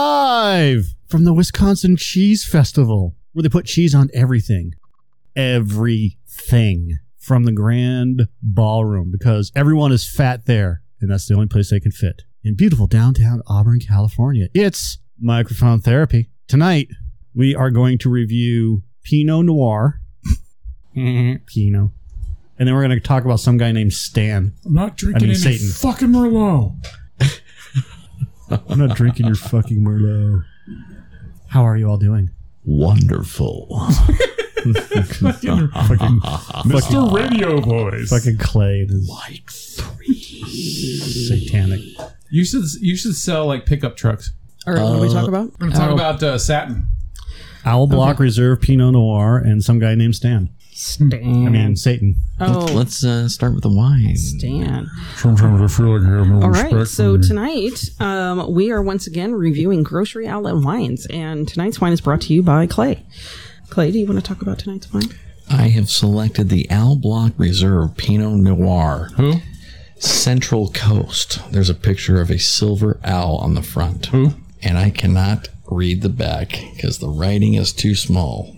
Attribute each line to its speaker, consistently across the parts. Speaker 1: live from the Wisconsin Cheese Festival, where they put cheese on everything. Everything from the grand ballroom because everyone is fat there and that's the only place they can fit. In beautiful downtown Auburn, California, it's microphone therapy. Tonight, we are going to review Pinot Noir. Mm-hmm. Pinot. And then we're going to talk about some guy named Stan.
Speaker 2: I'm not drinking
Speaker 1: I mean,
Speaker 2: any
Speaker 1: Satan.
Speaker 2: fucking Merlot.
Speaker 1: I'm not drinking your fucking Merlot. How are you all doing?
Speaker 3: Wonderful.
Speaker 2: fucking
Speaker 1: Fucking,
Speaker 2: Mr. Radio Voice.
Speaker 1: fucking Clay is
Speaker 3: like three.
Speaker 1: satanic.
Speaker 4: You should you should sell like pickup trucks.
Speaker 5: All right, what do we talk about?
Speaker 2: I'm
Speaker 4: Talk about uh, satin.
Speaker 1: Owl Block Reserve Pinot Noir and some guy named Stan.
Speaker 5: Stan.
Speaker 1: I mean, Satan.
Speaker 5: oh,
Speaker 3: Let's uh, start with the wine.
Speaker 5: Stan.
Speaker 2: Sometimes I feel like I have no
Speaker 5: All
Speaker 2: respect.
Speaker 5: right, so
Speaker 2: for me.
Speaker 5: tonight um, we are once again reviewing grocery outlet wines, and tonight's wine is brought to you by Clay. Clay, do you want to talk about tonight's wine?
Speaker 3: I have selected the Al Block Reserve Pinot Noir
Speaker 4: Who?
Speaker 3: Central Coast. There's a picture of a silver owl on the front.
Speaker 4: Who?
Speaker 3: And I cannot read the back because the writing is too small.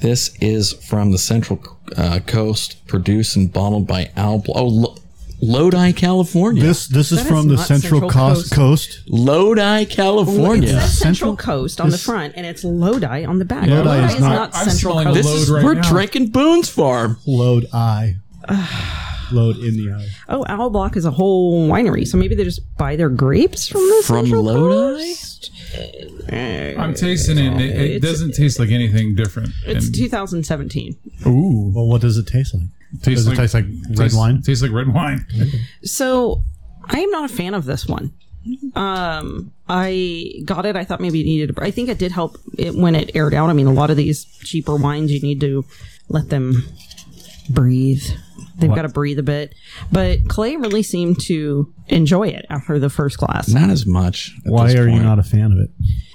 Speaker 3: This is from the Central uh, Coast, produced and bottled by Al Block. Oh, Lo- Lodi, California.
Speaker 1: This this is
Speaker 5: That is
Speaker 1: from the
Speaker 5: not
Speaker 1: Central,
Speaker 5: Central
Speaker 1: Coast. Coast.
Speaker 3: Lodi, California.
Speaker 5: It says
Speaker 1: Central-
Speaker 5: Central Coast on the
Speaker 1: This-
Speaker 5: front, and it's Lodi on the back.
Speaker 1: Lodi is not-
Speaker 4: I'm
Speaker 5: Central
Speaker 4: smelling
Speaker 5: Coast.
Speaker 4: This
Speaker 3: This
Speaker 4: load
Speaker 3: is,
Speaker 4: right
Speaker 3: we're
Speaker 4: now.
Speaker 3: drinking Boone's Farm.
Speaker 1: Load eye. Load in the eye.
Speaker 5: Oh, Owl Block is a whole winery, so maybe they just buy their grapes from the
Speaker 3: From
Speaker 5: Central
Speaker 3: Lodi?
Speaker 5: Coast?
Speaker 4: I'm tasting it. and It, it
Speaker 5: It's-
Speaker 4: doesn't taste like anything different.
Speaker 5: It's
Speaker 4: And
Speaker 5: 2017.
Speaker 4: ooh,
Speaker 1: Well, what does it taste like?
Speaker 4: tastes
Speaker 1: Does it
Speaker 4: like,
Speaker 1: taste like red
Speaker 4: tastes-
Speaker 1: wine?
Speaker 4: Tastes like red wine.
Speaker 5: So I am not a fan of this one. Um, I got it. I thought maybe it needed. I think it did help it when it aired out. I mean, a lot of these cheaper wines, you need to let them breathe. They've got to breathe a bit. But Clay really seemed to enjoy it after the first glass.
Speaker 3: Not as much. at
Speaker 1: Why
Speaker 3: this
Speaker 1: are you
Speaker 3: point.
Speaker 1: not a fan of it?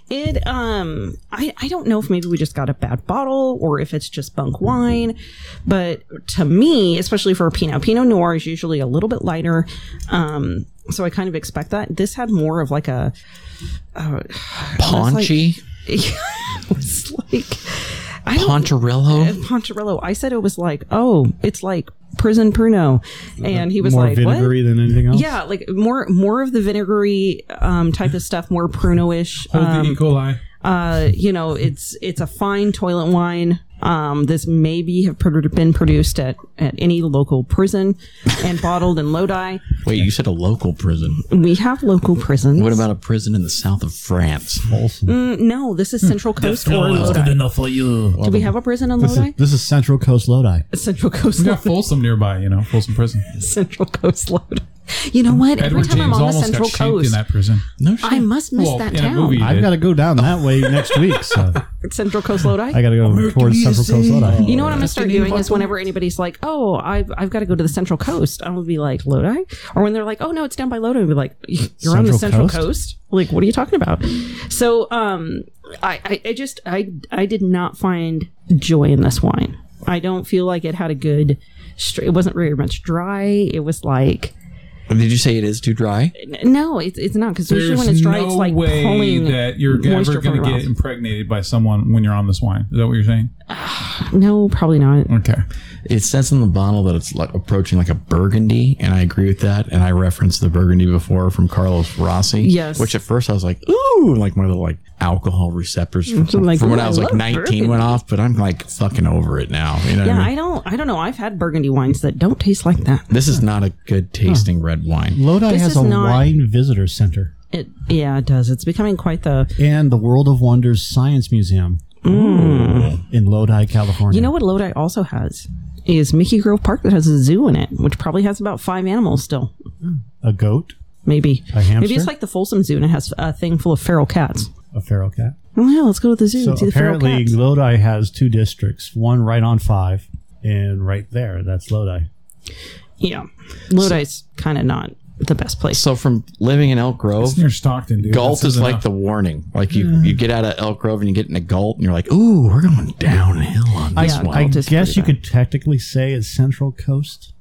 Speaker 5: It um I, I don't know if maybe we just got a bad bottle or if it's just bunk wine, but to me, especially for a Pinot, Pinot Noir is usually a little bit lighter. Um so I kind of expect that. This had more of like a
Speaker 3: paunchy?
Speaker 5: it's like I don't
Speaker 3: Pontarello?
Speaker 5: Poncherello. I said it was like, oh, it's like prison Pruno. And he was
Speaker 1: More
Speaker 5: like, what?
Speaker 1: vinegary than anything else?
Speaker 5: Yeah, like more more of the vinegary um, type of stuff, more pruno-ish.
Speaker 4: Hold
Speaker 5: um,
Speaker 4: the E. coli.
Speaker 5: uh, you know, it's it's a fine toilet wine. Um, this maybe have produ- been produced at, at any local prison and bottled in Lodi.
Speaker 3: Wait, you said a local prison.
Speaker 5: We have local prisons.
Speaker 3: What about a prison in the south of France?
Speaker 5: Mm, no, this is Central
Speaker 4: Hmm.
Speaker 5: Coast or Lodi.
Speaker 6: enough for you.
Speaker 5: Do we have a prison in
Speaker 1: This
Speaker 5: Lodi?
Speaker 1: is, this is Central Coast Lodi.
Speaker 5: Central Coast,
Speaker 4: We got Folsom nearby. You know, Folsom Prison.
Speaker 5: Central Coast Lodi. You know what? Every
Speaker 4: Edward
Speaker 5: time I'm
Speaker 4: James
Speaker 5: on the
Speaker 4: almost got
Speaker 5: Central
Speaker 4: shanked in
Speaker 5: Coast,
Speaker 4: that prison.
Speaker 3: No shit.
Speaker 5: I must miss
Speaker 4: Well,
Speaker 5: that
Speaker 4: in a
Speaker 5: town.
Speaker 4: movie.
Speaker 1: I've got to go down that way next week, so
Speaker 5: Central Coast Lodi.
Speaker 1: I got to go towards Central Coast Lodi.
Speaker 5: You know what I'm gonna start doing is whenever anybody's like, "Oh, I've I've got to go to the Central Coast," I'm gonna be like Lodi, or when they're like, "Oh no, it's down by Lodi," I'll be like, "You're on the
Speaker 1: Central
Speaker 5: Central
Speaker 1: Coast?
Speaker 5: Coast? Like, what are you talking about?" So, um, I, I I just I I did not find joy in this wine. I don't feel like it had a good. str- It wasn't very much dry. It was like
Speaker 3: Did you say it is too dry?
Speaker 5: n- no, it's it's not because usually
Speaker 4: There's
Speaker 5: when it's dry,
Speaker 4: no
Speaker 5: it's like
Speaker 4: way
Speaker 5: pulling
Speaker 4: that you're ever
Speaker 5: moisture from
Speaker 4: going
Speaker 5: your
Speaker 4: to get
Speaker 5: mouth.
Speaker 4: impregnated by someone when you're on this wine. Is that what you're saying?
Speaker 5: No, probably not.
Speaker 4: Okay.
Speaker 3: It says in the bottle that it's like approaching like a burgundy, and I agree with that. And I referenced the burgundy before from Carlos Rossi.
Speaker 5: Yes.
Speaker 3: Which at first I was like, ooh, like one of the like alcohol receptors from,
Speaker 5: So, like,
Speaker 3: from when
Speaker 5: ooh,
Speaker 3: I was
Speaker 5: I
Speaker 3: like
Speaker 5: love
Speaker 3: 19 went
Speaker 5: burgundy.
Speaker 3: off, but I'm like fucking over it now. You know what
Speaker 5: Yeah,
Speaker 3: I mean?
Speaker 5: I don't I don't know. I've had Burgundy wines that don't taste like that.
Speaker 3: This is not a good tasting red wine.
Speaker 1: Lodi
Speaker 5: This
Speaker 1: has
Speaker 5: is
Speaker 1: a
Speaker 5: not-
Speaker 1: wine visitor center
Speaker 5: It yeah, it does. It's becoming quite the.
Speaker 1: and the World of Wonders Science Museum in Lodi, California.
Speaker 5: You know what Lodi also has is Mickey Grove Park that has a zoo in it, which probably has about five animals still.
Speaker 1: A goat,
Speaker 5: Maybe
Speaker 1: A hamster?
Speaker 5: Maybe it's like the Folsom Zoo and it has a thing full of feral cats.
Speaker 1: a feral cat.
Speaker 5: Well, yeah, let's go to the zoo
Speaker 1: So
Speaker 5: and see the Mm, feral
Speaker 1: apparently,
Speaker 5: cats.
Speaker 1: Lodi has two districts: one right on five, and right there. That's Lodi.
Speaker 5: Yeah, Lodi's kind of not the best place.
Speaker 3: So from living in Elk Grove,
Speaker 4: It's near Stockton, dude.
Speaker 3: Galt
Speaker 4: This
Speaker 3: is like
Speaker 4: enough.
Speaker 3: the warning. Like you,
Speaker 5: Mm.
Speaker 3: you get out of Elk Grove and you get in a Galt and you're like, ooh, we're going downhill on this
Speaker 5: Yeah,
Speaker 3: one.
Speaker 1: I
Speaker 5: Galt is
Speaker 1: guess
Speaker 5: pretty
Speaker 1: you
Speaker 5: bad.
Speaker 1: could technically say it's Central Coast.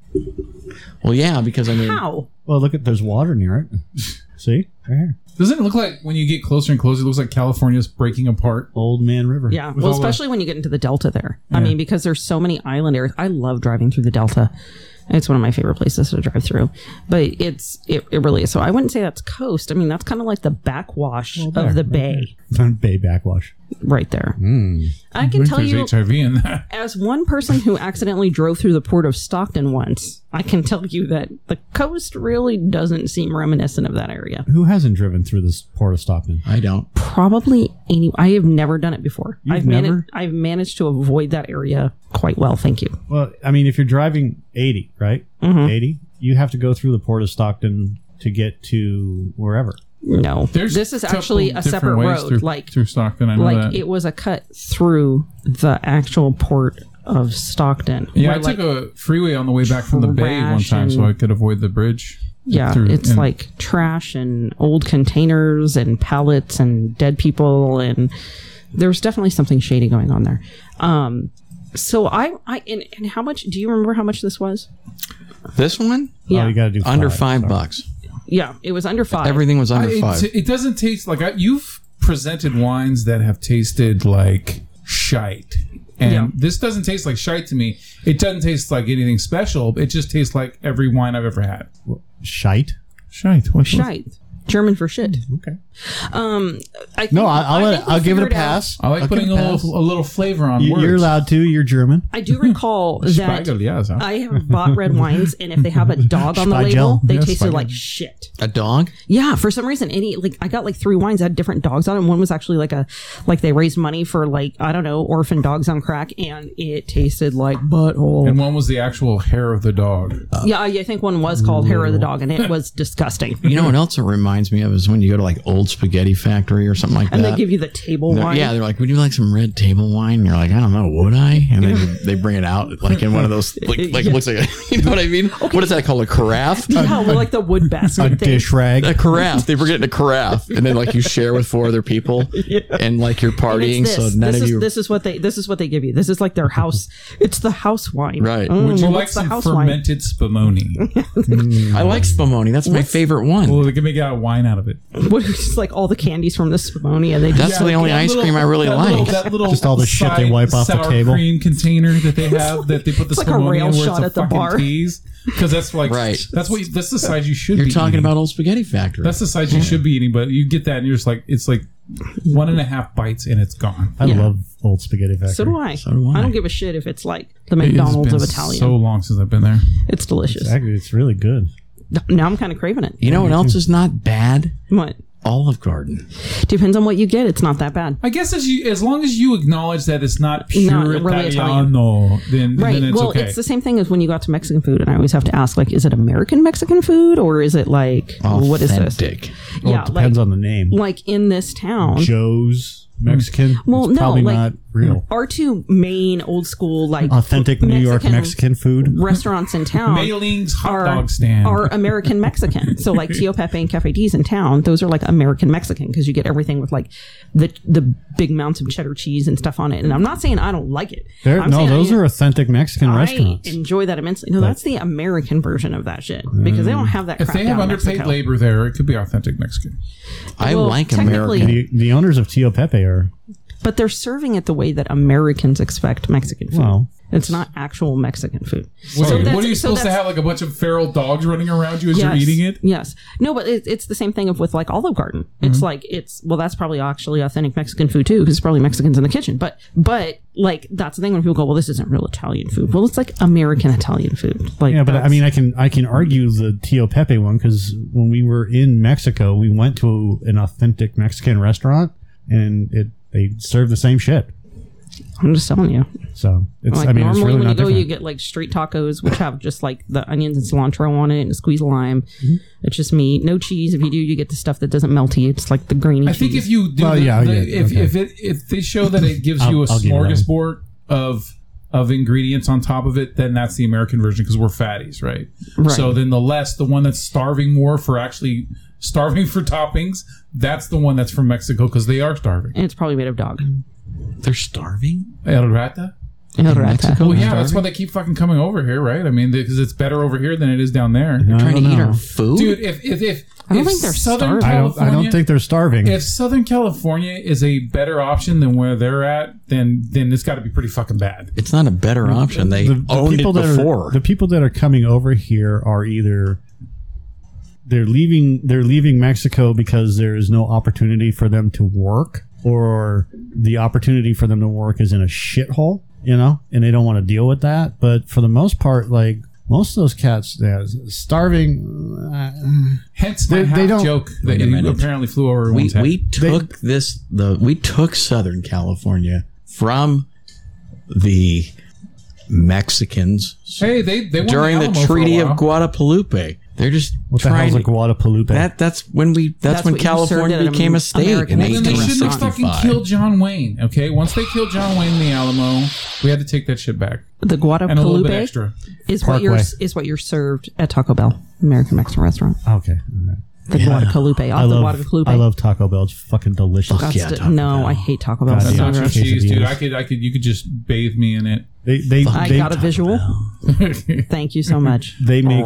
Speaker 3: well, yeah, because I mean,
Speaker 5: How?
Speaker 1: Well, look at there's water near it. See, right here,
Speaker 4: Doesn't it look like when you get closer and closer, it looks like California's breaking apart?
Speaker 1: Old Man River.
Speaker 5: Yeah, well,
Speaker 4: all the-
Speaker 5: especially when you get into the Delta there. I mean, because there's so many island areas. I love driving through the Delta. It's one of my favorite places to drive through, but it's it, it really is. So I wouldn't say that's coast. I mean, that's kind of like the backwash of the bay
Speaker 1: Bay backwash.
Speaker 5: right there. I can
Speaker 4: I
Speaker 5: tell
Speaker 4: think
Speaker 5: you,
Speaker 4: there's HIV in that.
Speaker 5: as one person who accidentally drove through the port of Stockton once, I can tell you that the coast really doesn't seem reminiscent of that area.
Speaker 1: Who hasn't driven through this port of Stockton?
Speaker 3: I don't.
Speaker 5: probably any I have never done it before.
Speaker 1: You've
Speaker 5: I've
Speaker 1: never?
Speaker 5: managed I've managed to avoid that area quite well, thank you.
Speaker 1: Well, I mean, if you're driving 80, right? 80, you have to go through the port of Stockton to get to wherever.
Speaker 5: No.
Speaker 4: There's
Speaker 5: this is
Speaker 4: couple
Speaker 5: actually a
Speaker 4: different
Speaker 5: separate
Speaker 4: ways
Speaker 5: road.
Speaker 4: Through,
Speaker 5: like
Speaker 4: through Stockton, I know
Speaker 5: like
Speaker 4: that.
Speaker 5: it was a cut through the actual port of Stockton.
Speaker 4: yeah, I
Speaker 5: where,
Speaker 4: took
Speaker 5: like,
Speaker 4: a freeway on the way back from the bay one
Speaker 5: trash
Speaker 4: time so
Speaker 5: and-
Speaker 4: I could avoid the bridge.
Speaker 5: yeah,
Speaker 4: through-
Speaker 5: it's
Speaker 4: and-
Speaker 5: like trash and old containers and pallets and dead people and there's definitely something shady going on there. Um so I, I and, and how much do you remember how much this was?
Speaker 3: This one
Speaker 5: Yeah,
Speaker 1: Oh, you got to do
Speaker 3: under
Speaker 1: five.
Speaker 3: five bucks.
Speaker 5: yeah, it was under five.
Speaker 3: Everything was under
Speaker 4: it,
Speaker 3: five.
Speaker 4: t- it doesn't taste like I, you've presented wines that have tasted like shite. And
Speaker 5: Yeah.
Speaker 4: this doesn't taste like shite to me. It doesn't taste like anything special. It just tastes like every wine I've ever had.
Speaker 1: Shite.
Speaker 4: Shite. What's
Speaker 5: Shite. German for shit.
Speaker 1: Okay.
Speaker 5: Um, I think,
Speaker 1: No, I, I'll, let,
Speaker 5: think we
Speaker 1: I'll give it a
Speaker 5: figured out-
Speaker 1: pass.
Speaker 4: I like
Speaker 1: I'll give it
Speaker 4: putting a little, a little flavor on
Speaker 1: You-
Speaker 4: words.
Speaker 1: You're allowed to. You're German.
Speaker 5: I do recall that
Speaker 4: Spaghetti, yes, huh?
Speaker 5: I have bought red wines, and if they have a dog on the label,
Speaker 1: Spigel.
Speaker 5: they
Speaker 1: Yeah,
Speaker 5: tasted
Speaker 1: Spigel.
Speaker 5: like shit.
Speaker 3: a dog?
Speaker 5: Yeah, for some reason, any like I got like three wines that had different dogs on them. One was actually like a like they raised money for like I don't know orphan dogs on crack, and it tasted like butthole.
Speaker 4: and one was the actual hair of the dog.
Speaker 5: yeah, I I think one was called hair of the dog, and it was disgusting.
Speaker 3: You know what else it reminds me of is when you go to like Old Spaghetti Factory or something like
Speaker 5: And
Speaker 3: that.
Speaker 5: they give you the table
Speaker 3: They're-
Speaker 5: wine.
Speaker 3: yeah, they're like, would you like some red table wine? And you're like, I don't know, would I? And then they bring it out like in one of those, like, like looks like, a, you know what I mean? What is that called? A carafe?
Speaker 5: yeah, well, like the wood
Speaker 1: A
Speaker 5: basket thing.
Speaker 1: dish rag.
Speaker 3: A carafe. They bring it in a carafe, and then like you share with four other people, and like you're partying,
Speaker 5: It's
Speaker 3: so
Speaker 5: this.
Speaker 3: none
Speaker 5: this
Speaker 3: of
Speaker 5: is,
Speaker 3: you.
Speaker 5: This is what they. This is what they give you. This is like their house. It's the house wine,
Speaker 3: Right.
Speaker 5: Mm,
Speaker 4: Would you
Speaker 5: well,
Speaker 4: like
Speaker 5: what's the
Speaker 4: some
Speaker 5: house wine?
Speaker 4: fermented spumoni?
Speaker 3: I like Spumoni. That's my favorite one.
Speaker 4: well, they can make out wine out of it.
Speaker 5: What is just like all the candies from the Spumoni, and they just
Speaker 3: That's the only
Speaker 4: That
Speaker 3: ice
Speaker 4: little-
Speaker 3: cream I really
Speaker 4: that
Speaker 3: like.
Speaker 4: little- that little
Speaker 1: Just all the shit they
Speaker 4: side
Speaker 1: wipe off the
Speaker 4: sour
Speaker 1: table.
Speaker 4: cream container that they have that they put the
Speaker 5: It's like a
Speaker 4: Spumoni
Speaker 5: rail
Speaker 4: in where it's
Speaker 5: shot
Speaker 4: a
Speaker 5: at the
Speaker 4: fucking
Speaker 5: bar.
Speaker 4: tease because that's like
Speaker 3: Right.
Speaker 4: That's what you, that's the size you should.
Speaker 3: you're
Speaker 4: be
Speaker 3: talking
Speaker 4: eating.
Speaker 3: about Old Spaghetti Factory.
Speaker 4: that's the size you should be eating, but you get that and you're just like it's like one and a half bites and it's gone.
Speaker 1: I
Speaker 5: Yeah.
Speaker 1: love old spaghetti factory.
Speaker 5: so do I. So
Speaker 3: do I.
Speaker 5: don't give a shit if it's like the McDonald's of Italian.
Speaker 4: So long since I've been there.
Speaker 5: it's delicious.
Speaker 1: Actually, it's really good.
Speaker 5: Now I'm kind of craving it.
Speaker 3: you know what else is not bad?
Speaker 5: What
Speaker 3: Olive Garden.
Speaker 5: depends on what you get. It's not that bad.
Speaker 4: I guess as you as long as you acknowledge that it's not pure
Speaker 5: really Italian.
Speaker 4: Italiano, then
Speaker 5: Right.
Speaker 4: then it's
Speaker 5: well,
Speaker 4: okay.
Speaker 5: it's the same thing as when you got to Mexican food, and I always have to ask, like, is it American Mexican food or is it like what is this?
Speaker 3: Authentic.
Speaker 5: yeah,
Speaker 1: Depends
Speaker 5: like,
Speaker 1: on the name.
Speaker 5: like in this town,
Speaker 1: Joe's Mexican.
Speaker 5: Mm. Well,
Speaker 1: it's
Speaker 5: no,
Speaker 1: probably
Speaker 5: like-
Speaker 1: not real.
Speaker 5: our two main old school like
Speaker 1: Authentic New York Mexican food.
Speaker 5: restaurants in town.
Speaker 4: Mailings hot
Speaker 5: are,
Speaker 4: dog stand.
Speaker 5: are American Mexican. so like Tio Pepe and Cafe D's in town, those are like American Mexican because you get everything with like the the big mounts of cheddar cheese and stuff on it. And I'm not saying I don't like it.
Speaker 1: There,
Speaker 5: I'm
Speaker 1: no,
Speaker 5: saying
Speaker 1: those
Speaker 5: I,
Speaker 1: are authentic Mexican
Speaker 5: I
Speaker 1: restaurants.
Speaker 5: enjoy that immensely. No, that's the American version of that shit because they don't have that.
Speaker 4: if
Speaker 5: crap
Speaker 4: they have
Speaker 5: down in
Speaker 4: underpaid
Speaker 5: Mexico.
Speaker 4: labor there, it could be authentic Mexican.
Speaker 3: I
Speaker 5: Well,
Speaker 3: like
Speaker 5: technically-
Speaker 3: American.
Speaker 1: the, the owners of Tio Pepe are
Speaker 5: but they're serving it the way that Americans expect Mexican food.
Speaker 1: Well.
Speaker 5: it's not actual Mexican food.
Speaker 4: What,
Speaker 5: So
Speaker 4: are you- what
Speaker 5: that's-
Speaker 4: are you
Speaker 5: so
Speaker 4: supposed to
Speaker 5: that's-
Speaker 4: have like a bunch of feral dogs running around you as you're eating it?
Speaker 5: Yes. No, but it, it's the same thing of with like Olive Garden. It's like it's well, that's probably actually authentic Mexican food too, because it's probably Mexicans in the kitchen. But but like that's the thing when people go, well, this isn't real Italian food. Well, it's like American Italian food. Like
Speaker 1: Yeah, but I
Speaker 5: that's- Mm-hmm.
Speaker 1: mean, I can I can argue the Tio Pepe one because when we were in Mexico, we went to an authentic Mexican restaurant and it they serve the same shit.
Speaker 5: I'm just telling you.
Speaker 1: So it's
Speaker 5: Like
Speaker 1: I mean, it's really
Speaker 5: normally when you
Speaker 1: not
Speaker 5: go,
Speaker 1: different.
Speaker 5: you get like street tacos, which have just like the onions and cilantro on it and a squeeze of lime. It's just meat, no cheese. If you do, you get the stuff that doesn't melty. It's like the greeny.
Speaker 4: I think
Speaker 5: cheese.
Speaker 4: if you do,
Speaker 1: Well,
Speaker 4: the,
Speaker 1: yeah,
Speaker 4: the-
Speaker 1: yeah,
Speaker 4: if,
Speaker 1: okay.
Speaker 4: if it if they show that it gives you a
Speaker 1: I'll- I'll give you that one.
Speaker 4: smorgasbord of of ingredients on top of it, then that's the American version because we're fatties, right?
Speaker 5: Right.
Speaker 4: So then the less the one that's starving more for actually starving for toppings, that's the one that's from Mexico because they are starving.
Speaker 5: and it's probably made of dog.
Speaker 3: They're starving.
Speaker 4: El rata.
Speaker 5: El
Speaker 3: in
Speaker 5: Rata.
Speaker 3: Mexico.
Speaker 4: Well, yeah,
Speaker 3: Starving?
Speaker 4: that's why they keep fucking coming over here, right? I mean, because it's better over here than it is down there.
Speaker 1: I
Speaker 3: trying to
Speaker 1: don't
Speaker 3: eat
Speaker 1: know.
Speaker 3: our food.
Speaker 4: Dude, if if if
Speaker 5: I don't
Speaker 4: if
Speaker 5: think they're
Speaker 4: Southern
Speaker 5: starving.
Speaker 1: I don't. I
Speaker 4: California,
Speaker 1: don't think they're starving.
Speaker 4: if Southern California is a better option than where they're at, then then it's got to be pretty fucking bad.
Speaker 3: It's not a better option. They owned it
Speaker 1: that
Speaker 3: before.
Speaker 1: Are, the people that are coming over here are either they're leaving they're leaving Mexico because there is no opportunity for them to work, or the opportunity for them to work is in a shithole, you know, and they don't want to deal with that. But for the most part, like most of those cats, yeah, starving. uh,
Speaker 4: Hence
Speaker 1: They-
Speaker 4: my
Speaker 1: they
Speaker 4: half
Speaker 1: don't-
Speaker 4: joke that
Speaker 3: Wait a
Speaker 4: you
Speaker 3: minute.
Speaker 4: apparently flew over.
Speaker 3: we
Speaker 4: everyone's head.
Speaker 3: we took this the we took Southern California from the Mexicans
Speaker 4: hey they they won
Speaker 3: during the
Speaker 4: Alamo for a
Speaker 3: Treaty of
Speaker 4: while.
Speaker 3: Guadalupe. They're just
Speaker 1: what the
Speaker 3: trying
Speaker 1: hell's a
Speaker 3: to
Speaker 1: Guadalupe?
Speaker 3: that that's when we that's,
Speaker 5: That's
Speaker 3: when
Speaker 5: what you served
Speaker 3: California
Speaker 5: at an
Speaker 3: became a state
Speaker 5: American
Speaker 3: in
Speaker 5: Well,
Speaker 4: Then they
Speaker 5: Eighteen
Speaker 4: shouldn't have fucking
Speaker 3: 1865.
Speaker 4: killed John Wayne. Okay, once they killed John Wayne in the Alamo, we had to take that shit back
Speaker 5: The
Speaker 4: and a little bit
Speaker 5: Guadalupe
Speaker 4: extra.
Speaker 5: is what you're
Speaker 1: Parkway.
Speaker 5: is what you're served at Taco Bell, American Mexican restaurant.
Speaker 1: okay, all right.
Speaker 5: The Guadalupe, off
Speaker 1: I
Speaker 5: the
Speaker 1: love
Speaker 5: Guadalupe.
Speaker 1: I love Taco Bell. It's fucking delicious.
Speaker 5: That's
Speaker 3: Yeah,
Speaker 5: the-
Speaker 3: Taco
Speaker 5: no,
Speaker 3: Bell.
Speaker 5: I hate Taco Bell.
Speaker 1: That's
Speaker 5: That's
Speaker 1: not
Speaker 5: not
Speaker 4: Nacho
Speaker 1: Nacho
Speaker 4: cheese, dude.
Speaker 1: quesadillas.
Speaker 4: I could, I could, you could just bathe me in it.
Speaker 1: They they
Speaker 5: I
Speaker 1: they,
Speaker 5: got a visual. Thank you so much.
Speaker 1: they make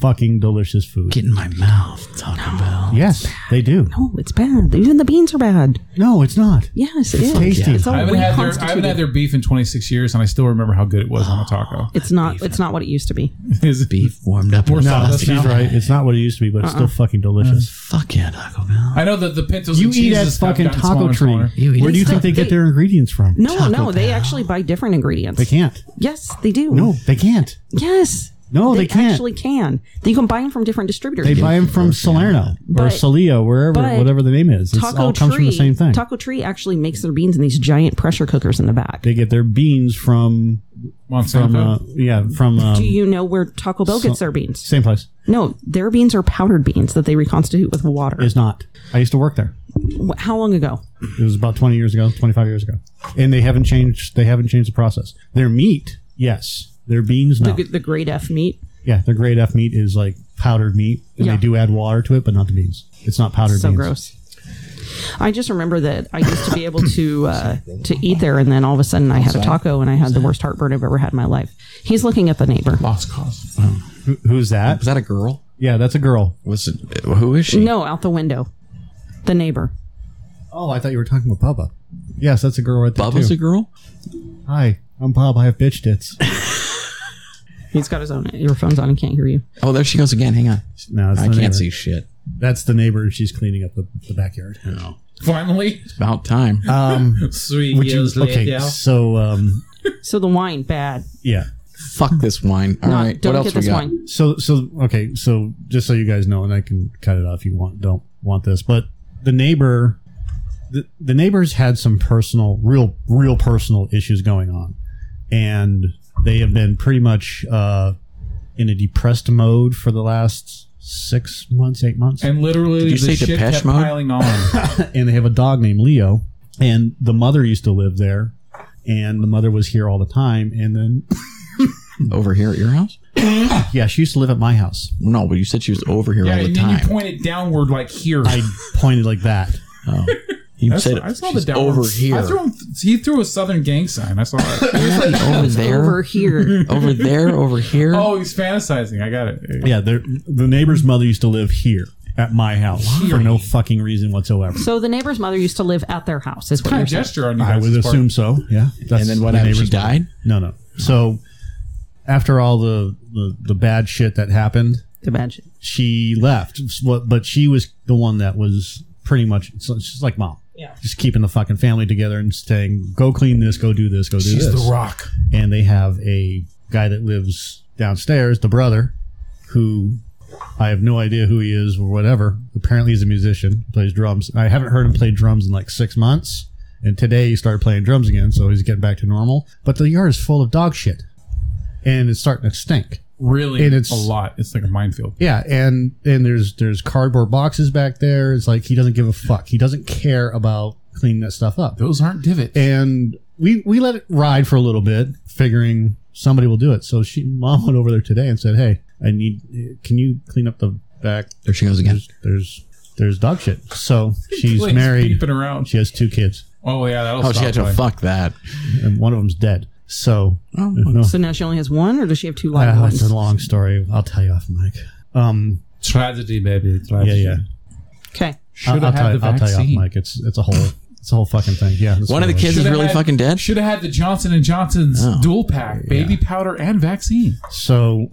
Speaker 1: fucking delicious food.
Speaker 3: Get in my mouth, Taco Bell.
Speaker 1: yes, they do.
Speaker 5: Oh, it's bad. Even the beans are bad.
Speaker 1: No, it's not.
Speaker 5: Yes, it is.
Speaker 1: tasty.
Speaker 5: It's all
Speaker 4: I haven't, had their, I haven't had
Speaker 5: reconstituted.
Speaker 4: their beef in 26 years, and I still remember how good it was on a taco.
Speaker 5: It's not. It's not what it used to be.
Speaker 4: Is-
Speaker 3: Beef warmed up. with
Speaker 4: No,
Speaker 1: No,
Speaker 4: that's
Speaker 1: she's
Speaker 4: not-
Speaker 1: right. It's not what it used to be, but it's
Speaker 5: Uh-uh.
Speaker 1: still fucking delicious.
Speaker 3: Fuck yeah, Taco Bell.
Speaker 4: I know that the pintos
Speaker 1: Uh, You
Speaker 4: and
Speaker 1: eat at
Speaker 4: cheeses have
Speaker 1: fucking
Speaker 4: gotten
Speaker 1: Taco
Speaker 4: smaller and
Speaker 1: Tree.
Speaker 4: smaller.
Speaker 3: You eat
Speaker 1: Where do you
Speaker 5: It's
Speaker 1: think
Speaker 5: not-
Speaker 1: they get
Speaker 5: they-
Speaker 1: their ingredients from?
Speaker 5: No, no, they actually buy different ingredients.
Speaker 1: They can't.
Speaker 5: Yes, they do.
Speaker 1: No, they can't.
Speaker 5: Yes.
Speaker 1: No, they can't.
Speaker 5: actually can. You can buy them from different distributors.
Speaker 1: They buy them from Salerno or
Speaker 5: But-
Speaker 1: Salio, wherever,
Speaker 5: but
Speaker 1: whatever the name is. It
Speaker 5: Taco
Speaker 1: all comes
Speaker 5: Tree.
Speaker 1: from the same thing.
Speaker 5: Taco Tree actually makes their beans in these giant pressure cookers in the back.
Speaker 1: They get their beans from, from
Speaker 4: Monsanto.
Speaker 1: uh, yeah, from um,
Speaker 5: Uh-huh. do you know where Taco Bell gets their beans?
Speaker 1: same place.
Speaker 5: No, their beans are powdered beans that they reconstitute with water.
Speaker 1: Is not. I used to work there.
Speaker 5: Wh- How long ago?
Speaker 1: It was about twenty years ago, twenty five years ago, and they haven't changed. They haven't changed the process. Their meat, yes. Their beans, no.
Speaker 5: The, the grade F meat.
Speaker 1: Yeah, their grade F meat is like powdered meat, and
Speaker 5: Yeah.
Speaker 1: they do add water to it, but not the beans. It's not powdered
Speaker 5: So
Speaker 1: beans.
Speaker 5: gross. I just remember that I used to be able to uh, to eat there, and then all of a sudden I had a taco, and I had the worst heartburn I've ever had in my life. He's looking at the neighbor.
Speaker 4: Lost cause.
Speaker 1: Who, who's that?
Speaker 3: Is that a girl?
Speaker 1: Yeah, that's a girl.
Speaker 3: Was it? Who is she?
Speaker 5: No, out the window. The neighbor.
Speaker 1: Oh, I thought you were talking about Bubba. Yes, that's a girl right there
Speaker 3: Bubba's
Speaker 1: too.
Speaker 3: a girl.
Speaker 1: Hi, I'm Bob. I have bitch tits.
Speaker 5: He's got his own earphones on and can't hear you.
Speaker 3: Oh, there she goes again. Hang on.
Speaker 1: No, that's
Speaker 3: I
Speaker 1: the neighbor.
Speaker 3: can't see shit.
Speaker 1: That's the neighbor. She's cleaning up the, the backyard.
Speaker 3: No.
Speaker 4: Finally,
Speaker 3: About time.
Speaker 1: Um,
Speaker 4: three
Speaker 1: would you? Okay, so um,
Speaker 5: So the wine, bad.
Speaker 1: yeah.
Speaker 3: Fuck this wine. All
Speaker 5: No,
Speaker 3: right,
Speaker 5: don't
Speaker 3: what
Speaker 5: get
Speaker 3: else
Speaker 5: this
Speaker 3: we got?
Speaker 5: wine.
Speaker 1: So so okay, so just so you guys know, and I can cut it off if you want don't want this, but the neighbor the, the neighbors had some personal real real personal issues going on. And they have been pretty much uh, in a depressed mode for the last six months, eight months.
Speaker 4: And literally,
Speaker 3: Did you
Speaker 4: the
Speaker 3: say
Speaker 4: shit
Speaker 3: Depeche
Speaker 4: kept
Speaker 3: Mode?
Speaker 4: piling on.
Speaker 1: and they have a dog named Leo. And the mother used to live there and the mother was here all the time and then
Speaker 3: Over here at your house?
Speaker 1: yeah, she used to live at my house.
Speaker 3: No, but you said she was over here
Speaker 4: yeah,
Speaker 3: all the
Speaker 4: and then you
Speaker 3: time.
Speaker 4: pointed downward like here.
Speaker 1: I pointed like that.
Speaker 3: oh. You said
Speaker 4: I saw
Speaker 3: she's
Speaker 4: the downward.
Speaker 3: over
Speaker 4: I
Speaker 3: here,
Speaker 4: threw him, he threw a Southern gang sign. I saw it.
Speaker 3: over there,
Speaker 5: Over
Speaker 3: over,
Speaker 5: here.
Speaker 3: there, over here.
Speaker 4: oh, he's fantasizing. I got it.
Speaker 1: Yeah, their- the neighbor's mother used to live here at my house for no fucking reason whatsoever.
Speaker 5: so the neighbor's mother used to live at their house, is what
Speaker 4: Kind
Speaker 5: you're
Speaker 4: of
Speaker 5: saying.
Speaker 4: gesture on you
Speaker 1: I
Speaker 4: guys'
Speaker 1: would
Speaker 4: part.
Speaker 1: assume so. Yeah. That's
Speaker 3: and then what
Speaker 1: the
Speaker 3: happened? She
Speaker 1: neighbor's mother.
Speaker 3: died.
Speaker 1: No, no. So after all the, the the bad shit that happened,
Speaker 5: The bad shit.
Speaker 1: she left. S- what- But she was the one that was pretty much. so She's like mom.
Speaker 5: Yeah.
Speaker 1: Just keeping the fucking family together and saying, "Go clean this. Go do this. Go do
Speaker 4: She's
Speaker 1: this."
Speaker 4: the rock.
Speaker 1: and they have a guy that lives downstairs, the brother, who I have no idea who he is or whatever. Apparently, he's a musician, plays drums. I haven't heard him play drums in like six months, and today he started playing drums again, so he's getting back to normal. But the yard is full of dog shit, and it's starting to stink.
Speaker 4: Really,
Speaker 1: And it's-
Speaker 4: a lot. It's like a minefield.
Speaker 1: Yeah, and and there's there's cardboard boxes back there. It's like he doesn't give a fuck. He doesn't care about cleaning that stuff up
Speaker 4: Those aren't divots.
Speaker 1: and we we let it ride for a little bit, figuring somebody will do it. So she mom went over there today and said, "Hey, I need. Can you clean up the back?
Speaker 3: There she goes again.
Speaker 1: There's there's, there's dog shit." So she's
Speaker 4: Like,
Speaker 1: married.
Speaker 4: peeping around.
Speaker 1: She has two kids,
Speaker 4: Oh yeah, that'll
Speaker 3: Oh, she
Speaker 4: stop
Speaker 3: had to
Speaker 4: by.
Speaker 3: fuck that.
Speaker 1: and one of them's dead. So
Speaker 3: Oh,
Speaker 1: no.
Speaker 5: So now she only has one, or does she have two live
Speaker 1: Ah,
Speaker 5: ones?
Speaker 1: it's a long story. I'll tell you off mic. Um,
Speaker 4: Tragedy, baby.
Speaker 1: yeah,
Speaker 4: Tragedy.
Speaker 1: yeah.
Speaker 5: Okay.
Speaker 1: I'll,
Speaker 4: Should
Speaker 1: I'll
Speaker 4: have
Speaker 1: tell
Speaker 4: had
Speaker 1: you,
Speaker 4: the
Speaker 1: I'll tell you off
Speaker 4: vaccine.
Speaker 1: mic. It's it's a whole it's a whole fucking thing. Yeah. that's
Speaker 3: One of
Speaker 1: what
Speaker 3: the
Speaker 1: it
Speaker 3: kids
Speaker 1: is.
Speaker 3: is really fucking dead.
Speaker 4: Should have had the Johnson and Johnson's
Speaker 3: Oh.
Speaker 4: dual pack, baby powder and vaccine.
Speaker 1: So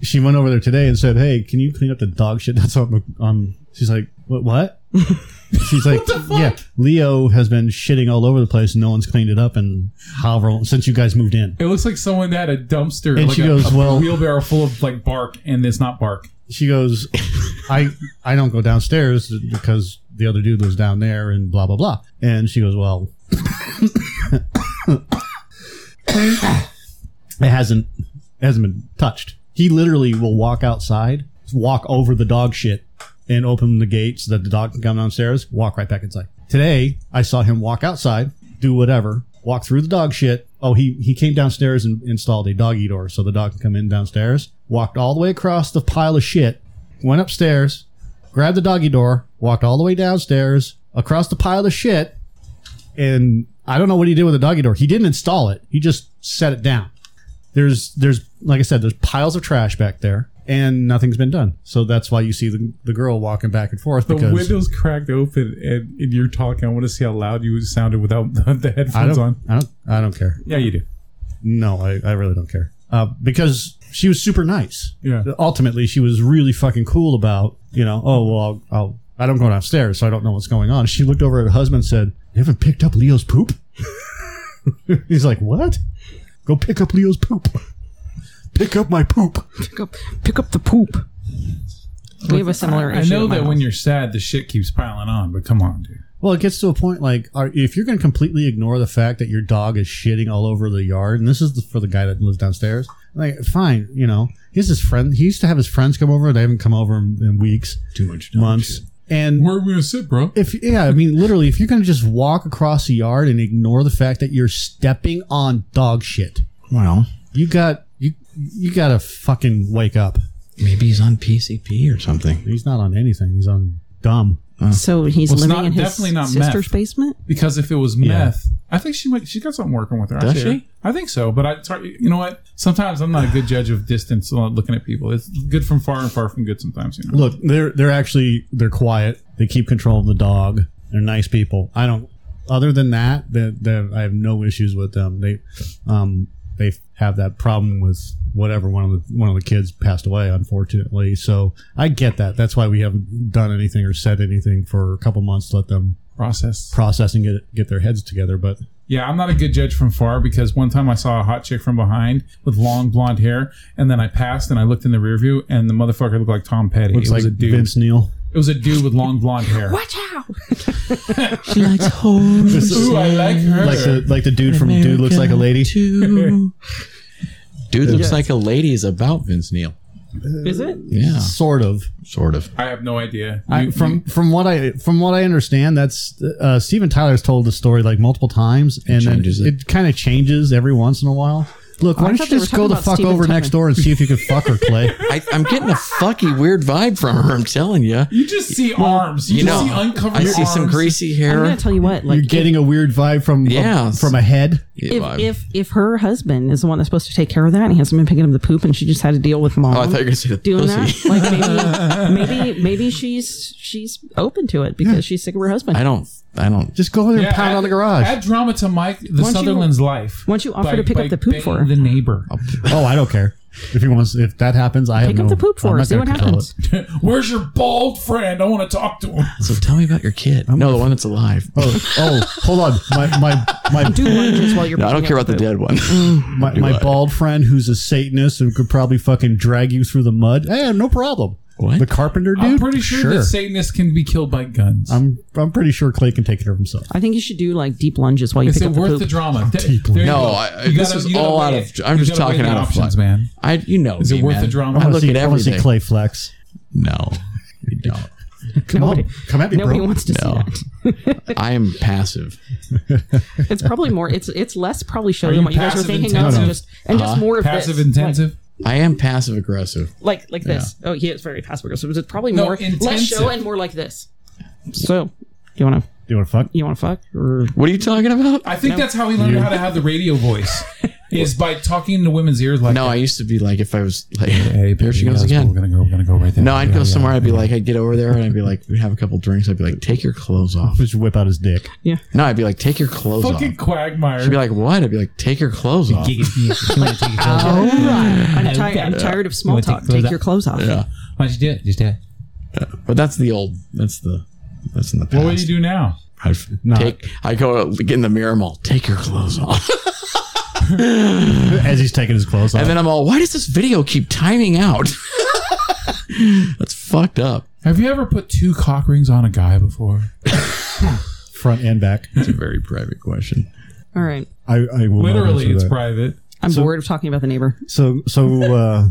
Speaker 1: she went over there today and said, "Hey, can you clean up the dog shit that's on the on?" She's like, "What? What?" She's like, "Yeah, Leo has been shitting all over the place, and no one's cleaned it up, and however since you guys moved in."
Speaker 4: It looks like someone had a dumpster,
Speaker 1: And
Speaker 4: like
Speaker 1: she
Speaker 4: a,
Speaker 1: goes,
Speaker 4: a
Speaker 1: "Well-"
Speaker 4: wheelbarrow full of like bark, and it's not bark.
Speaker 1: She goes, "I I don't go downstairs because the other dude lives down there, and blah blah blah." And she goes, "Well." it hasn't it hasn't been touched. He literally will walk outside, walk over the dog shit, and open the gate so that the dog can come downstairs, walk right back inside. Today, I saw him walk outside, do whatever, walk through the dog shit. Oh, he, he came downstairs and installed a doggy door so the dog can come in downstairs, walked all the way across the pile of shit, went upstairs, grabbed the doggy door, walked all the way downstairs, across the pile of shit, and I don't know what he did with the doggy door. He didn't install it. He just set it down there's there's like I said, there's piles of trash back there, and nothing's been done. So that's why you see the, the girl walking back and forth
Speaker 4: The
Speaker 1: because
Speaker 4: windows cracked open, and, and you're talking. I want to see how loud you sounded without the,
Speaker 1: I
Speaker 4: the headphones
Speaker 1: don't,
Speaker 4: on.
Speaker 1: I don't I don't care.
Speaker 4: Yeah, you do.
Speaker 1: No, I, I really don't care. Uh, because she was super nice.
Speaker 4: Yeah.
Speaker 1: Ultimately, she was really fucking cool about you know. Oh well, I'll, I'll I don't go downstairs, so I don't know what's going on. She looked over at her husband and said, "You haven't picked up Leo's poop." He's like, "What? Go pick up Leo's poop. Pick up my poop."
Speaker 5: Pick up, pick up the poop. We have a similar
Speaker 4: I
Speaker 5: issue.
Speaker 4: know
Speaker 5: at my
Speaker 4: that
Speaker 5: house.
Speaker 4: when you're sad, the shit keeps piling on. But come on, dude.
Speaker 1: Well, it gets to a point like are, if you're going to completely ignore the fact that your dog is shitting all over the yard, and this is the, for the guy that lives downstairs. Like, fine, you know, he's his friend. He used to have his friends come over. They haven't come over in, in weeks,
Speaker 3: Too much
Speaker 1: months, and
Speaker 4: Where are we gonna sit, bro?
Speaker 1: if yeah, I mean, literally, if you're going to just walk across the yard and ignore the fact that you're stepping on dog shit,
Speaker 3: Well,
Speaker 1: you got you you got to fucking wake up.
Speaker 3: maybe he's on PCP or something.
Speaker 1: He's not on anything. He's on dumb.
Speaker 5: so he's
Speaker 4: Well, it's
Speaker 5: living
Speaker 4: not-
Speaker 5: in his
Speaker 4: definitely not
Speaker 5: sister's
Speaker 4: meth.
Speaker 5: basement.
Speaker 4: Because if it was meth, I think she might. She got something working with her. I
Speaker 3: Does
Speaker 4: share.
Speaker 3: she?
Speaker 4: I think so. But I, sorry, you know what? Sometimes I'm not a good judge of distance uh, looking at people. It's good from far and far from good sometimes. You know.
Speaker 1: look they're they're actually they're quiet they keep control of the dog they're nice people i don't other than that that that i have no issues with them they um they have that problem with whatever one of the one of the kids passed away unfortunately so i get that that's why we haven't done anything or said anything for a couple months to let them
Speaker 4: Process.
Speaker 1: process and get get their heads together but
Speaker 4: Yeah, I'm not a good judge from far because one time I saw a hot chick from behind with long blonde hair, and then I passed and I looked in the rear view, and the motherfucker looked like Tom Petty.
Speaker 1: looks
Speaker 4: it was
Speaker 1: like
Speaker 4: a dude.
Speaker 1: vince neal
Speaker 4: It was a dude with long blonde hair.
Speaker 5: Watch out!
Speaker 3: She likes hoes.
Speaker 4: Ooh, I like her.
Speaker 1: like the like the dude from dude looks like a lady
Speaker 3: Dude looks like a lady is about Vince Neil.
Speaker 5: Is it?
Speaker 3: Yeah,
Speaker 1: sort of
Speaker 3: sort of.
Speaker 4: I have no idea.
Speaker 1: I,
Speaker 4: You-
Speaker 1: from from what I from what I understand, that's uh, Steven Tyler's told the story like multiple times, and then
Speaker 3: changes
Speaker 1: it,
Speaker 3: it.
Speaker 1: kind of changes every once in a while. Look, why
Speaker 5: Oh, I
Speaker 1: don't you
Speaker 5: thought they
Speaker 1: just
Speaker 5: were
Speaker 1: go
Speaker 5: talking
Speaker 1: the
Speaker 5: about
Speaker 1: fuck
Speaker 5: Steven
Speaker 1: over
Speaker 5: Tyler.
Speaker 1: next door and see if you can fuck her, Clay?
Speaker 3: I, I'm getting a fucky weird vibe from her. I'm telling you.
Speaker 4: you just see arms. You,
Speaker 3: You
Speaker 4: just
Speaker 3: know,
Speaker 4: see uncovered
Speaker 3: I see some
Speaker 4: arms.
Speaker 3: greasy
Speaker 5: I'm gonna
Speaker 3: hair.
Speaker 5: tell you what.
Speaker 1: You're
Speaker 5: Like,
Speaker 1: getting a weird vibe from
Speaker 3: Yeah.
Speaker 1: from a head.
Speaker 5: if,
Speaker 3: vibe.
Speaker 5: if if her husband is the one that's supposed to take care of that, and he hasn't been picking up the poop, and she just had to deal with mom.
Speaker 3: oh, I thought you were gonna say the
Speaker 5: doing
Speaker 3: pussy.
Speaker 5: that. Like maybe, maybe, maybe she's she's open to it because she's sick of her husband.
Speaker 3: I don't. I don't.
Speaker 1: Just go over there
Speaker 4: Yeah,
Speaker 1: and pound
Speaker 4: add-
Speaker 1: on the garage.
Speaker 4: Add drama to Mike the
Speaker 5: Why don't you-
Speaker 4: Sutherland's life.
Speaker 5: why don't you offer to pick up the poop for
Speaker 4: banging
Speaker 5: her?
Speaker 4: the neighbor?
Speaker 1: oh, I don't care if he wants. If that happens, I have
Speaker 5: Pick
Speaker 1: no,
Speaker 5: up the poop
Speaker 1: I'm
Speaker 5: for her.
Speaker 1: not
Speaker 5: See
Speaker 1: gonna
Speaker 5: what
Speaker 1: control
Speaker 5: happens.
Speaker 1: it.
Speaker 4: Where's your bald friend? I want to talk to him.
Speaker 3: So tell me about your kid. no, the one that's alive.
Speaker 1: Oh, oh, hold on, my my my
Speaker 5: Do lunges while you're.
Speaker 3: No, I don't
Speaker 5: picking
Speaker 3: care
Speaker 5: up
Speaker 3: about the dead
Speaker 5: poop.
Speaker 3: one.
Speaker 5: Mm.
Speaker 1: my, my bald friend who's a Satanist and could probably fucking drag you through the mud. Eh, no problem.
Speaker 3: What?
Speaker 1: The carpenter dude?
Speaker 4: I'm pretty sure, that Satanists can be killed by guns.
Speaker 1: I'm I'm pretty sure Clay can take care of himself.
Speaker 5: I think you should do like deep lunges while you
Speaker 4: Is
Speaker 5: pick
Speaker 4: it
Speaker 5: up the
Speaker 4: worth
Speaker 5: poop.
Speaker 4: the drama? Th-
Speaker 1: deeply.
Speaker 4: there you
Speaker 3: No,
Speaker 4: go.
Speaker 3: I-
Speaker 4: You
Speaker 3: this
Speaker 4: gotta-
Speaker 3: is
Speaker 4: you gotta
Speaker 3: all
Speaker 4: weigh
Speaker 3: out
Speaker 4: it.
Speaker 3: of- I'm
Speaker 4: You
Speaker 3: just
Speaker 4: gotta weigh
Speaker 3: talking
Speaker 4: the
Speaker 3: out of
Speaker 4: options,
Speaker 3: fun.
Speaker 4: man.
Speaker 3: I. You know.
Speaker 4: Is
Speaker 3: me,
Speaker 4: it worth
Speaker 3: man.
Speaker 4: the
Speaker 1: I
Speaker 4: drama?
Speaker 3: I'm
Speaker 1: want to
Speaker 3: look
Speaker 1: see,
Speaker 3: at
Speaker 1: I wanna see
Speaker 3: everything.
Speaker 1: Clay flex.
Speaker 3: No. You don't.
Speaker 1: Come
Speaker 5: Nobody-
Speaker 1: on, come at me,
Speaker 5: Nobody
Speaker 1: bro.
Speaker 5: wants to
Speaker 3: No.
Speaker 5: see
Speaker 3: I am passive.
Speaker 5: that. It's probably more. It's it's less probably show
Speaker 4: Are
Speaker 5: than
Speaker 4: you
Speaker 5: what you guys are
Speaker 4: passive
Speaker 5: thinking of,
Speaker 4: intensive?
Speaker 5: and just and just more of
Speaker 4: Passive
Speaker 5: this.
Speaker 4: intensive.
Speaker 3: I am passive aggressive.
Speaker 5: like like, like this. Oh, he is very passive aggressive. It's probably
Speaker 4: No,
Speaker 5: more less
Speaker 4: intensive.
Speaker 5: show and more like this. So, do you want to?
Speaker 1: you want to fuck?
Speaker 5: You want to fuck? Or
Speaker 3: What are you talking about?
Speaker 4: I think that's how he learned how to have the radio voice. is by talking into women's ears like
Speaker 3: No, I used to be like, if I was like,
Speaker 4: Hey,
Speaker 3: there she
Speaker 4: baby,
Speaker 3: goes
Speaker 4: that's where
Speaker 3: again.
Speaker 4: We're gonna go. We're gonna go right there.
Speaker 3: No, I'd
Speaker 4: Yeah,
Speaker 3: go
Speaker 4: yeah.
Speaker 3: somewhere. I'd be like, I'd get over there and I'd be like, we'd have a couple drinks. I'd be like, take your clothes off.
Speaker 1: Just whip out his dick.
Speaker 3: No, I'd be like, take your clothes
Speaker 4: Fucking
Speaker 3: off.
Speaker 4: quagmire.
Speaker 3: She'd be like, what? I'd be like, take your clothes off.
Speaker 5: all right, I'm, ti-
Speaker 6: okay.
Speaker 5: I'm tired of small
Speaker 6: wanna take
Speaker 5: talk.
Speaker 6: clothes
Speaker 5: Take
Speaker 6: off?
Speaker 5: your clothes off.
Speaker 3: Yeah.
Speaker 6: Why don't you do it? Just do it.
Speaker 3: But that's the old, that's the, that's in the past.
Speaker 4: what would you do now?
Speaker 3: I'd f- take, I go out, get in the mirror, I'm all, take your clothes off.
Speaker 1: As he's taking his clothes off.
Speaker 3: And then I'm all, why does this video keep timing out? that's fucked up.
Speaker 4: Have you ever put two cock rings on a guy before?
Speaker 1: front and back.
Speaker 3: It's a very private question.
Speaker 5: All right.
Speaker 1: I, I will not
Speaker 4: Literally,
Speaker 1: answer
Speaker 4: it's
Speaker 1: that.
Speaker 4: private.
Speaker 5: I'm bored of talking about the neighbor
Speaker 1: so so uh,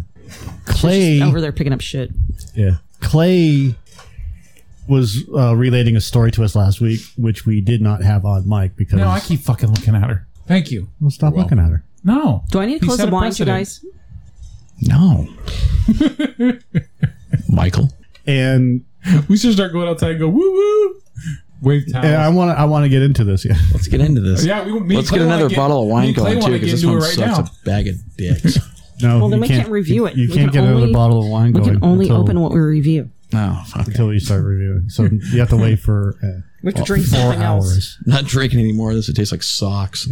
Speaker 1: Clay
Speaker 5: over there picking up shit.
Speaker 1: yeah Clay was uh, relating a story to us last week, which we did not have on mic because
Speaker 4: No, I keep fucking looking at her. Thank you.
Speaker 1: well, stop looking at her.
Speaker 4: No.
Speaker 5: Do I need
Speaker 4: He
Speaker 5: to close
Speaker 4: set
Speaker 5: the
Speaker 4: a
Speaker 5: blinds, you
Speaker 4: precedent.
Speaker 5: guys?
Speaker 3: No. Michael.
Speaker 1: And
Speaker 4: We should start going outside and go woo woo. Wave towels.
Speaker 1: and I want to I want to get into this. Yeah,
Speaker 3: Let's get into this.
Speaker 4: yeah, we, me and
Speaker 3: Let's
Speaker 4: Clay
Speaker 3: get
Speaker 4: wanna
Speaker 3: another bottle of
Speaker 4: me
Speaker 3: wine
Speaker 4: and Clay
Speaker 3: going too,
Speaker 4: wanna
Speaker 3: because
Speaker 4: get
Speaker 3: this
Speaker 4: into
Speaker 3: one
Speaker 4: it
Speaker 3: sucks a bag of dicks.
Speaker 1: no.
Speaker 5: Well, then
Speaker 1: you
Speaker 5: we can't review it.
Speaker 1: You
Speaker 5: We
Speaker 1: can't
Speaker 5: can
Speaker 1: get another
Speaker 5: only-
Speaker 1: bottle of wine
Speaker 5: We
Speaker 1: going.
Speaker 5: can only
Speaker 1: until,
Speaker 5: open what we review.
Speaker 3: oh, fuck.
Speaker 1: until you start reviewing. So you have to wait for uh,
Speaker 5: We have to drink
Speaker 1: four
Speaker 5: something else.
Speaker 1: hours.
Speaker 3: Not drinking anymore. This it tastes like socks.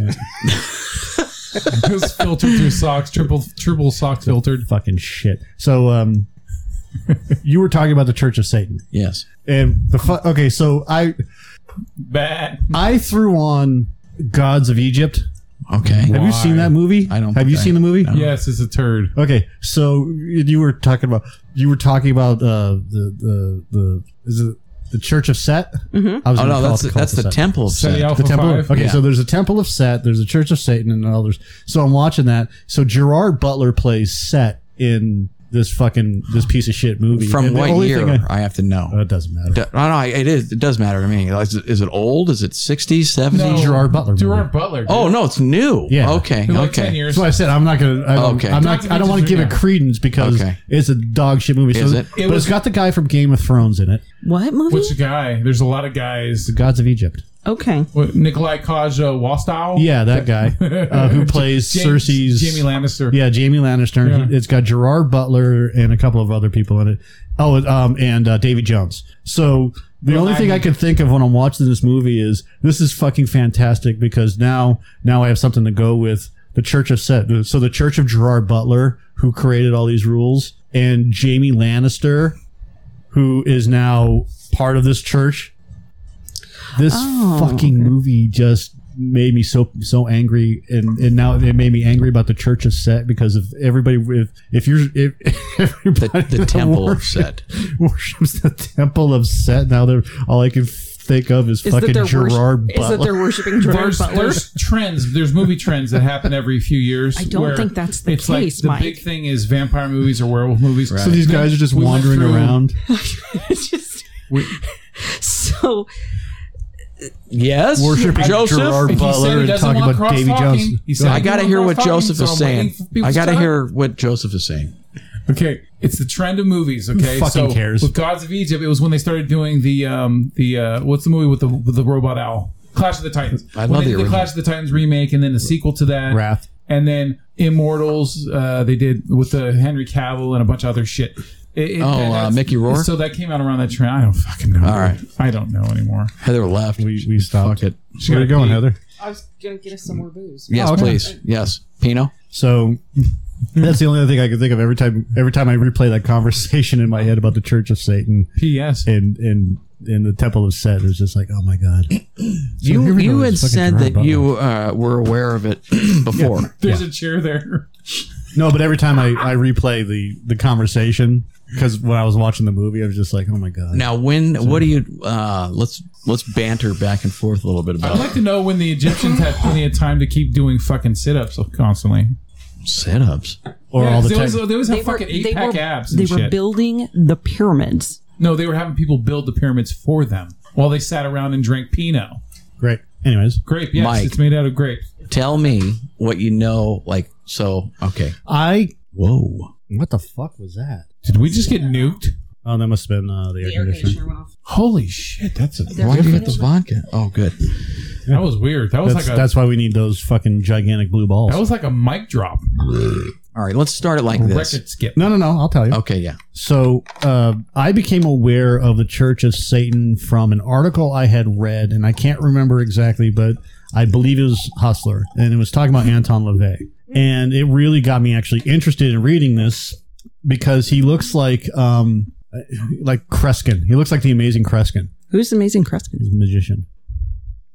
Speaker 4: It was filtered through socks, triple triple sock filtered.
Speaker 1: Fucking shit. So um, you were talking about the Church of Satan
Speaker 3: Yes.
Speaker 1: and the fu- okay. So I
Speaker 4: Bad.
Speaker 1: I threw on Gods of Egypt.
Speaker 3: Okay.
Speaker 1: Have you seen that movie?
Speaker 3: I don't
Speaker 1: Have
Speaker 3: think
Speaker 1: you
Speaker 3: I-
Speaker 1: seen the movie?
Speaker 4: Yes, it's a turd.
Speaker 1: Okay, so you were talking about you were talking about uh, the the the is it the Church of Set? Mm-hmm. I was
Speaker 3: Oh
Speaker 1: gonna
Speaker 3: no,
Speaker 1: call
Speaker 3: that's
Speaker 1: it
Speaker 3: the,
Speaker 1: Cult
Speaker 3: that's
Speaker 1: of
Speaker 3: the
Speaker 1: Set.
Speaker 3: temple of
Speaker 4: Teddy
Speaker 3: Set.
Speaker 4: Alpha
Speaker 1: The temple.
Speaker 4: Five.
Speaker 1: Okay,
Speaker 3: Yeah.
Speaker 1: so there's a temple of Set. There's a Church of Satan and others. So I'm watching that. So Gerard Butler plays Set in this fucking this piece of shit movie.
Speaker 3: From
Speaker 1: And the
Speaker 3: what
Speaker 1: only
Speaker 3: year?
Speaker 1: thing
Speaker 3: I,
Speaker 1: I,
Speaker 3: have to know.
Speaker 1: oh, it doesn't matter.
Speaker 3: D- no, no, I- it is. It does matter to me. Like, Is it, is it old? Is it 60s, 70s?
Speaker 4: No.
Speaker 1: Gerard Butler movie.
Speaker 4: Gerard Butler. dude.
Speaker 3: Oh no, it's new.
Speaker 1: Yeah.
Speaker 3: Okay.
Speaker 4: In like
Speaker 3: okay.
Speaker 4: ten years.
Speaker 1: That's why I said I'm not gonna. I don't,
Speaker 3: Okay.
Speaker 1: I'm not.
Speaker 4: Doctor
Speaker 1: I don't want to
Speaker 4: Fetus
Speaker 1: give it
Speaker 4: Junior.
Speaker 1: credence because
Speaker 3: Okay.
Speaker 1: it's a dog shit movie. So
Speaker 3: Is it?
Speaker 1: But
Speaker 4: It was-
Speaker 1: it's got the guy from Game of Thrones in it.
Speaker 5: What movie?
Speaker 4: Which guy? There's a lot of guys.
Speaker 1: Gods of Egypt.
Speaker 5: okay.
Speaker 4: What, Nikolai Kaja Wastow.
Speaker 1: Yeah, that guy uh, who plays
Speaker 4: James-
Speaker 1: Cersei's.
Speaker 4: Jamie Lannister.
Speaker 1: yeah, Jamie Lannister.
Speaker 4: Yeah.
Speaker 1: It's got Gerard Butler and a couple of other people in it. Oh, um, and uh, Davy Jones. So the only thing I could think of when I'm watching this movie is this is fucking fantastic because now now I have something to go with the Church of Set. So the Church of Gerard Butler, who created all these rules, and Jamie Lannister, who is now part of this church. This fucking movie just made me so so angry and and now it made me angry about the church of set because if everybody if if you're if
Speaker 3: The,
Speaker 1: everybody
Speaker 3: the
Speaker 1: that
Speaker 3: temple of
Speaker 1: worships,
Speaker 3: Set.
Speaker 1: worships the temple of set now they're all i can think of is,
Speaker 5: Is that
Speaker 1: fucking
Speaker 5: they're
Speaker 1: gerard
Speaker 5: worship- is that
Speaker 1: butler
Speaker 5: they're worshiping Gerard
Speaker 4: There's,
Speaker 5: Butler?
Speaker 4: there's trends. There's movie trends that happen every few years. I
Speaker 5: don't think that's the
Speaker 4: it's Like
Speaker 5: case,
Speaker 4: the
Speaker 5: Mike.
Speaker 4: big thing is vampire movies or werewolf movies.
Speaker 1: so these guys are just
Speaker 4: We went
Speaker 1: wandering
Speaker 4: through-
Speaker 1: around
Speaker 5: It's just so
Speaker 3: Yes.
Speaker 1: worshiping
Speaker 3: Joseph.
Speaker 1: gerard
Speaker 4: If he said
Speaker 1: butler
Speaker 4: he
Speaker 1: and
Speaker 4: doesn't
Speaker 1: talking
Speaker 4: want
Speaker 1: about davy
Speaker 4: cross-talking,
Speaker 1: jones
Speaker 4: he said-
Speaker 3: I gotta hear what
Speaker 4: Fucking
Speaker 3: Joseph is
Speaker 4: so
Speaker 3: saying.
Speaker 4: waiting for people
Speaker 3: I
Speaker 4: to
Speaker 3: gotta
Speaker 4: start.
Speaker 3: hear what Joseph is saying.
Speaker 4: Okay, it's the trend of movies. Okay,
Speaker 1: fucking
Speaker 4: so
Speaker 1: cares?
Speaker 4: With Gods of Egypt, it was when they started doing the um the uh what's the movie with the with the robot owl. Clash of the Titans.
Speaker 3: I love
Speaker 4: When they
Speaker 3: the
Speaker 4: did
Speaker 3: original.
Speaker 4: Clash of the Titans remake, and then the sequel to that,
Speaker 1: Wrath.
Speaker 4: and then Immortals. Uh, they did with the Henry Cavill and a bunch of other shit. It- it-
Speaker 3: Oh, uh,
Speaker 4: that's-
Speaker 3: Mickey Rourke?
Speaker 4: So that came out around that trend. I don't fucking know.
Speaker 3: All right.
Speaker 4: I don't know anymore.
Speaker 3: Heather left.
Speaker 1: we, we stopped
Speaker 3: Fuck it.
Speaker 1: where are you going
Speaker 4: pee.
Speaker 1: heather
Speaker 5: I was gonna get us some more booze.
Speaker 3: Yes,
Speaker 1: Oh, okay.
Speaker 3: please. Yes, Pino.
Speaker 1: So that's the only other thing I can think of every time. Every time I replay that conversation in my head about the Church of Satan
Speaker 4: P.S.
Speaker 1: and and and the Temple of Set, it's just like, oh my god. So here
Speaker 3: You
Speaker 1: we
Speaker 3: you
Speaker 1: go,
Speaker 3: had
Speaker 1: it's fucking
Speaker 3: said
Speaker 1: Gerard
Speaker 3: that
Speaker 1: Butler.
Speaker 3: you uh, were aware of it before.
Speaker 4: There's a chair there.
Speaker 1: no, but every time I, I replay the the conversation because when I was watching the movie, I was just like, oh my god.
Speaker 3: Now, when? What do you? Uh, let's let's banter back and forth a little bit
Speaker 4: I'd
Speaker 3: about
Speaker 4: like to know when the Egyptians had plenty of time to keep doing fucking sit-ups constantly.
Speaker 3: sit-ups.
Speaker 1: Or all the
Speaker 4: they,
Speaker 1: tech-
Speaker 4: always, they always have
Speaker 5: They were,
Speaker 4: fucking
Speaker 5: they
Speaker 4: eight pack
Speaker 5: were,
Speaker 4: abs. And
Speaker 5: they
Speaker 4: shit.
Speaker 5: were building the pyramids.
Speaker 4: no, they were having people build the pyramids for them while they sat around and drank Pinot.
Speaker 1: great. Anyways,
Speaker 4: Grape, yes,
Speaker 3: Mike.
Speaker 4: it's made out of grape.
Speaker 3: Tell me what you know. Like so. Okay.
Speaker 1: I
Speaker 3: Whoa.
Speaker 1: what the fuck was that?
Speaker 4: Did we just get nuked?
Speaker 1: Oh, that must have been uh, the,
Speaker 5: The
Speaker 1: air
Speaker 5: air
Speaker 1: conditioner.
Speaker 5: conditioner went off.
Speaker 4: Holy shit, that's a
Speaker 5: There-
Speaker 3: Why do you have the vodka? Oh, good.
Speaker 4: that was weird. That was
Speaker 1: That's,
Speaker 4: like a
Speaker 1: that's why we need those fucking gigantic blue balls.
Speaker 4: that was like a mic drop,
Speaker 3: All right, let's start it like this.
Speaker 4: record skip.
Speaker 1: no, no, no. I'll tell you.
Speaker 3: Okay, yeah.
Speaker 1: So uh, I became aware of the Church of Satan from an article I had read, and I can't remember exactly, but I believe it was Hustler, and it was talking about Anton LaVey, and it really got me actually interested in reading this because he looks like um, like Kreskin. He looks like the Amazing Kreskin,
Speaker 5: Who's Amazing Crespin?
Speaker 1: he's a magician.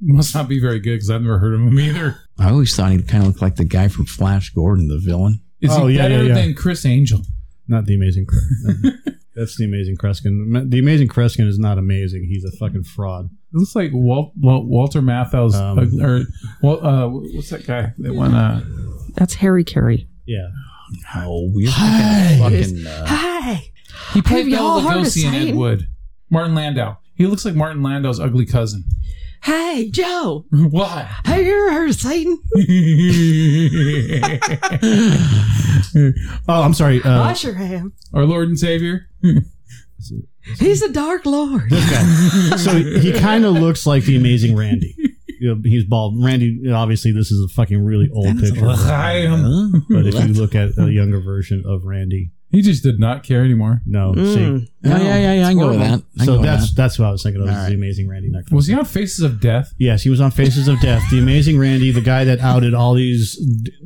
Speaker 4: Must not be very good because I've never heard of him either.
Speaker 3: I always thought he kind of looked like the guy from Flash Gordon, the villain.
Speaker 4: Is
Speaker 1: Oh,
Speaker 4: he
Speaker 1: yeah,
Speaker 4: better
Speaker 1: yeah, yeah.
Speaker 4: than Chris Angel?
Speaker 1: Not the Amazing. Kre- no. That's the Amazing Kreskin. The Amazing Kreskin is not amazing. He's a fucking fraud.
Speaker 4: It looks like Walt, Walt, Walter Matthau's
Speaker 1: Um,
Speaker 4: uh, or Wal uh, what's that guy that one? Uh,
Speaker 5: That's Harry Carey.
Speaker 1: Yeah.
Speaker 3: Oh, we're fucking. Uh,
Speaker 5: Hi.
Speaker 4: he played
Speaker 5: Have
Speaker 4: Bela
Speaker 5: y'all heard of
Speaker 4: Lugosi in Ed
Speaker 5: Satan?
Speaker 4: Wood. Martin Landau. He looks like Martin Landau's ugly cousin.
Speaker 5: Hey, Joe.
Speaker 4: Why?
Speaker 5: Have you ever heard of Satan?
Speaker 1: Oh, I'm sorry. Uh,
Speaker 5: I sure have.
Speaker 4: Our Lord and Savior.
Speaker 5: He's a dark lord.
Speaker 1: Okay. so he kind of looks like the amazing Randy. You know, he's bald. Randy, obviously, this is a fucking really old picture.
Speaker 4: L'chaim.
Speaker 1: But if you look at a younger version of Randy,
Speaker 4: He just did not care anymore.
Speaker 1: no, Oh, see.
Speaker 5: Mm.
Speaker 3: yeah, yeah, yeah, yeah. I can go with that. I can go
Speaker 1: So
Speaker 3: with
Speaker 1: that's
Speaker 3: that.
Speaker 1: that's what I was thinking of.
Speaker 3: All
Speaker 1: is the
Speaker 3: right.
Speaker 1: amazing Randy Neck.
Speaker 4: Was he on Faces of Death?
Speaker 1: Yes, he was on Faces of Death. The amazing Randy, the guy that outed all these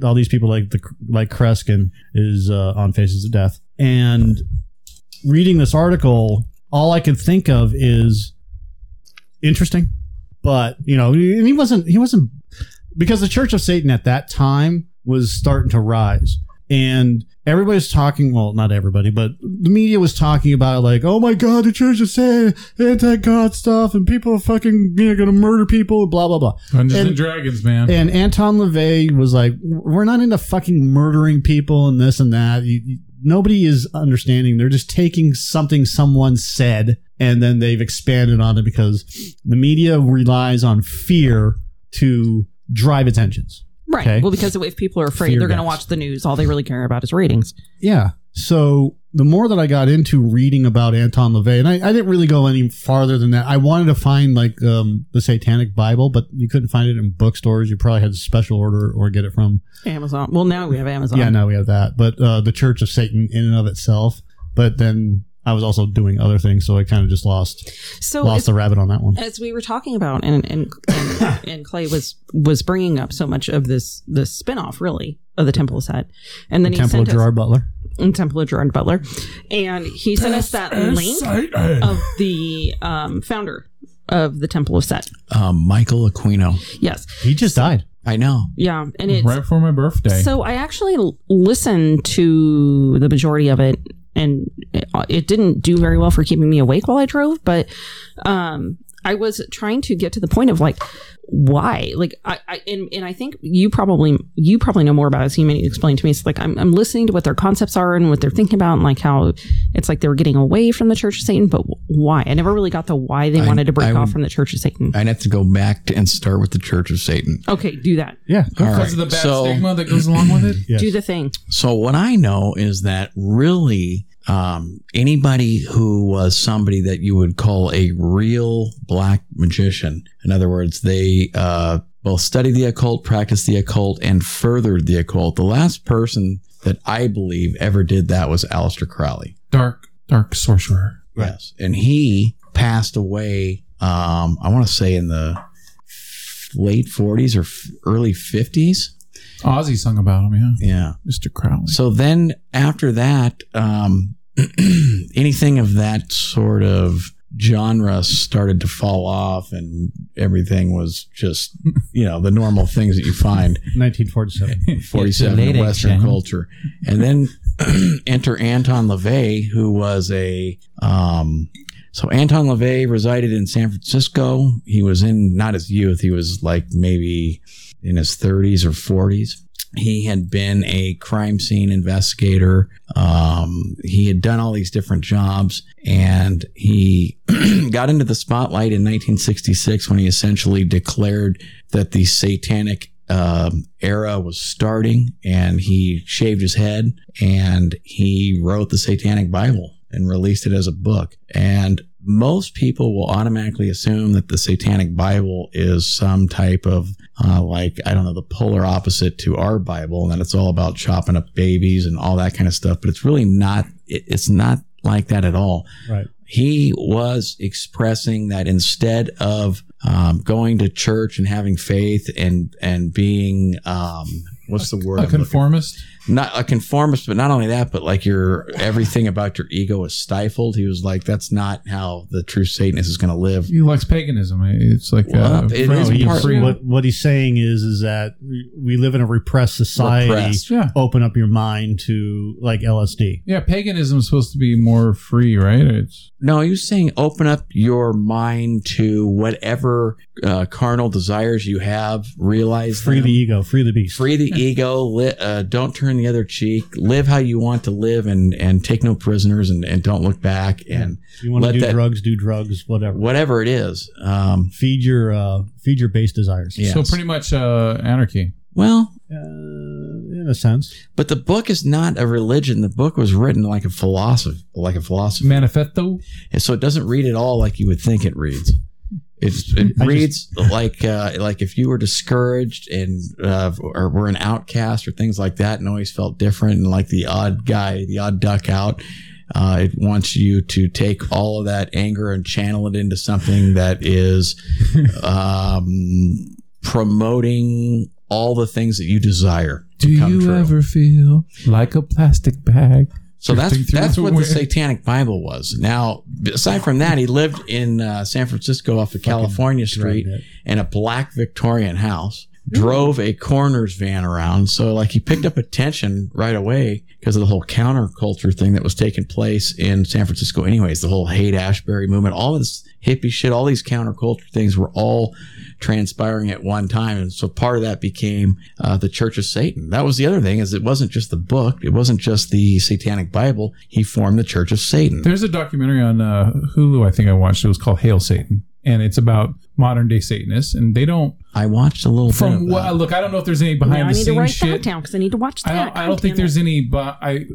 Speaker 1: all these people like the like Kreskin, is uh, on Faces of Death. And reading this article, all I could think of is interesting, but you know, and he wasn't he wasn't because the Church of Satan at that time was starting to rise. And everybody's talking, well, not everybody, but the media was talking about it like, oh my God, the Church of Satan, anti God stuff, and people are fucking you know, going to murder people, blah, blah, blah.
Speaker 4: Dungeons and,
Speaker 1: And-
Speaker 4: Dragons, man.
Speaker 1: And Anton LaVey was like, we're not into fucking murdering people and this and that. You, you- nobody is understanding. They're just taking something someone said and then they've expanded on it because the media relies on fear to drive attentions.
Speaker 5: Right.
Speaker 1: Okay.
Speaker 5: Well, because if people are afraid,
Speaker 1: Fear
Speaker 5: they're going to
Speaker 1: gas.
Speaker 5: watch the news. All they really care about is ratings.
Speaker 1: Yeah. So the more that I got into reading about Anton LaVey, and I, I didn't really go any farther than that. I wanted to find like um, the Satanic Bible, but you couldn't find it in bookstores. You probably had to special order or get it from
Speaker 5: Amazon. Well, now we have Amazon.
Speaker 1: Yeah, no, we have that. But uh, the Church of Satan in and of itself. But then I was also doing other things, so I kind of just lost
Speaker 5: So
Speaker 1: lost the rabbit on that one.
Speaker 5: as we were talking about and and and, and clay was was bringing up so much of this this spin-off really of the temple of set and then he
Speaker 1: Temple of
Speaker 5: sent
Speaker 1: Gerard Butler.
Speaker 5: us and temple of gerard butler and he sent us that link of the um, founder of the temple of set
Speaker 3: um, Michael Aquino.
Speaker 5: yes
Speaker 1: He just died.
Speaker 3: I know.
Speaker 5: yeah and it's
Speaker 4: right before my birthday.
Speaker 5: So I actually l- listened to the majority of it, and it, it didn't do very well for keeping me awake while I drove. But um, I was trying to get to the point of like, why? Like, I, I and, and I think you probably you probably know more about it. So you may explain to me. It's like I'm, I'm listening to what their concepts are and what they're thinking about, and like how it's like they were getting away from the Church of Satan, but wh- why? I never really got the why they
Speaker 3: I-
Speaker 5: wanted to break
Speaker 3: I
Speaker 5: off
Speaker 3: would-
Speaker 5: from the Church of Satan.
Speaker 3: I'd have to go back to, and start with the Church of Satan.
Speaker 5: okay, do that.
Speaker 1: Yeah.
Speaker 3: All
Speaker 4: because
Speaker 3: right.
Speaker 4: of the bad
Speaker 3: so,
Speaker 4: stigma that goes along with it.
Speaker 1: Yes.
Speaker 5: Do the thing.
Speaker 3: so what I know is that really um, anybody who was somebody that you would call a real black magician, in other words, they uh, both studied the occult, practiced the occult, and furthered the occult. The last person that I believe ever did that was Aleister Crowley.
Speaker 4: Dark, dark sorcerer.
Speaker 3: Yes. And he passed away, um, I want to say in the late 40s or f- early 50s.
Speaker 4: Ozzy sung about him, yeah.
Speaker 3: Yeah.
Speaker 4: Mr. Crowley.
Speaker 3: So then after that, um, anything of that sort of genre started to fall off and everything was just, you know, the normal things that you find
Speaker 1: 1947.
Speaker 3: 47 in Western culture. And then enter Anton LaVey, who was a. Um, so Anton LaVey resided in San Francisco. He was in not his youth, he was like maybe in his 30s or 40s. He had been a crime scene investigator. Um, he had done all these different jobs, and he got into the spotlight in 1966 when he essentially declared that the satanic um, era was starting, and he shaved his head and he wrote the Satanic Bible. and released it as a book. And most people will automatically assume that the Satanic Bible is some type of, uh, like, I don't know, the polar opposite to our Bible, and that it's all about chopping up babies and all that kind of stuff. But it's really not, it, it's not like that at all
Speaker 1: Right.
Speaker 3: he was expressing that instead of um, going to church and having faith and and being um, what's the word
Speaker 4: A
Speaker 3: I'm looking-
Speaker 4: conformist.
Speaker 3: not a conformist but not only that but like your everything about your ego is stifled he was like that's not how the true satanist is going to live
Speaker 4: He likes paganism. It's like
Speaker 3: Well,
Speaker 4: uh,
Speaker 3: it
Speaker 4: free-
Speaker 3: is
Speaker 4: free-
Speaker 3: part-
Speaker 4: freedom.
Speaker 1: What what he's saying is is that we live in a repressed society.
Speaker 3: Repressed.
Speaker 4: Yeah.
Speaker 1: Open up your mind to like LSD.
Speaker 4: Yeah, paganism is supposed to be more free, right? It's
Speaker 3: no he was saying open up your mind to whatever uh, carnal desires you have realize
Speaker 1: Free
Speaker 3: them.
Speaker 1: the ego, free the beast.
Speaker 3: free the ego li- uh, don't turn the other cheek live how you want to live and and take no prisoners and, and don't look back and
Speaker 1: you want to
Speaker 3: Let
Speaker 1: do
Speaker 3: that-
Speaker 1: drugs, do drugs, whatever.
Speaker 3: whatever it is um
Speaker 1: Feed your uh, feed your base desires.
Speaker 3: yes.
Speaker 4: so pretty much uh, anarchy.
Speaker 3: well
Speaker 1: Uh, in a sense.
Speaker 3: but the book is not a religion the book was written like a philosophy like a philosophy
Speaker 4: Manifesto.
Speaker 3: and so it doesn't read at all like you would think it reads it's, it
Speaker 1: I just-
Speaker 3: reads like uh, like if you were discouraged and uh, or were an outcast or things like that and always felt different and like the odd guy the odd duck out uh, it wants you to take all of that anger and channel it into something that is um, promoting all the things that you desire to come true.
Speaker 1: uh,
Speaker 4: feel like a plastic bag?
Speaker 3: So that's
Speaker 4: Drifting through
Speaker 3: that's
Speaker 4: the
Speaker 3: what the
Speaker 4: wind.
Speaker 3: Satanic Bible was. Now, aside from that, he lived in uh, San Francisco off of California Street
Speaker 1: Right.
Speaker 3: in a black Victorian house. Drove a coroner's van around, so like he picked up attention right away because of the whole counterculture thing that was taking place in San Francisco. Anyways, the whole hate Ashbury movement, all this hippie shit, all these counterculture things were all transpiring at one time, and so part of that became uh, the Church of Satan. That was the other thing is it wasn't just the book, it wasn't just the Satanic Bible. He formed the Church of Satan.
Speaker 4: There's a documentary on uh, Hulu I think I watched. It was called Hail Satan, and it's about modern day Satanists, and they don't.
Speaker 3: I watched a little bit
Speaker 4: From
Speaker 3: of that.
Speaker 4: what, look, I don't know if there's any
Speaker 5: Now
Speaker 4: behind
Speaker 5: I
Speaker 4: the
Speaker 5: need to
Speaker 4: scenes
Speaker 5: write
Speaker 4: shit.
Speaker 5: that down because I need to watch
Speaker 4: I
Speaker 5: that.
Speaker 4: don't, I don't
Speaker 5: God
Speaker 4: think
Speaker 5: damn it.
Speaker 4: there's any, but I,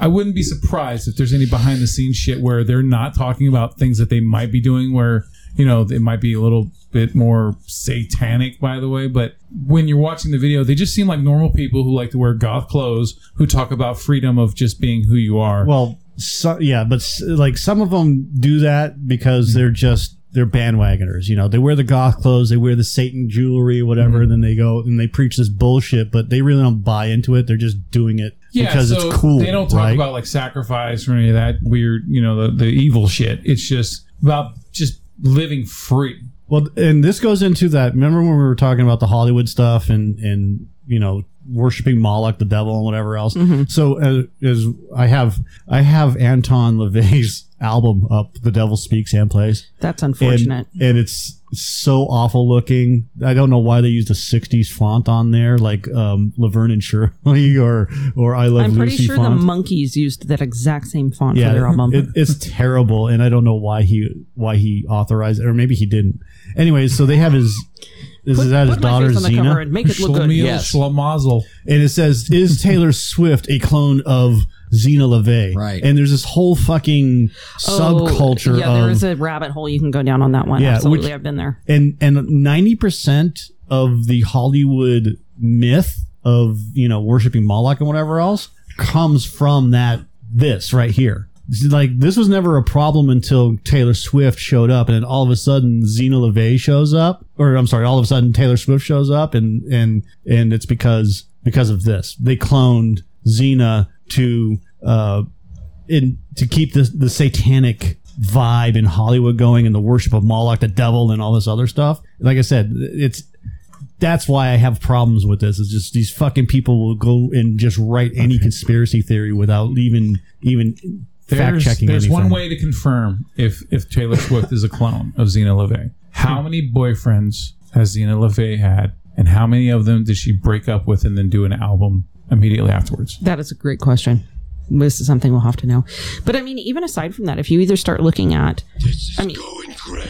Speaker 4: I wouldn't be surprised if there's any behind the scenes shit where they're not talking about things that they might be doing where, you know, it might be a little bit more satanic, by the way. But when you're watching the video, they just seem like normal people who like to wear goth clothes who talk about freedom of just being who you are.
Speaker 1: Well, so, yeah, but s- like some of them do that
Speaker 3: Mm-hmm.
Speaker 1: because they're just they're bandwagoners. You know, they wear the goth clothes, they wear the Satan jewelry, whatever,
Speaker 3: Mm-hmm.
Speaker 1: and then they go and they preach this bullshit, but they really don't buy into it. They're just doing it because it's cool.
Speaker 4: They don't talk
Speaker 1: right?
Speaker 4: about like sacrifice or any of that weird, you know, the, the evil shit. It's just about just living free.
Speaker 1: Well, and this goes into that. Remember when we were talking about the Hollywood stuff and and you know worshiping Moloch, the devil, and whatever else.
Speaker 5: Mm-hmm.
Speaker 1: So uh, as I have, I have Anton LaVey's album up, "The Devil Speaks and Plays."
Speaker 5: That's unfortunate.
Speaker 1: And, and it's so awful looking. I don't know why they used a 60s font on there, like um, Laverne and Shirley or, or I Love
Speaker 5: I'm pretty
Speaker 1: Lucy
Speaker 5: sure
Speaker 1: font.
Speaker 5: the monkeys used that exact same font for their
Speaker 1: yeah,
Speaker 5: album.
Speaker 1: it, it's terrible, and I don't know why he why he authorized it, or maybe he didn't. Anyways, so they have his is
Speaker 5: put
Speaker 1: that his
Speaker 5: put my
Speaker 1: daughter
Speaker 5: face on the cover
Speaker 1: Xena,
Speaker 5: and make it look good.
Speaker 4: Schlemiel,
Speaker 3: Yes.
Speaker 4: Schlemazel.
Speaker 1: and it says, "Is Taylor Swift a clone of Xena LaVey?"
Speaker 3: Right.
Speaker 1: and there's this whole fucking
Speaker 5: Oh,
Speaker 1: subculture
Speaker 5: Yeah, there
Speaker 1: of
Speaker 5: is a rabbit hole you can go down on that one.
Speaker 1: Yeah,
Speaker 5: Absolutely,
Speaker 1: which-
Speaker 5: I've been there.
Speaker 1: and and ninety percent of the Hollywood myth of you know worshiping Moloch and whatever else comes from that this right here. This is Like this was never a problem until Taylor Swift showed up, and then all of a sudden Xena LaVey shows up, or I'm sorry, all of a sudden Taylor Swift shows up, and and and it's because because of this they cloned Xena to uh, in to keep the the satanic vibe in Hollywood going and the worship of Moloch, the devil, and all this other stuff. Like I said, it's that's why I have problems with this. Is just these fucking people will go and just write any conspiracy theory without even even fact
Speaker 4: There's,
Speaker 1: checking.
Speaker 4: there's
Speaker 1: anything.
Speaker 4: one way to confirm if if Taylor Swift is a clone of Xena LaVey.
Speaker 1: Hmm.
Speaker 4: How many boyfriends has Xena LaVey had, and how many of them did she break up with and then do an album immediately afterwards?
Speaker 5: That is a great question. This is something we'll have to know. But I mean, even aside from that, if you either start looking at, I mean,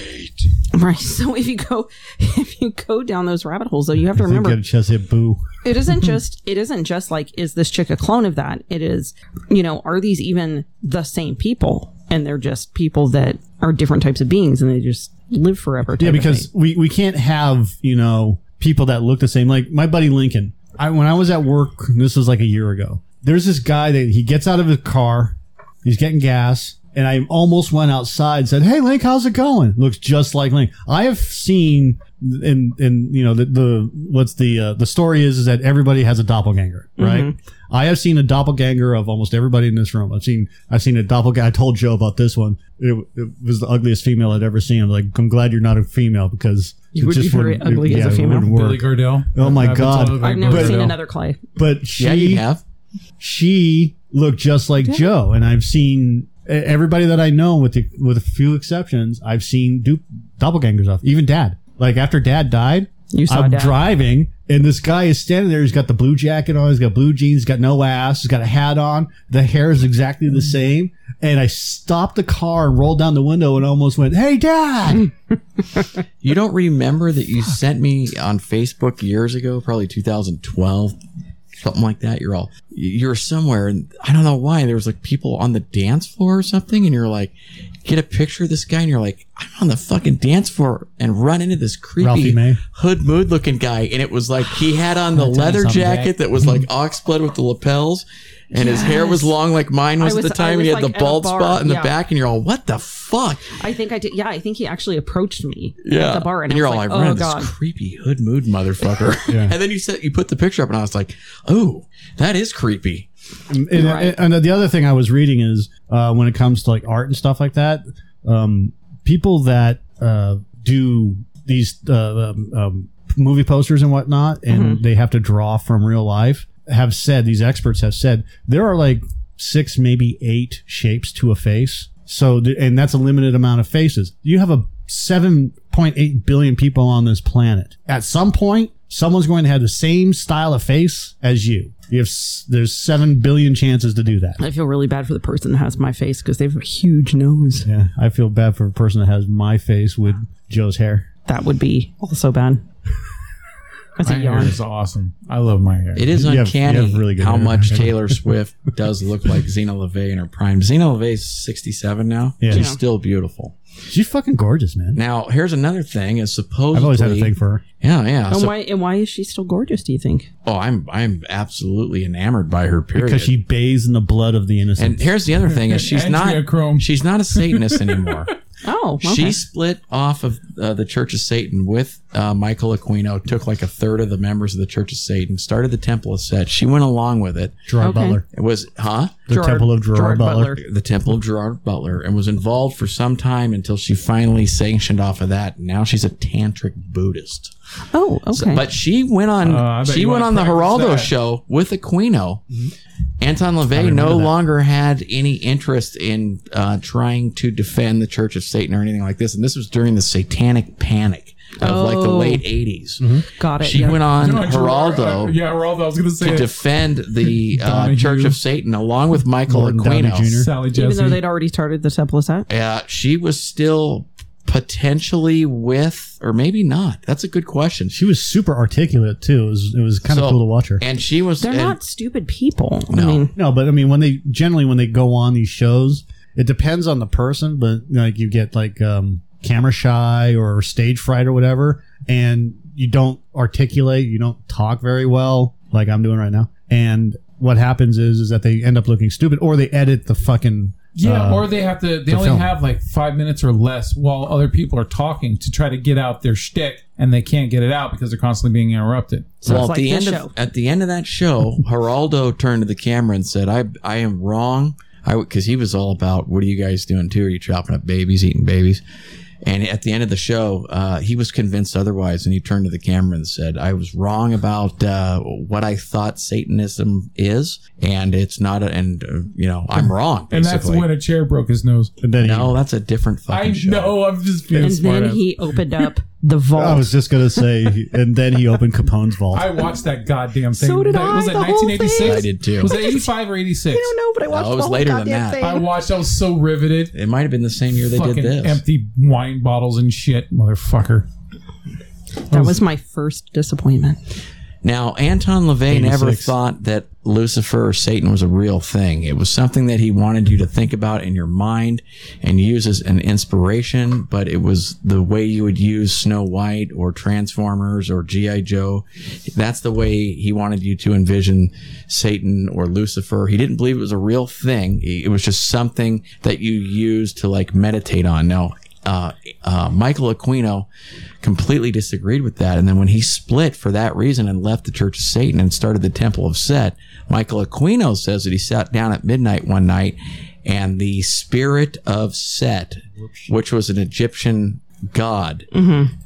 Speaker 5: right? So if you go, if you go down those rabbit holes, though, you have to
Speaker 1: I think
Speaker 5: remember
Speaker 1: it just hit boo.
Speaker 5: it
Speaker 1: Mm-hmm.
Speaker 5: isn't just it isn't just like is this chick a clone of that? It is, you know, are these even the same people? and they're just people that are different types of beings and they just live forever. type
Speaker 1: Yeah,
Speaker 5: of
Speaker 1: because
Speaker 5: thing.
Speaker 1: we, we can't have, you know, people that look the same. Like my buddy Lincoln. I when I was at work, this was like a year ago. There's this guy that he gets out of his car, he's getting gas, and I almost went outside and said, Hey Link, how's it going? Looks just like Link. I have seen in in you know the, the what's the uh, the story is is that everybody has a doppelganger,
Speaker 5: Mm-hmm.
Speaker 1: right? I have seen a doppelganger of almost everybody in this room. I've seen I've seen a doppelganger. I told Joe about this one. It, it was the ugliest female I'd ever seen. I'm like, I'm glad you're not a female because
Speaker 5: You
Speaker 1: it
Speaker 5: would be
Speaker 1: just
Speaker 5: very
Speaker 1: wouldn't-
Speaker 5: ugly as a
Speaker 1: it
Speaker 5: female.
Speaker 1: wouldn't work.
Speaker 4: Billy Gardell.
Speaker 1: Oh my
Speaker 4: I've been
Speaker 1: God.
Speaker 4: told about
Speaker 5: I've never
Speaker 4: Billy
Speaker 5: seen
Speaker 4: Gardell.
Speaker 5: another Clay.
Speaker 1: But she
Speaker 3: yeah, you have.
Speaker 1: she looked just like Joe, and I've seen e- everybody that I know, with the, with a few exceptions, I've seen du- doppelgangers off. Even Dad. Like after Dad died,
Speaker 5: You saw
Speaker 1: I'm
Speaker 5: Dad.
Speaker 1: driving, and this guy is standing there. He's got the blue jacket on. He's got blue jeans. He's got no ass. He's got a hat on. The hair is exactly the same. And I stopped the car and rolled down the window and almost went, "Hey,
Speaker 5: Mm.
Speaker 1: Dad!"
Speaker 3: You don't remember that you sent me on Facebook years ago, probably 2012, something like that. You're all, you're somewhere, and I don't know why. There was like people on the dance floor or something, and you're like, get a picture of this guy, and you're like, I'm on the fucking dance floor, and run into this
Speaker 1: Ralphie
Speaker 3: creepy
Speaker 1: May.
Speaker 3: hood mood looking guy, and it was like he had on the leather
Speaker 1: something,
Speaker 3: jacket that was like ox blood with the lapels. And his hair was long like mine was,
Speaker 5: was-
Speaker 3: at the
Speaker 5: I
Speaker 3: time. and
Speaker 5: was,
Speaker 3: He had
Speaker 5: like,
Speaker 3: the
Speaker 5: at a
Speaker 3: bald
Speaker 5: bar,
Speaker 3: spot in the
Speaker 5: yeah.
Speaker 3: back, and you're all, "What the fuck?"
Speaker 5: I think I did. Yeah, I think he actually approached me
Speaker 3: yeah.
Speaker 5: at the bar, and,
Speaker 3: you're
Speaker 5: I
Speaker 3: all
Speaker 5: was
Speaker 3: like,
Speaker 5: like,
Speaker 3: "Ren,
Speaker 5: "Oh
Speaker 3: this
Speaker 5: God,
Speaker 3: creepy hood mood motherfucker." And then you said you put the picture up, and I was like, "Oh, that is creepy."
Speaker 1: and,
Speaker 5: Right.
Speaker 1: and the other thing I was reading is uh, when it comes to like art and stuff like that, um, people that uh, do these uh, um, um, movie posters and whatnot, and they have to draw from real life, have said these experts have said there are like six, maybe eight shapes to a face. So, th- and that's a limited amount of faces. You have a 7.8 billion people on this planet. At some point, someone's going to have the same style of face as you. You have s- there's seven billion chances to do that.
Speaker 5: I feel really bad for the person that has my face because they have a huge nose.
Speaker 1: Yeah, I feel bad for a person that has my face with Joe's hair.
Speaker 5: That would be also bad." That's
Speaker 4: My
Speaker 5: a
Speaker 4: hair
Speaker 5: yarn.
Speaker 4: is awesome. I love my hair.
Speaker 3: It is
Speaker 1: You have- you have
Speaker 3: uncanny
Speaker 1: really good
Speaker 3: how
Speaker 1: hair.
Speaker 3: much Taylor Swift does look like Xena LeVay in her prime. Xena LeVay's 67 now.
Speaker 1: Yeah.
Speaker 3: She's
Speaker 1: Yeah.
Speaker 3: still beautiful.
Speaker 1: She's fucking gorgeous, man.
Speaker 3: Now, here's another thing: is supposedly
Speaker 1: I've always had a thing for her.
Speaker 3: Yeah, yeah.
Speaker 5: And
Speaker 3: So-
Speaker 5: why? And why is she still gorgeous? Do you think?
Speaker 3: oh, I'm I'm absolutely enamored by her. Period.
Speaker 1: Because she bathes in the blood of the innocent.
Speaker 3: and here's the other thing: is she's not
Speaker 4: Andrea Chrome.
Speaker 3: she's not a Satanist anymore.
Speaker 5: Oh, okay.
Speaker 3: She split off of uh, the Church of Satan with uh, Michael Aquino, took like a third of the members of the Church of Satan, started the Temple of Set. She went along with it.
Speaker 1: Gerard
Speaker 5: okay.
Speaker 1: Butler.
Speaker 3: It was, huh?
Speaker 1: The
Speaker 5: Gerard-
Speaker 1: temple of Gerard,
Speaker 5: Gerard
Speaker 1: Butler.
Speaker 5: Butler.
Speaker 3: The Temple of Gerard Butler and was involved for some time until she finally sanctioned off of that. Now she's a tantric Buddhist.
Speaker 5: Oh, okay.
Speaker 3: So- but she went on
Speaker 4: Uh, I bet
Speaker 3: she
Speaker 4: you
Speaker 3: went
Speaker 4: wanna
Speaker 3: on the
Speaker 4: practice
Speaker 3: Geraldo
Speaker 4: that. Mm-hmm.
Speaker 3: show with Aquino. Anton LaVey no longer had any interest in uh, trying to defend the Church of Satan or anything like this. And this was during the satanic panic of like the
Speaker 5: Oh.
Speaker 3: late 80s.
Speaker 5: Got it.
Speaker 3: She
Speaker 5: yeah.
Speaker 3: went on
Speaker 4: No, Gerard-
Speaker 3: Geraldo
Speaker 4: uh, yeah, Mm-hmm. Geraldo. I was going to say
Speaker 3: to
Speaker 4: it.
Speaker 3: defend the uh,
Speaker 4: Donahue.
Speaker 3: Church of Satan along with Michael
Speaker 1: Gordon Downey
Speaker 3: Aquino.
Speaker 1: Jr.
Speaker 4: Sally
Speaker 5: Even
Speaker 4: Jesse.
Speaker 5: though they'd already started the temple of Set.
Speaker 3: Uh, she was still potentially with, or maybe not. That's a good question.
Speaker 1: She was super articulate too. It was it was kind
Speaker 3: So-
Speaker 1: of cool to watch her.
Speaker 3: And she was.
Speaker 5: They're
Speaker 3: and-
Speaker 5: not stupid people.
Speaker 3: No.
Speaker 5: I mean,
Speaker 1: No, but I mean, when they generally when they go on these shows, it depends on the person. But like you get like um, camera shy or stage fright or whatever, and you don't articulate, you don't talk very well, like I'm doing right now. And what happens is is that they end up looking stupid, or they edit the fucking
Speaker 4: Yeah,
Speaker 1: uh,
Speaker 4: or they have to.
Speaker 1: the
Speaker 4: They only
Speaker 1: film.
Speaker 4: have like five minutes or less while other people are talking to try to get out their shtick, and they can't get it out because they're constantly being interrupted.
Speaker 5: so
Speaker 3: well,
Speaker 5: it's
Speaker 3: at
Speaker 5: like
Speaker 3: the end
Speaker 5: this show.
Speaker 3: of at the end of that show, Geraldo turned to the camera and said, "I I am wrong." I because he was all about, "What are you guys doing too? Are you chopping up babies, eating babies?" And at the end of the show, uh, he was convinced otherwise, and he turned to the camera and said, "I was wrong about uh, what I thought Satanism is, and it's not. A, and uh, you know, I'm wrong."
Speaker 4: And
Speaker 3: Basically,
Speaker 4: that's when a chair broke his nose.
Speaker 1: and then
Speaker 3: no, that's a different fucking
Speaker 4: I
Speaker 3: show.
Speaker 4: know. I'm just being
Speaker 5: and
Speaker 4: smart.
Speaker 5: then he opened up the
Speaker 1: He, I
Speaker 5: vault.
Speaker 1: was just gonna say, and then he opened Capone's vault.
Speaker 4: I watched that goddamn thing.
Speaker 5: So did
Speaker 4: That-
Speaker 5: I,
Speaker 4: Was it
Speaker 5: the whole thing.
Speaker 4: 1986?
Speaker 3: I did too.
Speaker 4: Was it 85 or 86?
Speaker 5: I don't know, but I watched
Speaker 3: it was
Speaker 5: the whole
Speaker 3: later than
Speaker 5: goddamn
Speaker 3: that.
Speaker 5: thing.
Speaker 4: I watched. I was so riveted.
Speaker 3: It might have been the same year they did
Speaker 4: Fucking
Speaker 3: this.
Speaker 4: empty wine bottles and shit, motherfucker.
Speaker 5: that was my first disappointment.
Speaker 3: Now, Anton LaVey never
Speaker 1: 86.
Speaker 3: thought that Lucifer or Satan was a real thing. It was something that he wanted you to think about in your mind and use as an inspiration, but it was the way you would use Snow White or Transformers or G.I. Joe. That's the way he wanted you to envision Satan or Lucifer. He didn't believe it was a real thing. It was just something that you used to like meditate on. Now, uh, uh, Michael Aquino completely disagreed with that. And then when he split for that reason and left the Church of Satan and started the Temple of Set, Michael Aquino says that he sat down at midnight one night and the spirit of Set, which was an Egyptian god, um,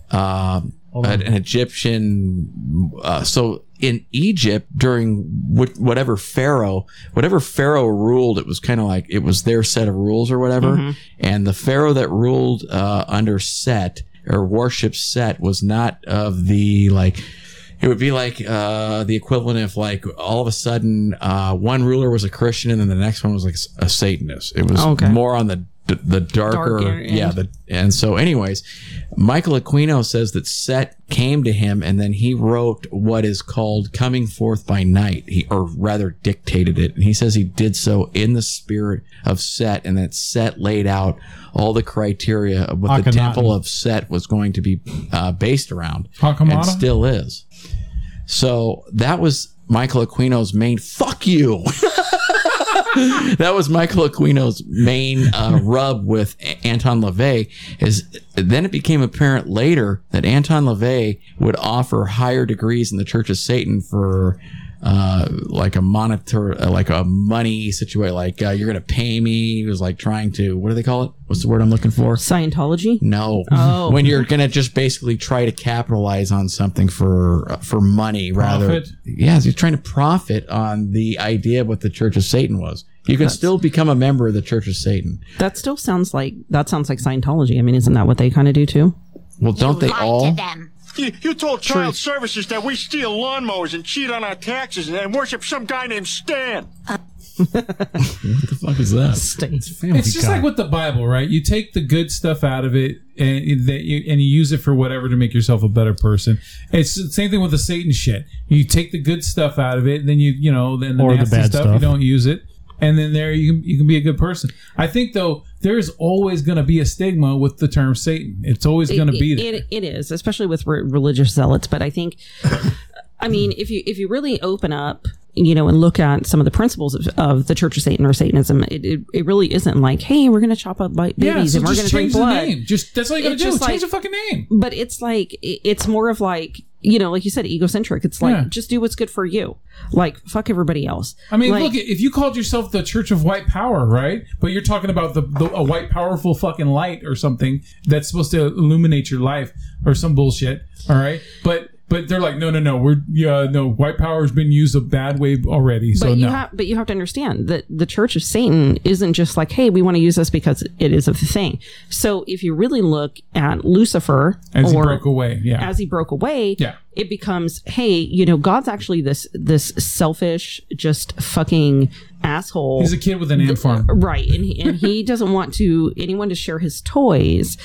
Speaker 5: Oh
Speaker 3: an, an Egyptian. Uh, so in Egypt, during wh- whatever pharaoh, whatever pharaoh ruled, it was kind of like it was their set of rules or whatever.
Speaker 5: Mm-hmm.
Speaker 3: And the pharaoh that ruled uh, under Set or worshipped Set was not of the like. It would be like uh, the equivalent of like all of a sudden uh, one ruler was a Christian and then the next one was like a Satanist. It was
Speaker 5: Oh, Okay.
Speaker 3: more on the the darker,
Speaker 5: Darker end.
Speaker 3: yeah, the, and so, anyways, Michael Aquino says that Set came to him, and then he wrote what is called "Coming Forth by Night," he, or rather, dictated it. And he says he did so in the spirit of Set, and that Set laid out all the criteria of what the
Speaker 1: Akhenaten.
Speaker 3: temple of Set was going to be uh, based around,
Speaker 4: Hakamata?
Speaker 3: and still is. So that was Michael Aquino's main fuck you. that was Michael Aquino's main uh, rub with A- Anton LaVey. Is then it became apparent later that Anton LaVey would offer higher degrees in the Church of Satan for. Uh, like a monitor, uh, like a money situation. Like uh, you're gonna pay me. He was like trying to. What do they call it? What's the word I'm looking for?
Speaker 5: Scientology?
Speaker 3: No.
Speaker 5: Oh.
Speaker 3: When you're gonna just basically try to capitalize on something for for money rather.
Speaker 4: Profit?
Speaker 3: Yes, you're trying to profit on the idea of what the Church of Satan was. You can still become a member of the Church of Satan.
Speaker 5: That still sounds like that sounds like Scientology. I mean, isn't that what they kind of do too?
Speaker 3: Well, don't they
Speaker 6: lied
Speaker 3: all?
Speaker 6: to them.
Speaker 7: You, you told Child Services that we steal lawnmowers and cheat on our taxes and worship some guy named Stan.
Speaker 3: fuck is that?
Speaker 1: Oh
Speaker 4: It's just like with the Bible, right? You take the good stuff out of it and that you and you use it for whatever to make yourself a better person. It's the same thing with the Satan shit. You take the good stuff out of it, and then you you know then the
Speaker 1: Or the
Speaker 4: nasty
Speaker 1: bad
Speaker 4: stuff, you
Speaker 1: stuff.
Speaker 4: don't use it, and then there you can you can be a good person. I think though there is always going to be a stigma with the term Satan. It's always going to be
Speaker 5: it,
Speaker 4: there.
Speaker 5: it- it is, especially with re- religious zealots. But I think, I mean, if you if you really open up, you know, and look at some of the principles of, of the Church of Satan or Satanism, it, it, it really isn't like, hey, we're going to chop up bi-
Speaker 4: yeah,
Speaker 5: babies
Speaker 4: so
Speaker 5: and we're going
Speaker 4: just
Speaker 5: to drink
Speaker 4: change the
Speaker 5: blood.
Speaker 4: name. Just that's all you got to
Speaker 5: It's
Speaker 4: do. Change
Speaker 5: just like-
Speaker 4: the fucking name.
Speaker 5: But it's like i- it's more of like you know, like you said, egocentric. It's like
Speaker 4: Yeah.
Speaker 5: just do what's good for you. Like fuck everybody else.
Speaker 4: I mean,
Speaker 5: Like-
Speaker 4: look, if you called yourself the Church of White Power, right? But you're talking about the, the a white powerful fucking light or something that's supposed to illuminate your life or some bullshit, all right? But but they're like, no, no, no, we're yeah, no, white power's been used a bad way already, so
Speaker 5: but you
Speaker 4: Oh, no.
Speaker 5: have but you have to understand that the church of satan isn't just like hey we want to use this because it is a thing so if you really look at lucifer
Speaker 4: as he
Speaker 5: or
Speaker 4: broke away, yeah,
Speaker 5: as he broke away
Speaker 4: Yeah.
Speaker 5: it becomes hey you know god's actually this this selfish just fucking asshole
Speaker 4: he's a kid with an ant farm.
Speaker 5: right and he, and he doesn't want to anyone to share his toys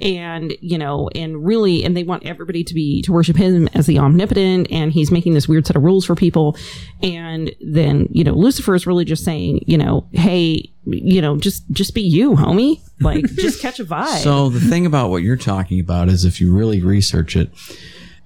Speaker 5: and you know and really and they want everybody to be to worship him as the omnipotent and he's making this weird set of rules for people and then you know lucifer is really just saying you know hey you know just just be you homie like just catch a vibe
Speaker 3: So the thing about what you're talking about is if you really research it,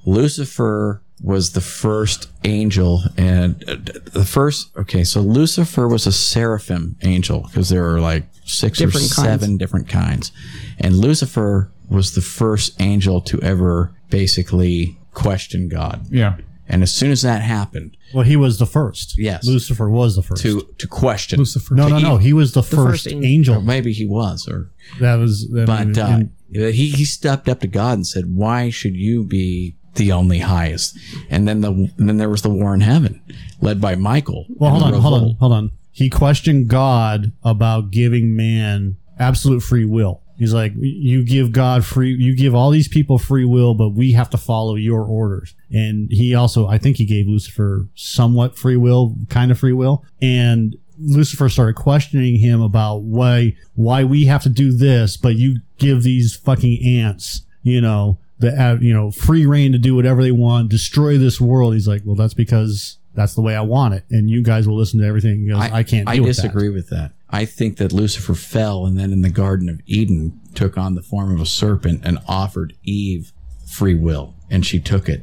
Speaker 3: Lucifer was the first angel and uh, the first okay so lucifer was a seraphim angel because there were like six or
Speaker 5: Different kinds.
Speaker 3: seven different kinds and lucifer was the first angel to ever basically question god
Speaker 4: Yeah,
Speaker 3: and as soon as that happened
Speaker 1: Well, he was the first.
Speaker 3: Yes.
Speaker 1: Lucifer was the first.
Speaker 3: to to question
Speaker 4: Lucifer.
Speaker 1: no, no, no. He was the, first,
Speaker 5: first
Speaker 1: angel.
Speaker 3: maybe he was or
Speaker 1: That was. That
Speaker 3: But uh,
Speaker 1: Mm-hmm. and-
Speaker 3: he, he stepped up to God and said, Why should you be the only highest? And then the and then there was the war in heaven, led by Michael.
Speaker 1: well, hold on,
Speaker 3: And the
Speaker 1: hold on,
Speaker 3: revolt.
Speaker 1: hold on. He questioned God about giving man absolute free will. He's like, you give God free, you give all these people free will, but we have to follow your orders. And he also, I think he gave Lucifer somewhat free will, kind of free will. And Lucifer started questioning him about why, why we have to do this, but you give these fucking ants, you know, the, uh, you know, free reign to do whatever they want, destroy this world. He's like, well, that's because That's the way I want it. And you guys will listen to everything because I, can't
Speaker 3: I
Speaker 1: deal with that.
Speaker 3: disagree with that. I think that Lucifer fell and then in the Garden of Eden took on the form of a serpent and offered Eve free will, and she took it.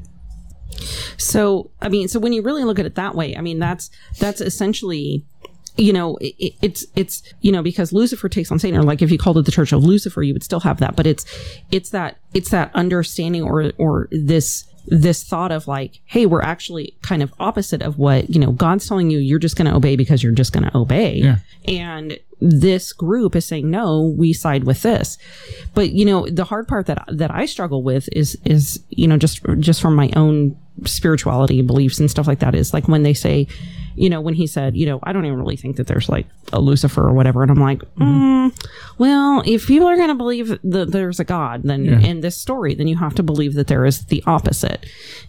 Speaker 5: So I mean, so when you really look at it that way, I mean that's that's essentially, you know, i i- it's it's you know because Lucifer takes on Satan, or like if you called it the Church of Lucifer, you would still have that, but it's it's that it's that understanding or or this this thought of like, hey, we're actually kind of opposite of what you know God's telling you. You're just going to obey because you're just going to obey, and this group is saying no we side with this but you know the hard part that that i struggle with is is you know just just from my own spirituality beliefs and stuff like that is like when they say you know when he said you know i don't even really think that there's like a lucifer or whatever and i'm like mm, well if people are going to believe that there's a god then in this story then you have to believe that there is the opposite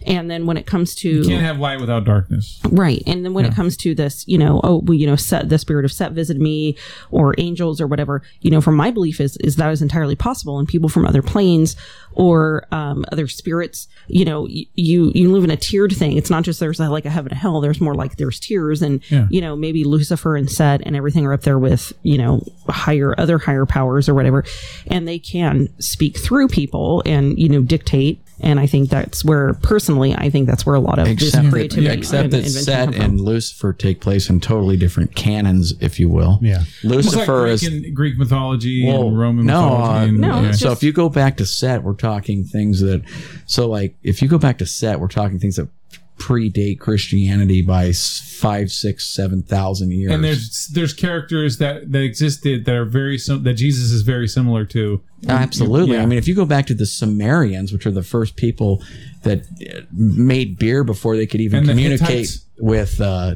Speaker 5: and then when it comes to
Speaker 4: Can't have light without darkness.
Speaker 5: Right. And then when it comes to this, you know, oh, well, you know, set the spirit of Set visited me or angels or whatever, you know, from my belief is, is that is entirely possible. And people from other planes or, um, other spirits, you know, y- you, you live in a tiered thing. It's not just there's a, like a heaven and hell. There's more like there's tiers and, you know, maybe Lucifer and Set and everything are up there with, you know, higher, other higher powers or whatever. And they can speak through people and, you know, dictate. And I think that's where, personally, I think that's where a lot of
Speaker 3: Except
Speaker 5: this
Speaker 3: that,
Speaker 5: creativity,
Speaker 3: except
Speaker 5: and
Speaker 3: that
Speaker 5: invention
Speaker 3: Set
Speaker 5: come from.
Speaker 3: and Lucifer take place in totally different canons, if you will.
Speaker 1: Yeah.
Speaker 4: It's like
Speaker 3: Lucifer
Speaker 4: Greek,
Speaker 3: is
Speaker 4: and- Greek mythology
Speaker 3: Well,
Speaker 4: and Roman
Speaker 3: no,
Speaker 4: mythology.
Speaker 3: uh,
Speaker 4: and-
Speaker 5: No, it's
Speaker 3: so
Speaker 5: just-
Speaker 3: if you go back to set, we're talking things that. So like, if you go back to set, we're talking things that predate Christianity by s- five, six, seven thousand years.
Speaker 4: and there's there's characters that that existed that are very sim- that Jesus is very similar to.
Speaker 3: absolutely.
Speaker 4: yeah.
Speaker 3: I mean, if you go back to the Sumerians, which are the first people that uh, made beer before they could even
Speaker 4: And the
Speaker 3: communicate
Speaker 4: Hittites.
Speaker 3: with, uh,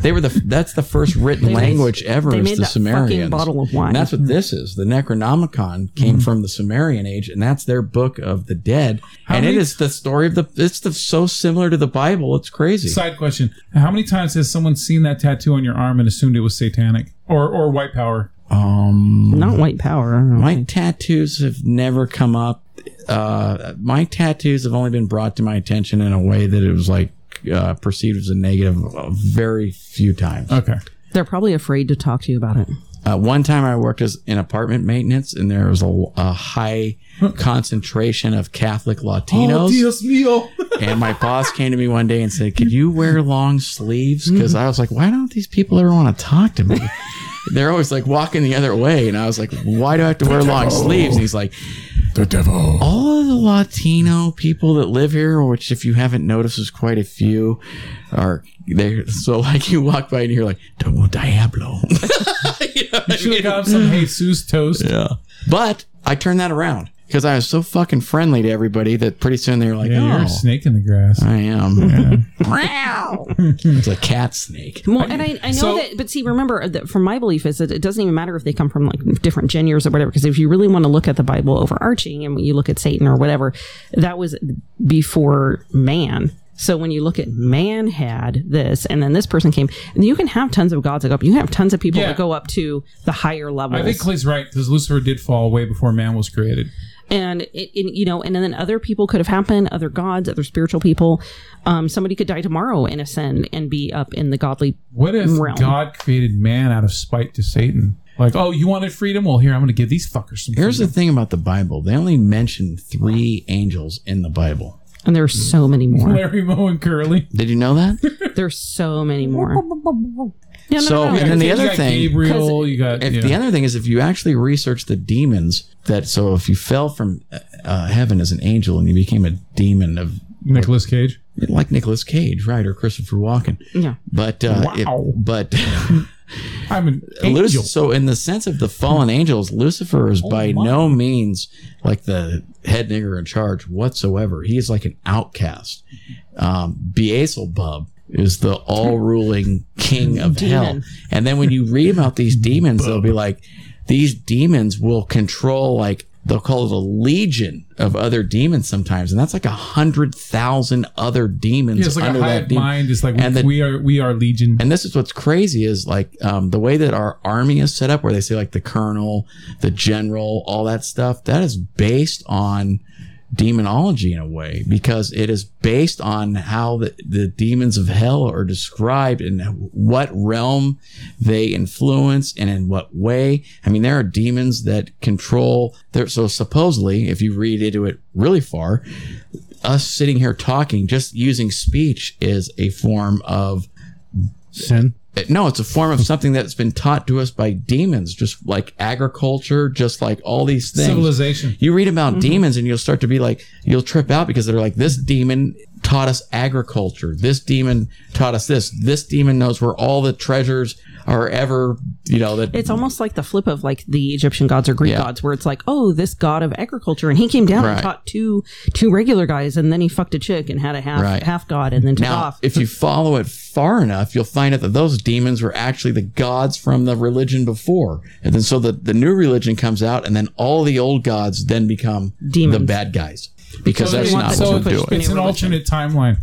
Speaker 3: they were the that's the first written language ever.
Speaker 5: they
Speaker 3: is
Speaker 5: made
Speaker 3: the
Speaker 5: that fucking
Speaker 3: Sumerians
Speaker 5: bottle of wine. Mm-hmm.
Speaker 3: And that's what this is. The Necronomicon
Speaker 4: Mm-hmm.
Speaker 3: came from the Sumerian age, and that's their book of the dead. and
Speaker 4: many-
Speaker 3: it is the story of the. It's the, so similar to the Bible. It's crazy.
Speaker 4: Side question: How many times has someone seen that tattoo on your arm and assumed it was satanic or or white power?
Speaker 3: um,
Speaker 5: Not white power.
Speaker 3: my tattoos have never come up. Uh, my tattoos have only been brought to my attention in a way that it was like uh, perceived as a negative uh, very few times.
Speaker 4: Okay,
Speaker 5: They're probably afraid to talk to you about it.
Speaker 3: Uh, one time I worked as in apartment maintenance, and there was a, a high concentration of Catholic
Speaker 4: Oh,
Speaker 3: Latinos.
Speaker 4: mio!
Speaker 3: And my boss came to me one day and said, "Could you wear long sleeves?" Because I was like, "Why don't these people ever want to talk to me?" They're always like walking the other way, and I was like, "Why do I have to wear long sleeves?" And he's like,
Speaker 2: The devil.
Speaker 3: "All of the Latino people that live here, which if you haven't noticed is quite a few, are there." So like you walk by and you're like, "Don't diablo." You know what I
Speaker 4: Should have
Speaker 3: mean?
Speaker 4: got him some Jesus toast.
Speaker 3: Yeah. But I turned that around because I was so fucking friendly to everybody that pretty soon they were like,
Speaker 4: Yeah,
Speaker 3: "Oh."
Speaker 4: you're a snake in the grass.
Speaker 3: I am. it's a cat snake.
Speaker 5: Well, and I, I know
Speaker 4: So-
Speaker 5: that, but see, remember uh, that from my belief is that it doesn't even matter if they come from like different genders or whatever. Because if you really want to look at the Bible overarching, and when you look at Satan or whatever, that was before man. So when you look at man had this, and then this person came, and you can have tons of gods that go up. You can have tons of people
Speaker 4: Yeah.
Speaker 5: that go up to the higher levels.
Speaker 4: I think Clay's right because Lucifer did fall way before man was created.
Speaker 5: and it, it- you know, and then other people could have happened, other gods, other spiritual people. Um, somebody could die tomorrow and ascend and be up in the godly.
Speaker 4: What if
Speaker 5: Realm.
Speaker 4: God created man out of spite to Satan? Like, oh, you wanted freedom? Well, here I'm going to give these fuckers some.
Speaker 3: Here's the
Speaker 4: freedom.
Speaker 3: thing about the Bible. They only mention three angels in the Bible.
Speaker 5: And there are so many more.
Speaker 4: Larry Moe and Curly.
Speaker 3: Did you know that?
Speaker 5: There's so many more. Yeah, no,
Speaker 3: So-
Speaker 5: no, no.
Speaker 3: And then the
Speaker 4: You
Speaker 3: other
Speaker 4: got
Speaker 3: thing-
Speaker 4: Gabriel, you got
Speaker 3: If
Speaker 4: yeah.
Speaker 3: The other thing is, if you actually research the demons, that so if you fell from uh, uh, heaven as an angel and you became a demon of
Speaker 4: Nicholas Cage.
Speaker 3: like Nicolas Cage, right, or Christopher Walken,
Speaker 5: yeah.
Speaker 3: but uh, it-
Speaker 4: Wow.
Speaker 3: but
Speaker 4: I'm an
Speaker 3: Lucifer.
Speaker 4: angel.
Speaker 3: So in the sense of the fallen angels, Lucifer
Speaker 4: Oh
Speaker 3: is by no means like the head nigger in charge whatsoever. He is like an outcast. Um, Beelzebub is the all-ruling king of hell.
Speaker 5: Demon.
Speaker 3: And then when you read about these demons, they'll be like, these demons will control like they'll call it a legion of other demons sometimes, and that's like a hundred thousand other demons
Speaker 4: Yeah, it's like a
Speaker 3: under
Speaker 4: hive
Speaker 3: that demon.
Speaker 4: mind. It's like we,
Speaker 3: And the-
Speaker 4: we are we are legion.
Speaker 3: And this is what's crazy is like um, the way that our army is set up, where they say like the colonel, the general, all that stuff. That is based on demonology in a way because it is based on how the, the demons of hell are described and what realm they influence and in what way. I mean, there are demons that control there. So supposedly, if you read into it really far, us sitting here talking, just using speech is a form of
Speaker 1: Sin.
Speaker 3: no, it's a form of something that's been taught to us by demons, just like agriculture, just like all these things.
Speaker 4: Civilization.
Speaker 3: You read about demons and you'll start to be like, you'll trip out because they're like, this demon taught us agriculture. This demon taught us this. This demon knows where all the treasures are ever, you know, that
Speaker 5: It's almost like the flip of like the Egyptian gods or Greek
Speaker 3: Yeah.
Speaker 5: gods, where it's like, oh, this god of agriculture, and he came down
Speaker 3: Right.
Speaker 5: and taught two two regular guys, and then he fucked a chick and had a half
Speaker 3: Right.
Speaker 5: half god, and then took
Speaker 3: Now,
Speaker 5: off.
Speaker 3: if you follow it far enough, you'll find out that those demons were actually the gods from the religion before. And then so the, the new religion comes out, and then all the old gods then become
Speaker 5: Demons.
Speaker 3: the bad guys. Because
Speaker 5: So
Speaker 3: that's
Speaker 5: they want
Speaker 3: not
Speaker 5: them
Speaker 3: what
Speaker 5: to
Speaker 3: we're
Speaker 5: push
Speaker 3: doing.
Speaker 5: things-
Speaker 4: It's an
Speaker 5: Any religion.
Speaker 4: alternate timeline.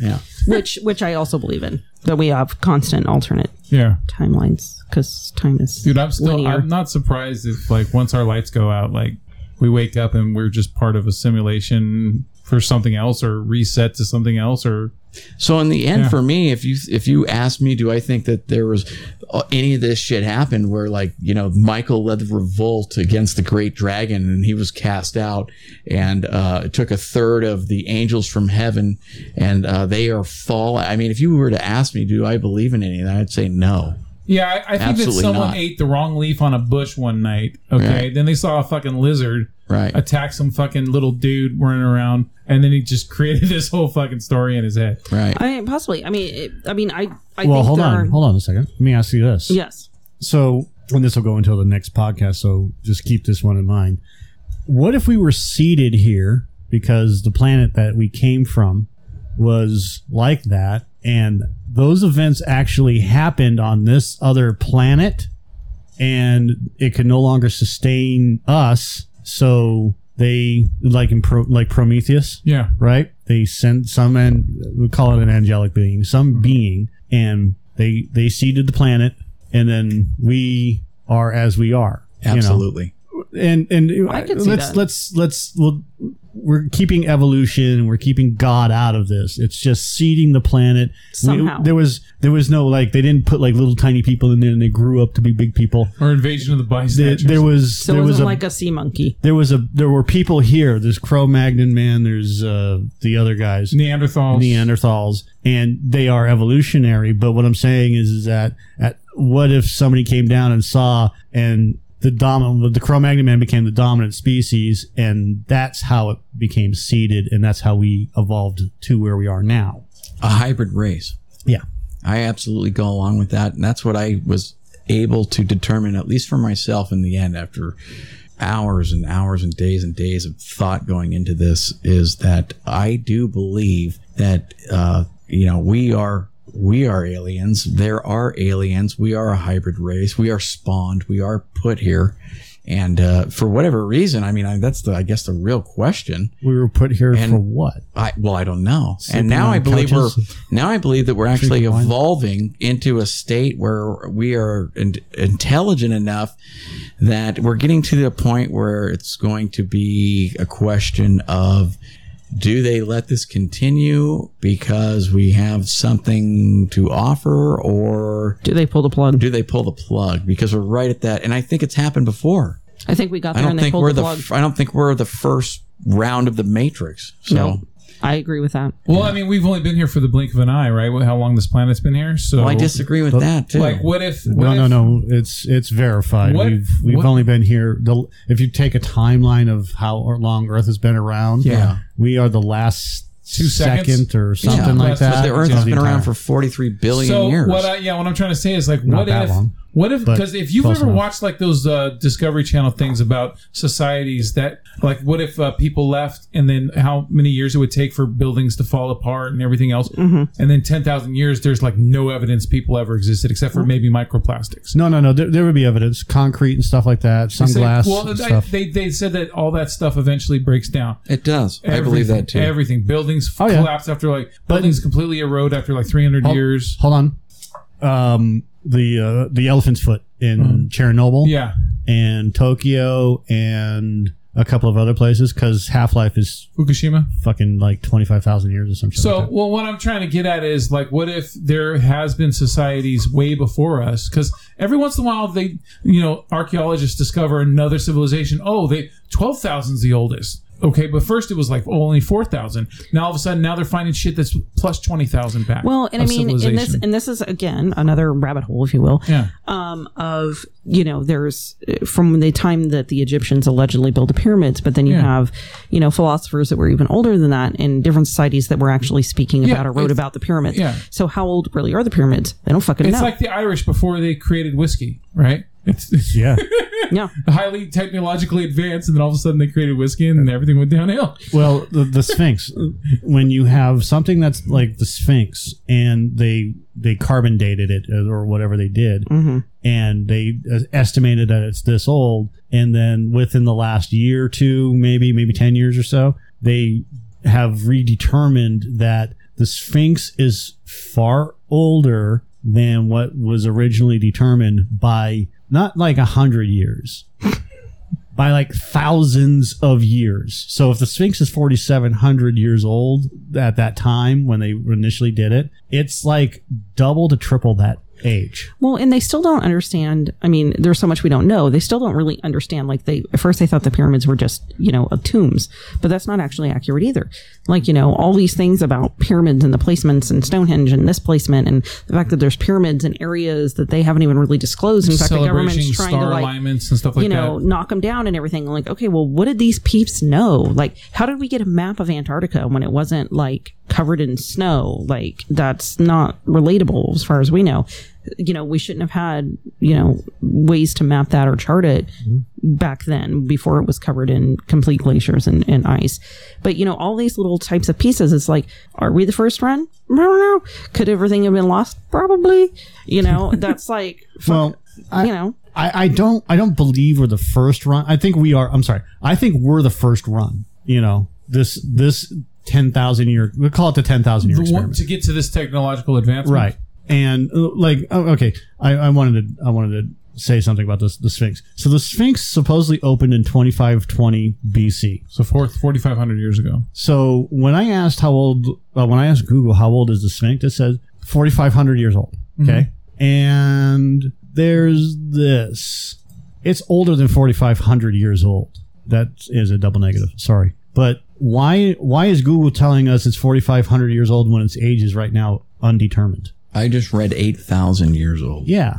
Speaker 3: Yeah.
Speaker 5: which which I also believe in that we have constant alternate
Speaker 4: Yeah.
Speaker 5: timelines because time is
Speaker 4: Dude, I'm still
Speaker 5: linear.
Speaker 4: I'm not surprised if like once our lights go out, like we wake up and we're just part of a simulation for something else or reset to something else or
Speaker 3: So in the end, for me, if you if you ask me, do I think that there was uh, any of this shit happened where like you know Michael led the revolt against the great dragon and he was cast out, and uh, it took a third of the angels from heaven, and uh, they are fall. I mean, if you were to ask me, do I believe in any of that? I'd say no.
Speaker 4: Yeah, I, I think
Speaker 3: Absolutely
Speaker 4: that someone
Speaker 3: not.
Speaker 4: ate the wrong leaf on a bush one night. Okay,
Speaker 3: Right.
Speaker 4: then they saw a fucking lizard
Speaker 3: Right.
Speaker 4: attack some fucking little dude running around, and then he just created this whole fucking story in his head.
Speaker 3: Right.
Speaker 5: I mean, possibly. I mean, it, I mean, I. I
Speaker 1: Well,
Speaker 5: think
Speaker 1: hold
Speaker 5: there
Speaker 1: on.
Speaker 5: Are,
Speaker 1: Hold on a second. Let me ask you this.
Speaker 5: Yes.
Speaker 1: So, and this will go until the next podcast, so just keep this one in mind. What if we were seated here because the planet that we came from was like that, and those events actually happened on this other planet, and it could no longer sustain us, so they like in Pro, like Prometheus,
Speaker 4: Yeah,
Speaker 1: right? They send some and we call it an angelic being, some being, and they they seeded the planet, and then we are as we are. you know?
Speaker 3: Absolutely.
Speaker 1: And and
Speaker 5: I could see
Speaker 1: let's
Speaker 5: that.
Speaker 1: let's let's we'll, we're keeping evolution, we're keeping God out of this. It's just seeding the planet. We-
Speaker 5: Somehow.
Speaker 1: there was there was no like they didn't put like little tiny people in there and they grew up to be big people.
Speaker 4: or Invasion of the
Speaker 1: There,
Speaker 4: Bystanders.
Speaker 1: there was
Speaker 5: So
Speaker 1: there
Speaker 5: it
Speaker 1: was
Speaker 5: wasn't
Speaker 1: a
Speaker 5: like a sea monkey.
Speaker 1: there was a there were people here. There's Crow Magnon man. There's uh, the other guys.
Speaker 4: Neanderthals.
Speaker 1: Neanderthals, and they are evolutionary. But what I'm saying is, is that at, what if somebody came down and saw and the dominant, the Cro-Magnon man became the dominant species, and that's how it became seeded, and that's how we evolved to where we are now.
Speaker 3: a hybrid race.
Speaker 1: Yeah.
Speaker 3: I absolutely go along with that. And that's what I was able to determine, at least for myself in the end, after hours and hours and days and days of thought going into this, is that I do believe that, uh, you know, we are. We are aliens. There are aliens. We are a hybrid race. We are spawned. We are put here, and uh, for whatever reason, I mean, I, that's the I guess the real question.
Speaker 1: We were put here
Speaker 3: And-
Speaker 1: for what?
Speaker 3: I well, I don't know.
Speaker 1: Sleeping
Speaker 3: and now
Speaker 1: on
Speaker 3: I believe
Speaker 1: couches.
Speaker 3: we're now I believe that we're actually
Speaker 1: Drinking wine.
Speaker 3: evolving into a state where we are in, intelligent enough that we're getting to the point where it's going to be a question of do they let this continue because we have something to offer or
Speaker 5: Do they pull the plug?
Speaker 3: do they pull the plug because we're right at that and I think it's happened before.
Speaker 5: I think we got
Speaker 3: I
Speaker 5: there
Speaker 3: don't
Speaker 5: and they
Speaker 3: think
Speaker 5: pulled
Speaker 3: we're
Speaker 5: the
Speaker 3: the,
Speaker 5: plug.
Speaker 3: f- I don't think we're the first round of the matrix. So
Speaker 5: no, I agree with that.
Speaker 4: Well, I mean, we've only been here for the blink of an eye, right? How long this planet's been here? So
Speaker 3: Well, I disagree with that too.
Speaker 4: Like, what if? What
Speaker 1: No,
Speaker 4: if,
Speaker 1: no, no. It's it's verified.
Speaker 4: What-
Speaker 1: we've we've
Speaker 4: what-
Speaker 1: only been here. The, if you take a timeline of how long Earth has been around,
Speaker 3: Yeah.
Speaker 1: we are the last
Speaker 4: Two seconds?
Speaker 1: second or something like
Speaker 4: Last- but
Speaker 1: that.
Speaker 3: But the
Speaker 4: Uh,
Speaker 3: Earth
Speaker 4: yeah.
Speaker 3: has been around
Speaker 1: Entire-
Speaker 3: for 43 billion
Speaker 4: so
Speaker 3: years.
Speaker 4: what? I, yeah, what I'm trying to say is like,
Speaker 1: Not
Speaker 4: what
Speaker 1: that
Speaker 4: if?
Speaker 1: long,
Speaker 4: what if?
Speaker 1: but
Speaker 4: Because if you've
Speaker 1: close
Speaker 4: ever
Speaker 1: enough.
Speaker 4: watched like those uh, Discovery Channel things about societies that, like, what if uh, people left and then how many years it would take for buildings to fall apart and everything else,
Speaker 1: Mm-hmm.
Speaker 4: and then 10,000 years, there's like no evidence people ever existed except for maybe microplastics.
Speaker 1: No, no, no. There, there would be evidence, concrete and stuff like that,
Speaker 4: They said-
Speaker 1: sunglass
Speaker 4: well,
Speaker 1: and
Speaker 4: I-
Speaker 1: stuff.
Speaker 4: they they said that all that stuff eventually breaks down.
Speaker 3: it does. I believe
Speaker 4: Everything-
Speaker 3: that too.
Speaker 4: Everything buildings
Speaker 1: Oh, yeah.
Speaker 4: collapse after like
Speaker 1: But- Oh.
Speaker 4: buildings completely erode after like 300 years.
Speaker 1: Hold on. Um,
Speaker 4: Hmm.
Speaker 1: the uh, the elephant's foot in Chernobyl,
Speaker 4: Yeah.
Speaker 1: and Tokyo, and a couple of other places because Half Life is
Speaker 4: Fukushima.
Speaker 1: fucking like twenty five thousand years or something.
Speaker 4: So, well, what I'm trying to get at is like, what if there has been societies way before us? Because every once in a while, they, you know, archaeologists discover another civilization. Oh, they 12,000 is the oldest. Okay, but first it was like oh, only 4,000. Now all of a sudden, now they're finding shit that's plus 20,000 back.
Speaker 5: Well, and I
Speaker 4: of
Speaker 5: mean, and this
Speaker 4: civilization.
Speaker 5: and this is again another rabbit hole, if you will.
Speaker 4: yeah,
Speaker 5: um, of you know there's uh, from the time that the egyptians allegedly built the pyramids but then you
Speaker 4: Yeah.
Speaker 5: have you know philosophers that were even older than that in different societies that were actually speaking
Speaker 4: Yeah,
Speaker 5: about or wrote
Speaker 4: it's-
Speaker 5: about the pyramids
Speaker 4: yeah.
Speaker 5: so how old really are the pyramids they don't fucking
Speaker 4: it's
Speaker 5: know
Speaker 4: like the Irish before they created whiskey, right? It's, it's
Speaker 1: yeah.
Speaker 5: yeah
Speaker 4: highly technologically advanced, and then all of a sudden they created whiskey, and everything went downhill.
Speaker 1: Well, the, the Sphinx. when you have something that's like the Sphinx, and they they carbon dated it uh, or whatever they did,
Speaker 5: Mm-hmm.
Speaker 1: and they uh, estimated that it's this old, and then within the last year or two, maybe maybe ten years or so, they have redetermined that the Sphinx is far older than what was originally determined by not like a hundred years by like thousands of years. So if the Sphinx is 4700 years old at that time when they initially did it, it's like double to triple that age.
Speaker 5: well and they still don't understand i mean there's so much we don't know they still don't really understand like they at first they thought the pyramids were just you know uh, tombs but that's not actually accurate either like you know all these things about pyramids and the placements and stonehenge and this placement and the fact that there's pyramids in areas that they haven't even really disclosed in fact the government's
Speaker 4: Celebration,
Speaker 5: trying
Speaker 4: star
Speaker 5: to like
Speaker 4: alignments, and stuff like
Speaker 5: you know,
Speaker 4: that.
Speaker 5: knock them down and everything. Like, okay, well, what did these peeps know? Like, how did we get a map of Antarctica when it wasn't like covered in snow? Like, that's not relatable as far as we know. You know, we shouldn't have had, you know, ways to map that or chart it back then before it was covered in complete glaciers and, and ice. But, you know, all these little types of pieces, it's like, are we the first run? I don't know. Could everything have been lost? Probably. You know, that's like,
Speaker 1: Well, I,
Speaker 5: you know.
Speaker 1: I, I don't I don't believe we're the first run. I think we are. I'm sorry. I think we're the first run. You know this this ten thousand year. We'll call it the ten thousand year
Speaker 4: The one-
Speaker 1: experiment.
Speaker 4: to get to this technological advancement,
Speaker 1: right and uh, like oh, okay I, I wanted to i wanted to say something about this the sphinx so the sphinx supposedly opened in 2520 bc
Speaker 4: So forth, 4,500 years ago.
Speaker 1: so when i asked how old uh, when i asked google how old is the sphinx it says 4500 years old okay and there's this it's older than 4500 years old that is a double negative sorry but why why is google telling us it's 4500 years old when its age is right now undetermined
Speaker 3: I just read 8,000 years old.
Speaker 1: yeah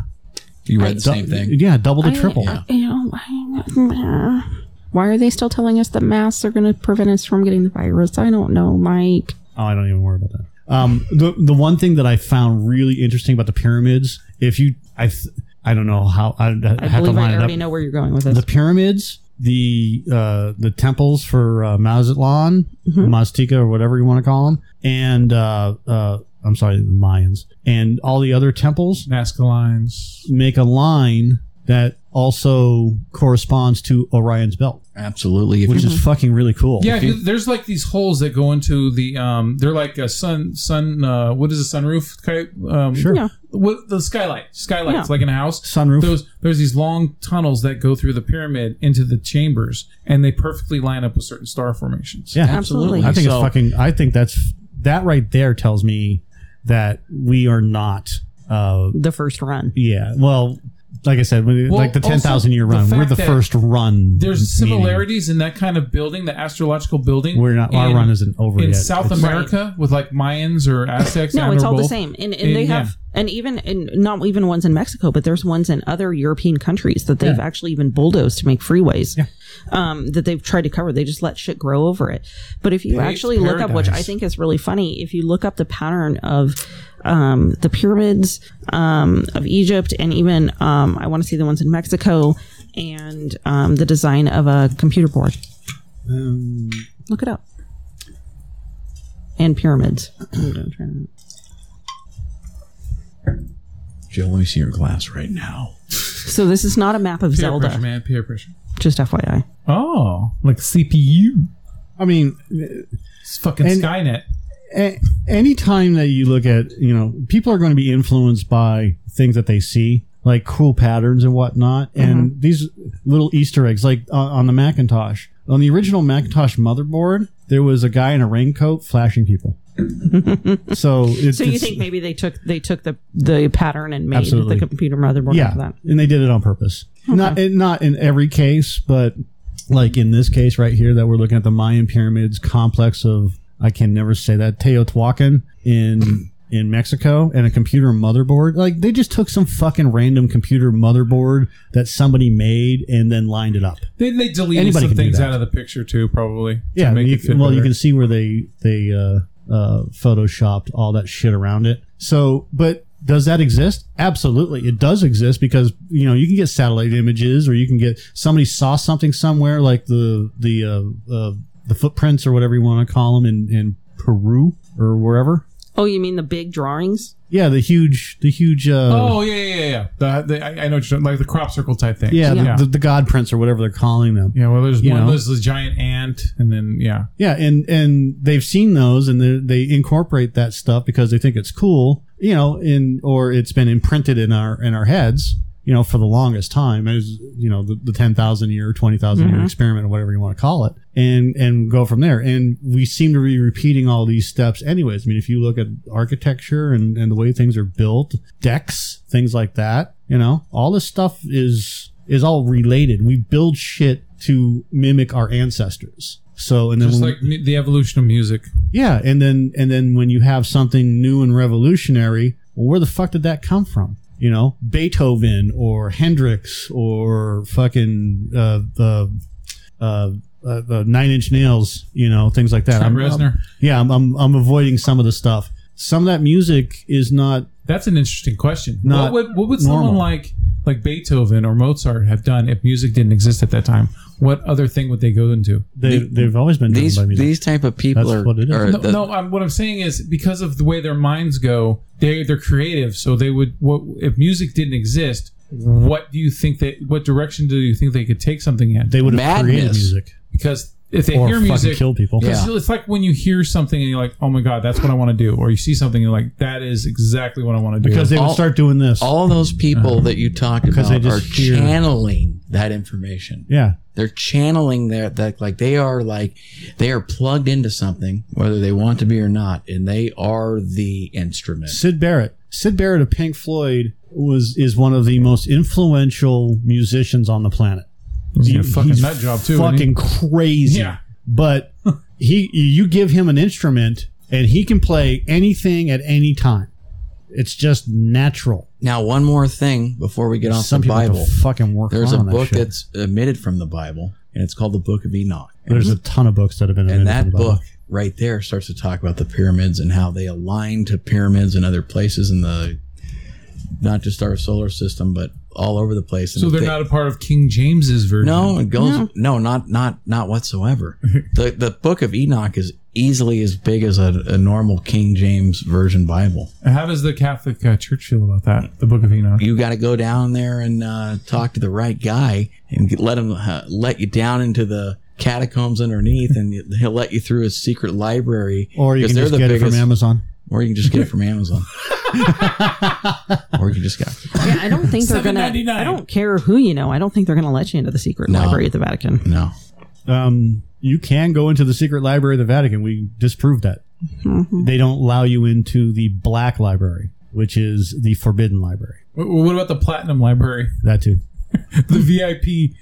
Speaker 3: You read
Speaker 1: Du-
Speaker 3: the same thing?
Speaker 1: Yeah, double to triple.
Speaker 5: you know, I- why are they still telling us that masks are going to prevent us from getting the virus? I don't know, Mike.
Speaker 1: Oh, I don't even worry about that. Um, the the one thing that I found really interesting about the pyramids, if you, I, th- I don't know how I, I
Speaker 5: I
Speaker 1: have to
Speaker 5: believe
Speaker 1: line
Speaker 5: I
Speaker 1: it up.
Speaker 5: already know where you're going with this.
Speaker 1: The pyramids, the uh, the temples for uh, Mazatlan,
Speaker 5: Mm-hmm.
Speaker 1: Mazteca, or whatever you want to call them, and uh, uh, I'm sorry, the Mayans, and all the other temples
Speaker 4: Nazca lines.
Speaker 1: make a line that also corresponds to Orion's belt,
Speaker 3: Absolutely. If
Speaker 1: which
Speaker 3: you,
Speaker 1: is
Speaker 5: Mm-hmm.
Speaker 1: fucking really cool.
Speaker 4: Yeah, th- there's like these holes that go into the um. They're like a sun sun. Uh, what is a sunroof type? Um,
Speaker 1: Sure.
Speaker 5: Yeah.
Speaker 4: What the skylight? Skylights
Speaker 5: Yeah.
Speaker 4: like in a house.
Speaker 1: Sunroof.
Speaker 4: Those there's these long tunnels that go through the pyramid into the chambers, and they perfectly line up with certain star formations.
Speaker 1: yeah,
Speaker 5: Absolutely.
Speaker 1: I think
Speaker 3: So-
Speaker 1: it's fucking. I think that's that right there tells me that we are not. Uh,
Speaker 5: the first run.
Speaker 1: yeah. Well, like I said, we,
Speaker 4: Well,
Speaker 1: like the
Speaker 4: also,
Speaker 1: ten thousand year
Speaker 4: the
Speaker 1: run, we're
Speaker 4: fact
Speaker 1: the
Speaker 4: that
Speaker 1: first run.
Speaker 4: There's
Speaker 1: meaning
Speaker 4: similarities in that kind of building, the astrological building.
Speaker 1: We're not. our
Speaker 4: in-
Speaker 1: run isn't over
Speaker 4: in
Speaker 1: yet.
Speaker 4: South
Speaker 1: It's-
Speaker 4: America with like Mayans or Aztecs.
Speaker 5: No,
Speaker 4: and
Speaker 5: it's
Speaker 4: or
Speaker 5: all the
Speaker 4: both.
Speaker 5: same. And,
Speaker 4: Yeah,
Speaker 5: and they have, and even in, not even ones in Mexico, but there's ones in other European countries that they've actually even bulldozed to make freeways um, that they've tried to cover. They just let shit grow over it. But if you actually look up, which I
Speaker 4: paradise.
Speaker 5: think is really funny, if you look up the pattern of um, the pyramids um, of Egypt and even, um, I want to see the ones in Mexico and um, the design of a computer board.
Speaker 1: um,
Speaker 5: Look it up. And pyramids. I'm gonna try to-
Speaker 3: Joe, let me see your glass right now.
Speaker 5: So this is not a map of
Speaker 4: Peer
Speaker 5: Zelda.
Speaker 4: pressure, man. Peer pressure.
Speaker 5: Just FYI.
Speaker 4: Oh, like CPU.
Speaker 1: I mean,
Speaker 4: It's fucking
Speaker 1: And-
Speaker 4: Skynet.
Speaker 1: a- anytime that you look at, you know, people are going to be influenced by things that they see,
Speaker 5: Mm-hmm.
Speaker 1: like cool patterns and whatnot, and these little Easter eggs, like uh, on the Macintosh. On the original Macintosh motherboard, there was a guy in a raincoat flashing people. so it's,
Speaker 5: So you
Speaker 1: it's-
Speaker 5: think maybe they took they took the the pattern and made
Speaker 1: Absolutely.
Speaker 5: the computer motherboard
Speaker 1: yeah,
Speaker 5: of that.
Speaker 1: and they did it on purpose. Not in, not in every case, but like in this case right here that we're looking at the Mayan pyramids complex of I can never say that Teotihuacan in in Mexico and a computer motherboard. Like they just took some fucking random computer motherboard that somebody made and then lined it up.
Speaker 4: They, they deleted
Speaker 1: Anybody
Speaker 4: some
Speaker 1: can do
Speaker 4: things
Speaker 1: that.
Speaker 4: out of the picture too, probably. to
Speaker 1: Yeah,
Speaker 4: make
Speaker 1: you
Speaker 4: it
Speaker 1: can-
Speaker 4: fit
Speaker 1: well, you
Speaker 4: better.
Speaker 1: can see where they they uh, uh, photoshopped all that shit around it. So, but does that exist? Absolutely, it does exist because you know you can get satellite images, or you can get somebody saw something somewhere, like the the uh, uh, the footprints or whatever you want to call them in, in Peru or wherever.
Speaker 5: Oh, you mean the big drawings?
Speaker 1: Yeah, the huge the huge. Uh,
Speaker 4: Oh yeah, yeah, yeah, yeah. The, the, I, I know what you're talking- like the crop circle type thing.
Speaker 1: Yeah,
Speaker 4: yeah.
Speaker 1: The, the, the god prints or whatever they're calling them.
Speaker 4: Yeah, well, there's
Speaker 1: You
Speaker 4: one.
Speaker 1: know?
Speaker 4: There's the giant ant, and then yeah,
Speaker 1: Yeah, and and they've seen those, and they- they incorporate that stuff because they think it's cool, you know, in or it's been imprinted in our in our heads, you know, for the longest time as you know the, the ten thousand year, twenty year experiment, or whatever you want to call it, and and go from there. And we seem to be repeating all these steps, anyways. I mean, if you look at architecture and and the way things are built, decks, things like that, you know, all this stuff is is all related. We build shit to mimic our ancestors. So and then
Speaker 4: just
Speaker 1: when we-
Speaker 4: like mu- the evolution of music.
Speaker 1: yeah, and then and then when you have something new and revolutionary, well, where the fuck did that come from? You know, Beethoven or Hendrix or fucking uh, the uh, uh, the Nine Inch Nails, you know, things like that.
Speaker 4: Trent
Speaker 1: I'm-
Speaker 4: Reznor.
Speaker 1: I'm- yeah, I'm, I'm I'm avoiding some of the stuff. Some of that music is not.
Speaker 4: That's an interesting question.
Speaker 1: Not
Speaker 4: what would, what would someone
Speaker 1: normal.
Speaker 4: like like Beethoven or Mozart have done if music didn't exist at that time? What other thing would they go into?
Speaker 1: They
Speaker 3: The-
Speaker 1: they've always been driven
Speaker 3: These
Speaker 1: by music.
Speaker 3: these type of people
Speaker 1: That's
Speaker 3: are.
Speaker 1: what it is.
Speaker 3: are
Speaker 4: No,
Speaker 3: the-
Speaker 4: no I'm, what I'm saying is because of the way their minds go, they they're creative. So they would. What if music didn't exist? What do you think that? What direction do you think they could take something in?
Speaker 1: they would have created
Speaker 3: Madness.
Speaker 1: music
Speaker 4: Because if they
Speaker 1: or
Speaker 4: hear
Speaker 1: fucking
Speaker 4: music,
Speaker 1: kill people.
Speaker 3: Yeah.
Speaker 4: It's- It's like when you hear something and you're like, oh my God, that's what I want to do. Or you see something and you're like, that is exactly what I want to do.
Speaker 1: Because they would
Speaker 3: All-
Speaker 1: start doing this.
Speaker 3: all those people that you talked
Speaker 1: Because
Speaker 3: about
Speaker 1: they
Speaker 3: are
Speaker 1: just hear-
Speaker 3: channeling that information.
Speaker 1: yeah,
Speaker 3: They're channeling their that like they are like they are plugged into something, whether they want to be or not, and they are the instrument.
Speaker 1: Sid Barrett. Sid Barrett of Pink Floyd was is one of the most influential musicians on the planet.
Speaker 4: He's a
Speaker 1: He-
Speaker 4: fucking
Speaker 1: he's
Speaker 4: nut job, too, isn't he?
Speaker 1: Fucking crazy.
Speaker 4: Yeah.
Speaker 1: But he you give him an instrument and he can play anything at any time. It's just natural.
Speaker 3: Now, one more thing before we get off
Speaker 1: Some
Speaker 3: the
Speaker 1: people
Speaker 3: Bible.
Speaker 1: have to fucking work
Speaker 3: There's
Speaker 1: hard
Speaker 3: a
Speaker 1: on that
Speaker 3: book
Speaker 1: shit.
Speaker 3: that's omitted from the Bible, and it's called the Book of Enoch.
Speaker 1: There's a ton of books that have been
Speaker 3: And
Speaker 1: invented
Speaker 3: that
Speaker 1: from the Bible.
Speaker 3: book right there starts to talk about the pyramids and how they align to pyramids and other places in the not just our solar system, but all over the place. And
Speaker 4: so
Speaker 3: if
Speaker 4: they're
Speaker 3: they-
Speaker 4: not a part of King James's version.
Speaker 3: No, it goes no, not not not whatsoever. the The Book of Enoch is easily as big as a, a normal King James version Bible.
Speaker 4: And How does the Catholic uh, Church feel about that? The Book of Enoch.
Speaker 3: You got to go down there and uh, talk to the right guy and get- let him uh, let you down into the catacombs underneath, and he'll let you through his secret library.
Speaker 1: Or you
Speaker 3: 'cause
Speaker 1: can
Speaker 3: they're
Speaker 1: just get it from Amazon.
Speaker 3: or you can just get it from Amazon, or you can just get. It.
Speaker 5: Yeah, I don't think they're gonna. I don't care who you know. I don't think they're gonna let you into the secret
Speaker 3: No.
Speaker 5: library at the Vatican.
Speaker 3: No,
Speaker 1: Um, you can go into the secret library of the Vatican. We disproved that.
Speaker 5: Mm-hmm.
Speaker 1: They don't allow you into the black library, which is the forbidden library.
Speaker 4: Wh- What about the Platinum Library?
Speaker 1: That too.
Speaker 4: The VIP.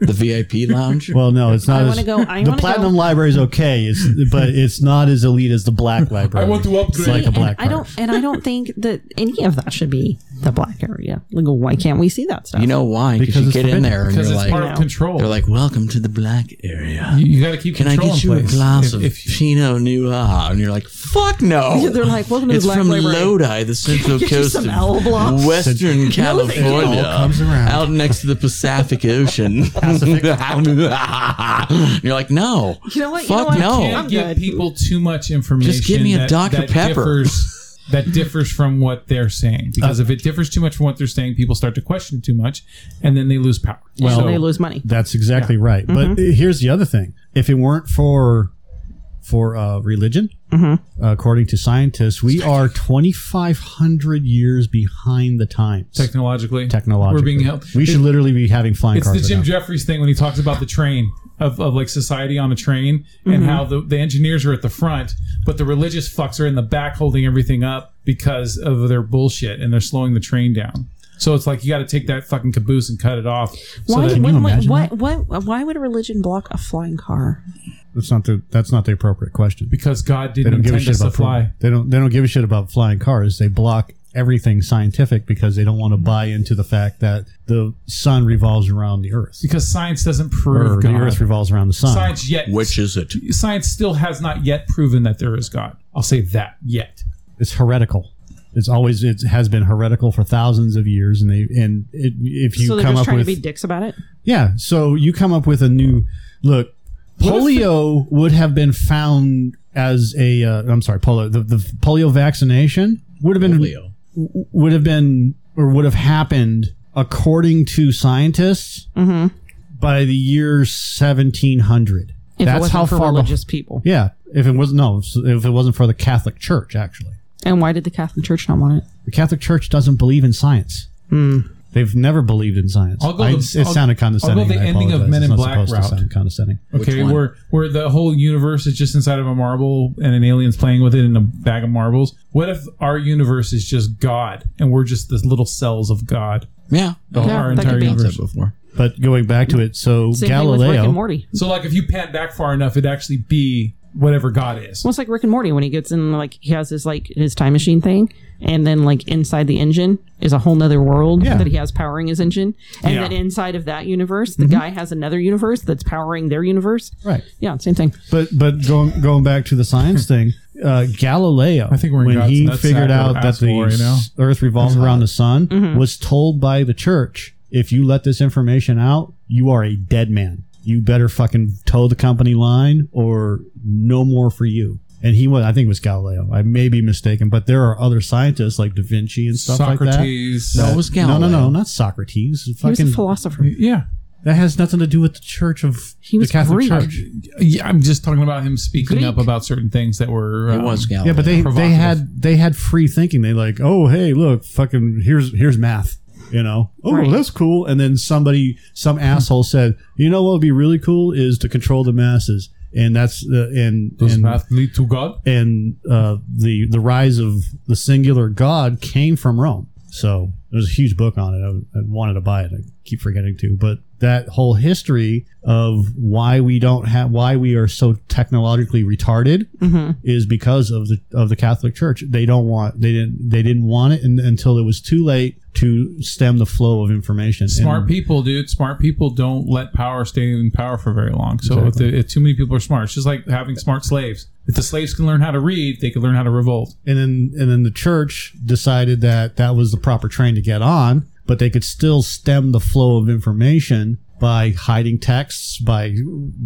Speaker 3: the VIP lounge.
Speaker 1: Well, no, it's not. as,
Speaker 5: I wanna go- I
Speaker 1: the
Speaker 5: wanna
Speaker 1: platinum
Speaker 5: go-
Speaker 1: library is okay, it's, but it's not as elite as the black library.
Speaker 4: I want to upgrade.
Speaker 1: It's like a
Speaker 5: And
Speaker 1: black.
Speaker 5: I don't, and I don't think that any of that should be the black area. Like, why can't we see that stuff?
Speaker 3: You know why? Because
Speaker 1: Because
Speaker 3: you
Speaker 1: it's
Speaker 3: get in
Speaker 1: forbidden.
Speaker 3: there and
Speaker 4: because
Speaker 3: you're
Speaker 4: it's
Speaker 3: like,
Speaker 4: part of
Speaker 5: No.
Speaker 4: control.
Speaker 3: they're like, "Welcome to the black area."
Speaker 4: you, you got to keep
Speaker 3: Can I
Speaker 4: control
Speaker 3: get
Speaker 4: in
Speaker 3: you a
Speaker 4: place.
Speaker 3: glass
Speaker 4: If-
Speaker 3: of
Speaker 4: if-
Speaker 3: Pinot Noir? And you're like, fuck no.
Speaker 5: Yeah, they're like, welcome to the
Speaker 3: it's
Speaker 5: Black
Speaker 3: from
Speaker 5: Library.
Speaker 3: Lodi, the central
Speaker 5: Get you
Speaker 3: coast
Speaker 5: some owl blocks.
Speaker 3: of Western
Speaker 5: thank you.
Speaker 3: California,
Speaker 1: It all comes around.
Speaker 3: out next to the Pacific Ocean. you're like, no.
Speaker 5: You know what? You know
Speaker 3: Fuck
Speaker 5: what?
Speaker 3: no.
Speaker 5: I'm
Speaker 4: can't give
Speaker 5: good.
Speaker 4: people too much information.
Speaker 3: Oh. Just give me a
Speaker 4: that-
Speaker 3: Dr.
Speaker 4: that
Speaker 3: Pepper.
Speaker 4: Differs, that differs from what they're saying.
Speaker 3: Uh.
Speaker 4: Because if it differs too much from what they're saying, people start to question too much, and then they lose power.
Speaker 5: so
Speaker 4: Well,
Speaker 5: they lose money.
Speaker 1: That's exactly right. But
Speaker 5: Mm-hmm.
Speaker 1: here's the other thing: if it weren't for for uh, religion,
Speaker 5: Mm-hmm.
Speaker 1: according to scientists, we are 2,500 years behind the times
Speaker 4: technologically,
Speaker 1: technologically.
Speaker 4: we're being held.
Speaker 1: We should
Speaker 4: It-
Speaker 1: literally be having flying
Speaker 4: It's
Speaker 1: cars.
Speaker 4: the Jim
Speaker 1: right now.
Speaker 4: Jeffries thing when he talks about the train. of, of like society on a train
Speaker 1: Mm-hmm.
Speaker 4: and how the, the engineers are at the front, but the religious fucks are in the back holding everything up because of their bullshit and they're slowing the train down. So it's like you got to take that fucking caboose and cut it off. So
Speaker 5: Why,
Speaker 4: that,
Speaker 5: why, why,
Speaker 1: imagine
Speaker 5: why, why, would a religion block a flying car?
Speaker 1: That's not the that's not the appropriate question.
Speaker 4: because God
Speaker 1: They
Speaker 4: didn't
Speaker 1: don't give a
Speaker 4: intend
Speaker 1: shit
Speaker 4: us to
Speaker 1: about
Speaker 4: fly.
Speaker 1: They don't they don't give a shit about flying cars. They block everything scientific because they don't want to buy into the fact that the sun revolves around the earth.
Speaker 4: Because science doesn't prove
Speaker 1: Or the
Speaker 4: God.
Speaker 1: earth revolves around the sun.
Speaker 4: science yet
Speaker 6: Which is it?
Speaker 4: science still has not yet proven that there is God. I'll say that yet.
Speaker 1: it's heretical. It's always it has been heretical for thousands of years, and they and it, if you
Speaker 5: so they're
Speaker 1: come
Speaker 5: just
Speaker 1: up
Speaker 5: trying
Speaker 1: with
Speaker 5: to be dicks about it?
Speaker 1: yeah, so you come up with a new look. Polio would have been found as a uh, I'm sorry, polio the, the polio vaccination would have been
Speaker 6: Polio.
Speaker 1: would have been or would have happened according to scientists
Speaker 5: Mm-hmm.
Speaker 1: by the year 1700.
Speaker 5: If it
Speaker 1: That's
Speaker 5: wasn't
Speaker 1: how
Speaker 5: for
Speaker 1: far beh-
Speaker 5: religious people.
Speaker 1: yeah, if it was no, if it wasn't for the Catholic Church actually.
Speaker 5: And why did the Catholic Church not want it?
Speaker 1: The Catholic Church doesn't believe in science.
Speaker 5: Hmm.
Speaker 1: They've never believed in science.
Speaker 4: I'll go
Speaker 1: I-
Speaker 4: the-
Speaker 1: it
Speaker 4: I'll-
Speaker 1: sounded condescending.
Speaker 4: I'll go the
Speaker 1: and I
Speaker 4: ending of
Speaker 1: apologize.
Speaker 4: Men
Speaker 1: It's
Speaker 4: in
Speaker 1: not
Speaker 4: Black
Speaker 1: supposed to
Speaker 4: route.
Speaker 1: sound condescending.
Speaker 4: Okay,
Speaker 6: one?
Speaker 4: where where the whole universe is just inside of a marble and an alien's playing with it in a bag of marbles. What if our universe is just God and we're just the little cells of God?
Speaker 3: Yeah.
Speaker 4: The-
Speaker 5: Yeah,
Speaker 4: our
Speaker 5: that could
Speaker 4: entire
Speaker 5: be.
Speaker 3: I've said
Speaker 4: universe.
Speaker 3: before.
Speaker 1: But going back to it, so
Speaker 5: Same thing with Rick and
Speaker 1: Galileo.
Speaker 5: Morty.
Speaker 4: So like if you pan back far enough, it'd actually be whatever God is.
Speaker 5: Well, it's like Rick and Morty when he gets in, like he has his like his time machine thing, and then like inside the engine is a whole nother world
Speaker 1: Yeah.
Speaker 5: that he has powering his engine, and
Speaker 4: Yeah.
Speaker 5: then inside of that universe, the guy has another universe that's powering their universe.
Speaker 1: Mm-hmm. Right.
Speaker 5: Yeah, same thing.
Speaker 1: But but going going back to the science thing, uh, Galileo. I
Speaker 4: think we're in
Speaker 1: when
Speaker 4: God's
Speaker 1: he
Speaker 4: nutsack
Speaker 1: figured
Speaker 4: with
Speaker 1: out that the
Speaker 4: asshole right now.
Speaker 1: s- Earth revolves around the sun,
Speaker 5: Mm-hmm.
Speaker 1: was told by the church, if you let this information out, you are a dead man. You better fucking toe the company line, or no more for you. And he was, I think it was Galileo. I may be mistaken, but there are other scientists like Da Vinci and stuff like
Speaker 4: Socrates.
Speaker 1: that.
Speaker 3: No, it was
Speaker 1: No, no, no,
Speaker 3: Galileo.
Speaker 1: not Socrates.
Speaker 5: He was a
Speaker 1: Fucking,
Speaker 5: philosopher.
Speaker 4: Yeah.
Speaker 1: that has nothing to do with the church of
Speaker 5: He was
Speaker 1: the Catholic
Speaker 5: Greek.
Speaker 1: Church.
Speaker 4: yeah, I'm just talking about him speaking
Speaker 5: Greek.
Speaker 4: up about certain things that were. um,
Speaker 3: It was Galileo.
Speaker 1: Yeah, but they they
Speaker 4: provocative.
Speaker 1: had they had free thinking. They like, oh hey, look, fucking here's here's math. You know, oh
Speaker 5: Right.
Speaker 1: that's cool. And then somebody, some asshole said, you know what would be really cool is to control the masses, and that's uh, and
Speaker 4: Does
Speaker 1: and,
Speaker 4: math lead to God?
Speaker 1: and uh, the the rise of the singular god came from Rome. So there's a huge book on it. I, I wanted to buy it. I keep forgetting to, but that whole history of why we don't have why we are so technologically retarded is because of the of the Catholic Church. They don't want they didn't they didn't want it and, until it was too late to stem the flow of information.
Speaker 4: Smart
Speaker 1: And-
Speaker 4: people, dude. Smart people don't let power stay in power for very long. So if, the, if too many people are smart, it's just like having smart slaves. If the slaves can learn how to read, they can learn how to revolt.
Speaker 1: and then and then the church decided that that was the proper train to get on, but they could still stem the flow of information by hiding texts, by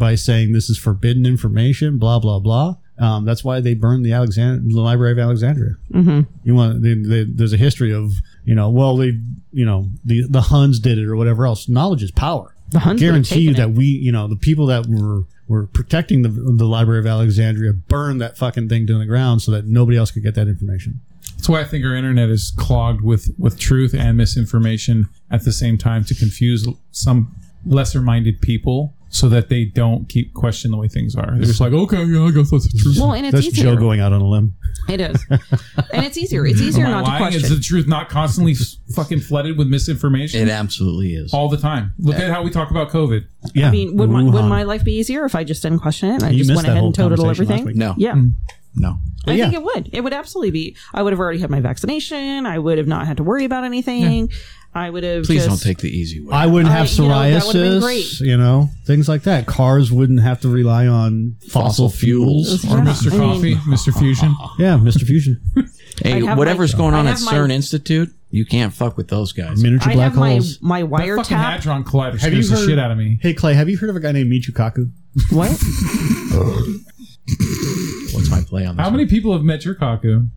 Speaker 1: by saying this is forbidden information, blah blah blah. Um, that's why they burned the Alexand- the Library of Alexandria. Mm-hmm. You want they, they, there's a history of you know well they you know the the Huns did it or whatever else. Knowledge is power.
Speaker 5: The Huns would've
Speaker 1: guarantee you
Speaker 5: taken
Speaker 1: that we you know the people that were were protecting the, the Library of Alexandria burned that fucking thing to the ground so that nobody else could get that information.
Speaker 4: That's why I think our internet is clogged with with truth and misinformation at the same time to confuse some lesser minded people so that they don't keep questioning the way things are. They're just like, okay, yeah, I guess that's the truth.
Speaker 5: Well, and it's
Speaker 1: That's
Speaker 5: easier.
Speaker 1: Joe going out on a limb.
Speaker 5: It is, and it's easier. It's
Speaker 4: Am
Speaker 5: easier
Speaker 4: I
Speaker 5: not to
Speaker 4: lying? Is
Speaker 5: question.
Speaker 4: the truth not constantly s- fucking flooded with misinformation
Speaker 3: It absolutely is.
Speaker 4: all the time? Look at how we talk about COVID.
Speaker 1: Yeah.
Speaker 5: I mean, would my, would my life be easier if I just didn't question it? And I
Speaker 1: You
Speaker 5: just
Speaker 1: missed
Speaker 5: went
Speaker 1: that
Speaker 5: ahead
Speaker 1: whole
Speaker 5: and total
Speaker 1: conversation last
Speaker 5: everything.
Speaker 1: week. Mm.
Speaker 3: No,
Speaker 5: Yeah.
Speaker 3: no.
Speaker 5: I
Speaker 1: yeah.
Speaker 5: think it would. It would absolutely be. I would have already had my vaccination. I would have not had to worry about anything. I would have.
Speaker 3: Please
Speaker 5: just,
Speaker 3: don't take the easy way.
Speaker 1: I wouldn't have
Speaker 5: I- you know, that
Speaker 1: psoriasis,
Speaker 5: would've been great.
Speaker 1: you know, things like that. Cars wouldn't have to rely on fossil,
Speaker 3: Fossil
Speaker 1: fuels.
Speaker 3: fuels.
Speaker 4: Or
Speaker 5: Yeah,
Speaker 4: Mr.
Speaker 5: I
Speaker 4: Coffee,
Speaker 5: mean-
Speaker 4: Mr. Fusion.
Speaker 1: Yeah, Mr. Fusion.
Speaker 3: Hey,
Speaker 5: I have
Speaker 3: whatever's
Speaker 5: my-
Speaker 3: going
Speaker 5: I
Speaker 3: on at
Speaker 5: have my-
Speaker 3: CERN Institute, you can't fuck with those guys.
Speaker 1: Miniature
Speaker 5: I
Speaker 1: black
Speaker 5: have my
Speaker 1: holes.
Speaker 5: my
Speaker 4: That fucking
Speaker 5: wiretap.
Speaker 4: Hadron Collider
Speaker 1: Have you
Speaker 4: scares the
Speaker 1: heard-
Speaker 4: shit out of me.
Speaker 1: Hey, Clay, have you heard of a guy named Michio Kaku?
Speaker 5: What?
Speaker 3: What's my play on this?
Speaker 4: How many people have met your Kaku?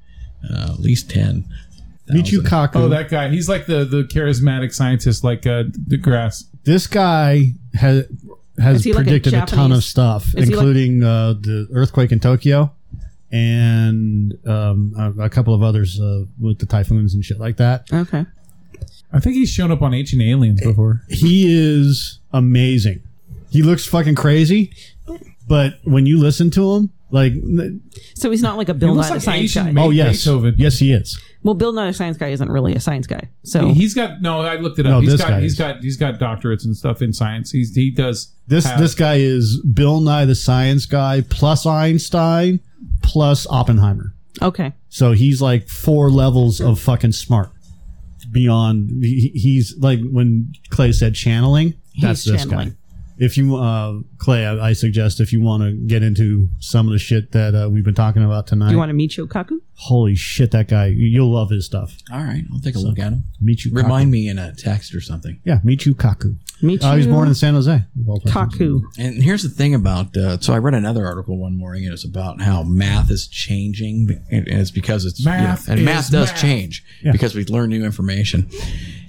Speaker 3: Uh, at least 10.
Speaker 1: Michio Kaku.
Speaker 4: Oh, that guy. He's like the, the charismatic scientist, like uh, DeGrasse.
Speaker 1: this guy has
Speaker 5: Is
Speaker 1: has
Speaker 5: he like a
Speaker 1: predicted a, ton of
Speaker 5: Japanese-
Speaker 1: stuff,
Speaker 5: is he like-
Speaker 1: including uh, the earthquake in Tokyo and um, a, a couple of others uh, with the typhoons and shit like that.
Speaker 5: Okay.
Speaker 4: I think he's shown up on Ancient Aliens before.
Speaker 1: He is amazing. He looks fucking crazy, but when you listen to him, like,
Speaker 5: So he's not like a Bill
Speaker 4: looks
Speaker 5: Nye the
Speaker 4: like
Speaker 5: Science
Speaker 4: Asian
Speaker 5: Guy.
Speaker 4: man.
Speaker 1: oh yes,
Speaker 4: Beethoven.
Speaker 1: yes he is.
Speaker 5: Well, Bill Nye the Science Guy isn't really a science guy. So
Speaker 4: He's got no. I looked it up.
Speaker 1: No,
Speaker 4: he's
Speaker 1: this
Speaker 4: got
Speaker 1: guy
Speaker 4: he's
Speaker 1: is.
Speaker 4: got he's got doctorates and stuff in science. He's he does
Speaker 1: This
Speaker 4: have-
Speaker 1: this guy is Bill Nye the Science Guy plus Einstein plus Oppenheimer.
Speaker 5: okay,
Speaker 1: So he's like four levels of fucking smart. Beyond, he- he's like when Clay said channeling. That's this guy.
Speaker 5: channeling.
Speaker 1: If you, uh, Clay, I, I suggest if you want to get into some of the shit that uh, we've been talking about tonight.
Speaker 5: do you want to meet Shokaku?
Speaker 1: Holy shit, that guy! You'll love his stuff.
Speaker 3: All right, I'll take a look at him.
Speaker 1: Michu. Kaku.
Speaker 3: Remind me in a text or something.
Speaker 1: Yeah, Michu Kaku.
Speaker 5: Meet
Speaker 4: Oh,
Speaker 1: Uh, he was born in San Jose. of all places.
Speaker 5: Kaku.
Speaker 3: And here's the thing about uh, so I read another article one morning and it's about how math is changing and, and it's because it's you know,
Speaker 4: Math
Speaker 3: and
Speaker 4: is
Speaker 3: math does
Speaker 4: math.
Speaker 3: change because we learn new information.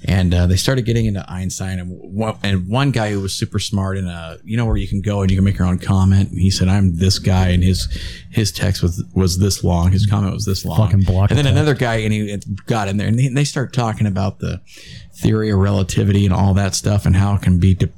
Speaker 3: And uh, they started getting into Einstein and one, and one guy who was super smart and uh you know where you can go and you can make your own comment. And he said, "I'm this guy," and his his text was was this long. His comment was this long.
Speaker 1: Fucking block
Speaker 3: And then
Speaker 1: attack.
Speaker 3: another guy and he it got in there and they, they start talking about the theory of relativity and all that stuff and how it can be de-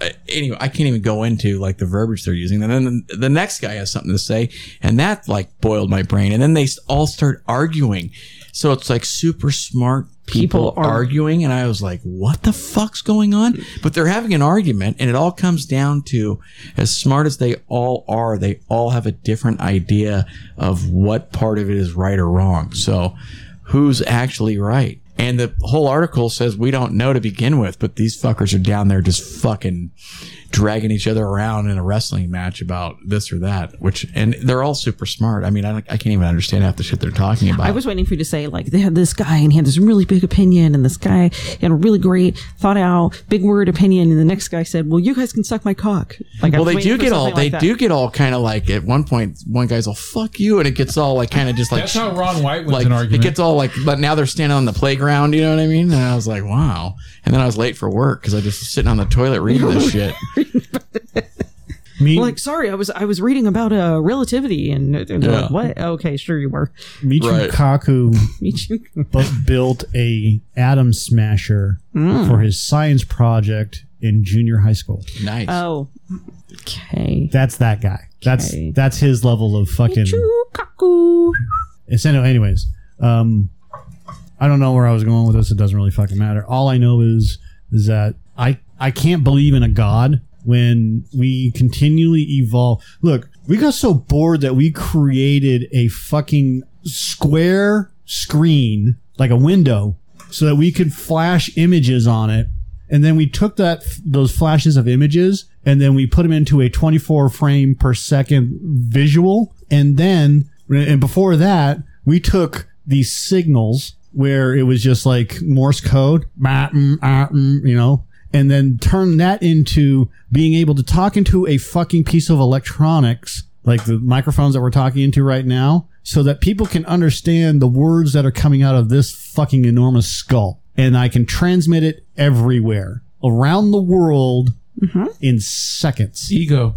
Speaker 3: uh, anyway i can't even go into like the verbiage they're using and then the, the next guy has something to say and that like boiled my brain and then they s- all start arguing so it's like super smart people,
Speaker 5: People are-
Speaker 3: arguing and i was like what the fuck's going on but they're having an argument and it all comes down to as smart as they all are they all have a different idea of what part of it is right or wrong so who's actually right. And the whole article says we don't know to begin with, but these fuckers are down there just fucking dragging each other around in a wrestling match about this or that, which, and they're all super smart. I mean, I, don't, I can't even understand half the shit they're talking about.
Speaker 5: I was waiting for you to say like they had this guy and he had this really big opinion and this guy had a really great thought out big word opinion and the next guy said, "Well, you guys can suck my cock." Like I
Speaker 3: well,
Speaker 5: was
Speaker 3: they
Speaker 5: waiting
Speaker 3: do
Speaker 5: for
Speaker 3: get all,
Speaker 5: something
Speaker 3: they
Speaker 5: like that.
Speaker 3: do get all kind of like at one point, one guy's all fuck you. And it gets all like kind of just like,
Speaker 4: That's how Ron White wins
Speaker 3: like
Speaker 4: an
Speaker 3: it
Speaker 4: argument.
Speaker 3: gets all like, but now they're standing on the playground. You know what I mean? And I was like, wow. And then I was late for work because I just was sitting on the toilet reading this shit.
Speaker 1: Me,
Speaker 5: Like, sorry, I was I was reading about uh, relativity and, and they're like,
Speaker 3: Yeah.
Speaker 5: what? Okay, sure you were.
Speaker 1: Michu
Speaker 3: Right.
Speaker 1: Kaku
Speaker 5: Meet you.
Speaker 1: but built a atom smasher
Speaker 5: Mm.
Speaker 1: for his science project in junior high school.
Speaker 3: Nice.
Speaker 5: Oh, okay.
Speaker 1: That's that guy. That's
Speaker 5: Okay.
Speaker 1: that's his level of fucking.
Speaker 5: Shokaku.
Speaker 1: It's anyway- anyways. Um, I don't know where I was going with this. It doesn't really fucking matter. All I know is is that I I can't believe in a god when we continually evolve. Look, we got so bored that we created a fucking square screen like a window so that we could flash images on it. And then we took that those flashes of images and then we put them into a 24 frame per second visual. And then and before that, we took these signals where it was just like Morse code, bah, mm, ah, mm, you know, and then turn that into being able to talk into a fucking piece of electronics like the microphones that we're talking into right now so that people can understand the words that are coming out of this fucking enormous skull and i can transmit it everywhere around the world in seconds
Speaker 4: ego.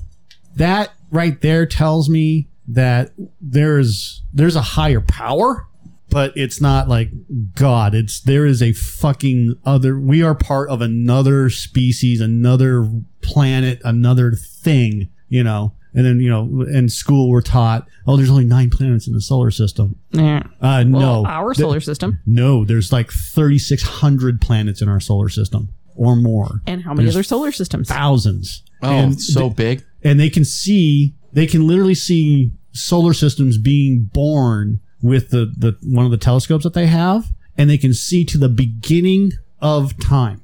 Speaker 1: that right there tells me that there's there's a higher power but it's not like god it's there is a fucking other we are part of another species another planet another thing you know and then you know in school we're taught oh there's only nine planets in the solar system
Speaker 5: Yeah.
Speaker 1: uh
Speaker 5: Well,
Speaker 1: no
Speaker 5: our
Speaker 1: Th-
Speaker 5: solar system.
Speaker 1: no there's like 3600 planets in our solar system or more
Speaker 5: And how many
Speaker 1: There's
Speaker 5: other solar systems?
Speaker 1: thousands
Speaker 3: Oh,
Speaker 1: And
Speaker 3: it's so big.
Speaker 1: and they can see they can literally see solar systems being born with the, the one of the telescopes that they have and they can see to the beginning of time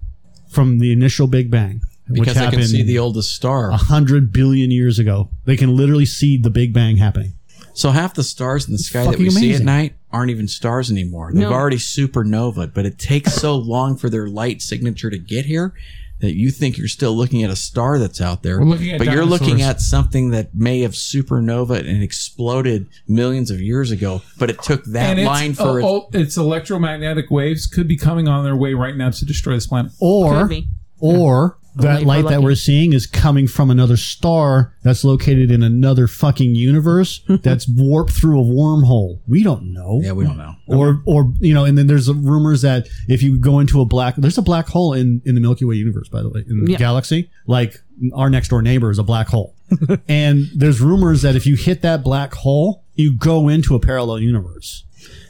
Speaker 1: from the initial big bang which
Speaker 3: Because I
Speaker 1: happened
Speaker 3: can see the oldest star.
Speaker 1: 100 billion years ago they can literally see the big bang happening
Speaker 3: So half the stars in the sky that
Speaker 1: fucking
Speaker 3: we see at
Speaker 1: amazing.
Speaker 3: night aren't even stars anymore. They've
Speaker 5: No.
Speaker 3: already supernova, but it takes so long for their light signature to get here that you think you're still looking at a star that's out there.
Speaker 4: We're looking at
Speaker 3: but you're looking
Speaker 4: dinosaurs.
Speaker 3: at something that may have supernova and exploded millions of years ago, but it took that
Speaker 4: And it's,
Speaker 3: line for
Speaker 4: oh, oh, its electromagnetic waves could be coming on their way right now to destroy this planet.
Speaker 1: or
Speaker 5: Could be.
Speaker 1: or that
Speaker 5: we're
Speaker 1: light that
Speaker 5: lucky.
Speaker 1: we're seeing is coming from another star that's located in another fucking universe that's warped through a wormhole we don't know
Speaker 3: Yeah, we don't know.
Speaker 1: or or you know, and then there's rumors that if you go into a black, there's a black hole in in the Milky Way universe, by the way, in the
Speaker 5: Yeah.
Speaker 1: galaxy. Like our next door neighbor is a black hole. and there's rumors that if you hit that black hole, you go into a parallel universe.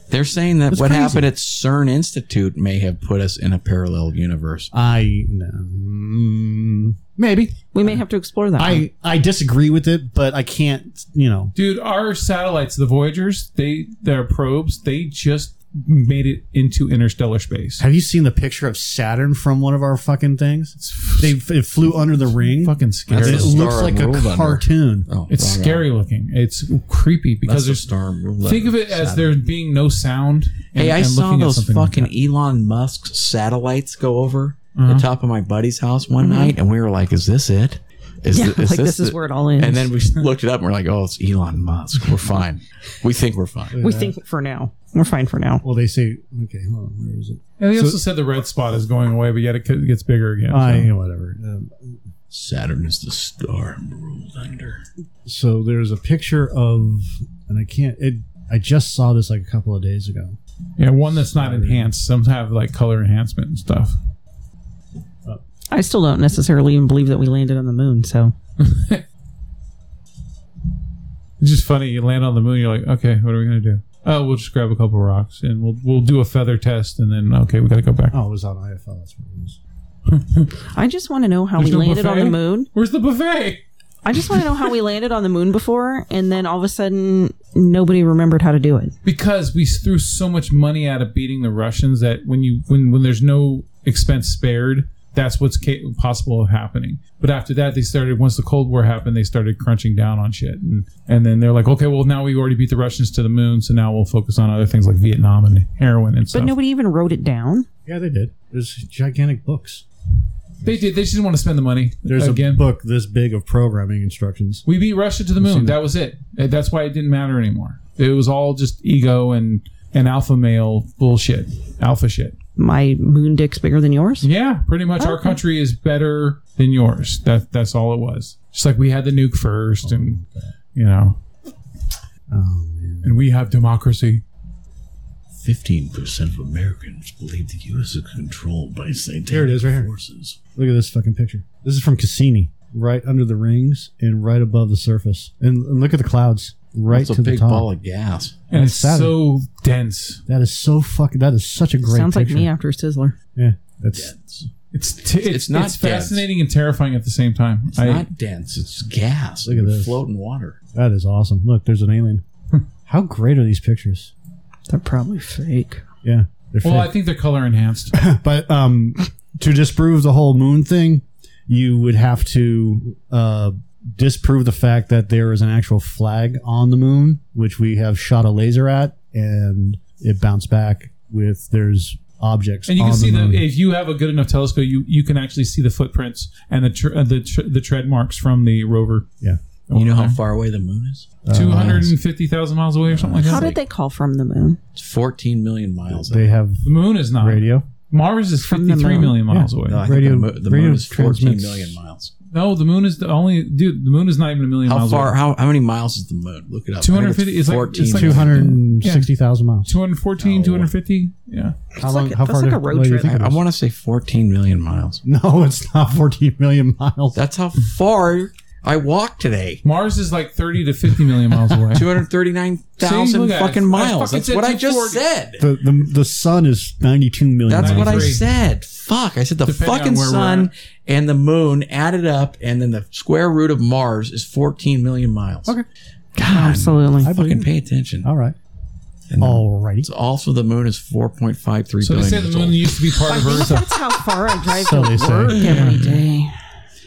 Speaker 3: They're saying that what
Speaker 1: crazy.
Speaker 3: happened at CERN Institute may have put us in a parallel universe.
Speaker 1: I no, mm, maybe
Speaker 5: We may have to explore that. one.
Speaker 1: I I disagree with it, but I can't. You know,
Speaker 4: Dude, our satellites, the Voyagers, they their probes, they just made it into interstellar space.
Speaker 1: have you seen the picture of Saturn from one of our fucking things? They it flew under the ring.
Speaker 4: Fucking scary.
Speaker 3: That's
Speaker 1: it
Speaker 3: the
Speaker 4: It's,
Speaker 3: star
Speaker 1: looks like a
Speaker 3: ruled under.
Speaker 1: cartoon.
Speaker 3: Oh,
Speaker 4: it's
Speaker 3: wrong
Speaker 4: scary looking. It's creepy
Speaker 3: That's
Speaker 4: because
Speaker 3: the
Speaker 4: there's
Speaker 3: star. ruled
Speaker 4: think of
Speaker 3: under.
Speaker 4: it as there being no sound. and-
Speaker 3: Hey, I
Speaker 4: and
Speaker 3: saw
Speaker 4: looking at
Speaker 3: those
Speaker 4: something like
Speaker 3: fucking
Speaker 4: that.
Speaker 3: Elon Musk satellites go over the top of my buddy's house one night, and we were like, "Is this it? Is
Speaker 5: yeah,
Speaker 3: thi-
Speaker 5: like this is
Speaker 3: the-"
Speaker 5: where it all ends.
Speaker 3: And then we looked it up, and we're like, "Oh, it's Elon Musk. We're fine. We think we're fine."
Speaker 5: we think for now we're fine for now.
Speaker 1: Well, they say okay. Hold on, where is it?
Speaker 4: And they also said the red spot is going away, but yet it c- gets bigger again.
Speaker 1: I whatever. Um,
Speaker 3: Saturn is the star ruled under.
Speaker 1: so there's a picture of, and I can't. It. I just saw this like a couple of days ago.
Speaker 4: yeah, one that's not enhanced. Some have like color enhancement and stuff.
Speaker 5: I still don't necessarily even believe that we landed on the moon. So
Speaker 4: It's just funny. You land on the moon, you're like, okay, what are we gonna do? Oh, we'll just grab a couple rocks and we'll we'll do a feather test, and then okay, we gotta go back.
Speaker 1: Oh, it was on IFL. That's what it was.
Speaker 5: I just want to know how
Speaker 4: There's
Speaker 5: we
Speaker 4: no
Speaker 5: landed on the
Speaker 4: buffet?
Speaker 5: moon.
Speaker 4: Where's the buffet?
Speaker 5: I just want to know how we landed on the moon before, and then all of a sudden nobody remembered how to do it.
Speaker 4: Because we threw so much money out of beating the Russians that when you when when there's no expense spared, that's what's ca- possible of happening. But after that, they started once the Cold War happened, they started crunching down on shit, and and then they're like, okay, well now we already beat the Russians to the moon, so now we'll focus on other things like Vietnam and heroin and
Speaker 5: But
Speaker 4: stuff.
Speaker 5: nobody even wrote it down.
Speaker 1: Yeah, they did. There's gigantic books.
Speaker 4: they did. They just didn't want to spend the money.
Speaker 1: There's
Speaker 4: again.
Speaker 1: a book this big of programming instructions.
Speaker 4: We beat Russia to the moon. That was it. Uh, That's why it didn't matter anymore. It was all just ego and and alpha male bullshit, alpha shit.
Speaker 5: My moon dick's bigger than yours.
Speaker 4: Yeah, pretty much. Our country is better than yours. That that's all it was. Just like we had the nuke first, and you know,
Speaker 1: Oh man.
Speaker 4: and we have democracy.
Speaker 6: Fifteen percent of Americans believe the U.S. is controlled by satanic
Speaker 1: Here it is, right here.
Speaker 6: forces.
Speaker 1: Look at this fucking picture. This is from Cassini, right under the rings and right above the surface. And, and look at the clouds right
Speaker 3: It's
Speaker 1: to
Speaker 3: a
Speaker 1: the
Speaker 3: big
Speaker 1: top.
Speaker 3: ball of gas.
Speaker 4: And
Speaker 1: That's
Speaker 4: it's
Speaker 1: sad.
Speaker 4: so dense.
Speaker 1: That is so fucking. That is such a great.
Speaker 5: Sounds
Speaker 1: picture.
Speaker 5: like me after Sizzler.
Speaker 1: Yeah, that's
Speaker 4: It's t- it's,
Speaker 3: not
Speaker 4: not it's
Speaker 3: dense.
Speaker 4: fascinating and terrifying at the same time.
Speaker 3: It's not dense. It's gas.
Speaker 1: Look at this.
Speaker 3: floating water.
Speaker 1: that is awesome. Look, there's an alien. How great are these pictures?
Speaker 5: They're probably fake.
Speaker 1: Yeah, they're
Speaker 4: well, I
Speaker 1: fake.
Speaker 4: think they're color enhanced.
Speaker 1: but um, to disprove the whole moon thing, you would have to uh, disprove the fact that there is an actual flag on the moon, which we have shot a laser at, and it bounced back with there's objects.
Speaker 4: And you
Speaker 1: on
Speaker 4: can see
Speaker 1: the
Speaker 4: that
Speaker 1: moon.
Speaker 4: if you have a good enough telescope, you, you can actually see the footprints and the tr- uh, the tr- the tread marks from the rover.
Speaker 1: Yeah.
Speaker 3: You know how far away the moon is?
Speaker 4: two hundred and fifty thousand miles away or something like that.
Speaker 5: How did they call from the moon?
Speaker 3: It's 14 million miles.
Speaker 1: they have
Speaker 4: the moon is not
Speaker 1: radio.
Speaker 4: Mars is
Speaker 5: From the
Speaker 4: fifty three
Speaker 5: moon.
Speaker 4: million miles away.
Speaker 3: No, Oh, I
Speaker 1: Radio-
Speaker 3: think the, mo- the
Speaker 1: radio
Speaker 3: moon is 14
Speaker 1: transmits-
Speaker 3: million miles.
Speaker 4: No, the moon is the only dude. The moon is not even a million
Speaker 3: How
Speaker 4: miles
Speaker 3: far?
Speaker 4: away.
Speaker 3: How, how many miles is the moon? Look it up. I think
Speaker 4: 250 it's like- it's like-
Speaker 1: Two hundred and sixty thousand miles.
Speaker 4: 214, 250? Yeah.
Speaker 1: How long?
Speaker 5: like a-
Speaker 1: how
Speaker 5: that's
Speaker 1: far
Speaker 5: like
Speaker 1: do-
Speaker 5: a road
Speaker 1: what do you
Speaker 5: trip.
Speaker 1: think it
Speaker 3: I
Speaker 1: is?
Speaker 3: want to say 14 million miles.
Speaker 1: No, it's not fourteen million miles.
Speaker 3: That's how far I walked today.
Speaker 4: Mars is like 30 to 50 million miles away.
Speaker 3: 239,000
Speaker 4: See, look at it.
Speaker 3: fucking
Speaker 4: I
Speaker 3: miles.
Speaker 4: fucking
Speaker 3: That's
Speaker 4: said
Speaker 3: what I just
Speaker 4: 240.
Speaker 3: said.
Speaker 1: the, the the sun is ninety two million.
Speaker 3: That's
Speaker 1: miles
Speaker 3: what I
Speaker 1: away.
Speaker 4: 93.
Speaker 3: said. Fuck. I said the
Speaker 4: Depending on
Speaker 3: fucking
Speaker 4: where we're
Speaker 3: sun
Speaker 4: at.
Speaker 3: and the moon added up, and then the square root of Mars is 14 million miles. Okay. God,
Speaker 5: Absolutely.
Speaker 1: I believe
Speaker 3: fucking
Speaker 1: it.
Speaker 3: pay attention.
Speaker 1: All right.
Speaker 3: And
Speaker 1: All righty.
Speaker 3: it's Also, the moon is 4.53 billion.
Speaker 4: so they say the
Speaker 3: years
Speaker 4: moon
Speaker 3: old.
Speaker 4: used to be part of Earth.
Speaker 5: That's how far I drive
Speaker 1: So
Speaker 5: to
Speaker 1: they say.
Speaker 5: work every day.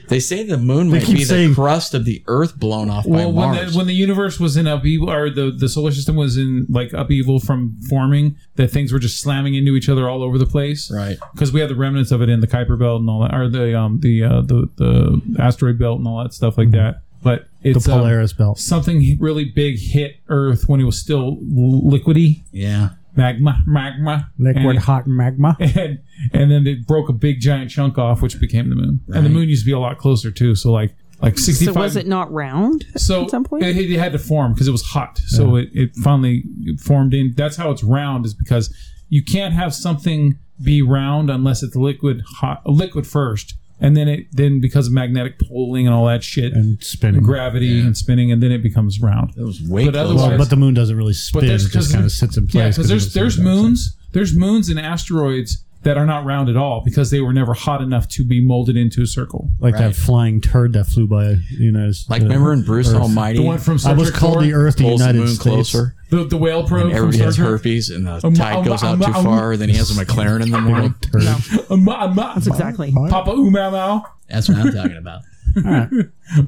Speaker 3: They say the moon might
Speaker 1: keep
Speaker 3: be
Speaker 1: saying-
Speaker 3: the crust of the Earth blown off by
Speaker 4: Well, when
Speaker 3: Mars.
Speaker 4: the, when the universe was in upheaval, or the, the solar system was in like upheaval from forming, that things were just slamming into each other all over the place.
Speaker 3: right.
Speaker 4: because we have the remnants of it in the Kuiper Belt and all that, or the um the uh, the the asteroid belt and all that stuff
Speaker 3: Mm-hmm.
Speaker 4: like that. But
Speaker 1: The
Speaker 4: it's um,
Speaker 1: Polaris belt.
Speaker 4: something really big hit Earth when it was still liquidy
Speaker 3: Yeah.
Speaker 4: magma magma
Speaker 1: Liquid
Speaker 4: and,
Speaker 1: hot magma.
Speaker 4: and and then it broke a big giant chunk off, which became the moon. And the moon used to be a lot closer too. So like like sixty
Speaker 5: So
Speaker 4: five.
Speaker 5: was it not round
Speaker 4: So
Speaker 5: at some point?
Speaker 4: It, it had to form because it was hot. So it, it finally formed in. That's how it's round is because you can't have something be round unless it's liquid hot liquid first and then it then because of magnetic pulling and all that shit and
Speaker 1: and spinning.
Speaker 4: gravity and spinning, and then it round.
Speaker 6: That was way
Speaker 4: But
Speaker 6: close.
Speaker 4: otherwise-
Speaker 1: Well, but the moon doesn't really spin; it
Speaker 4: there's-
Speaker 1: just kind of sits in
Speaker 4: Yeah,
Speaker 1: place.
Speaker 4: because
Speaker 1: it
Speaker 4: there's
Speaker 1: doesn't
Speaker 4: there's
Speaker 1: sit down.
Speaker 4: moons, there's moons and asteroids that are not round at all because they were never hot enough to be molded into a circle.
Speaker 1: like
Speaker 3: Right.
Speaker 1: that flying turd that flew by the United States.
Speaker 3: Like, remember in Bruce Almighty,
Speaker 4: The one from
Speaker 1: I
Speaker 4: Star
Speaker 1: was
Speaker 4: Trek
Speaker 1: called
Speaker 4: IV?
Speaker 1: the Earth, the
Speaker 3: pulls the
Speaker 1: United
Speaker 3: moon
Speaker 1: States.
Speaker 3: closer,
Speaker 4: the, the whale probe
Speaker 3: and
Speaker 4: from
Speaker 3: everybody
Speaker 4: Star
Speaker 3: has
Speaker 4: Trek.
Speaker 3: herpes, and the
Speaker 4: Um,
Speaker 3: tide
Speaker 4: um,
Speaker 3: goes
Speaker 4: um,
Speaker 3: out too
Speaker 4: um,
Speaker 3: far, then he has a McLaren in the morning.
Speaker 1: Turd.
Speaker 4: Um, um,
Speaker 5: That's exactly.
Speaker 4: Papa Umamau.
Speaker 3: That's what I'm talking about.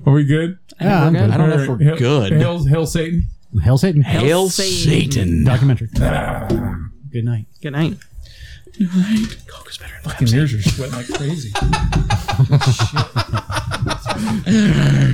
Speaker 4: Are we good?
Speaker 1: Yeah, I'm
Speaker 5: We're
Speaker 1: good.
Speaker 3: I don't know if
Speaker 4: All right.
Speaker 3: we're
Speaker 4: Hail-
Speaker 3: good.
Speaker 4: Hail, hail Satan.
Speaker 1: Hail Satan.
Speaker 3: Hail
Speaker 5: Satan.
Speaker 3: Satan.
Speaker 1: Documentary. Good night.
Speaker 5: Good night.
Speaker 4: Fucking ears are sweating like crazy.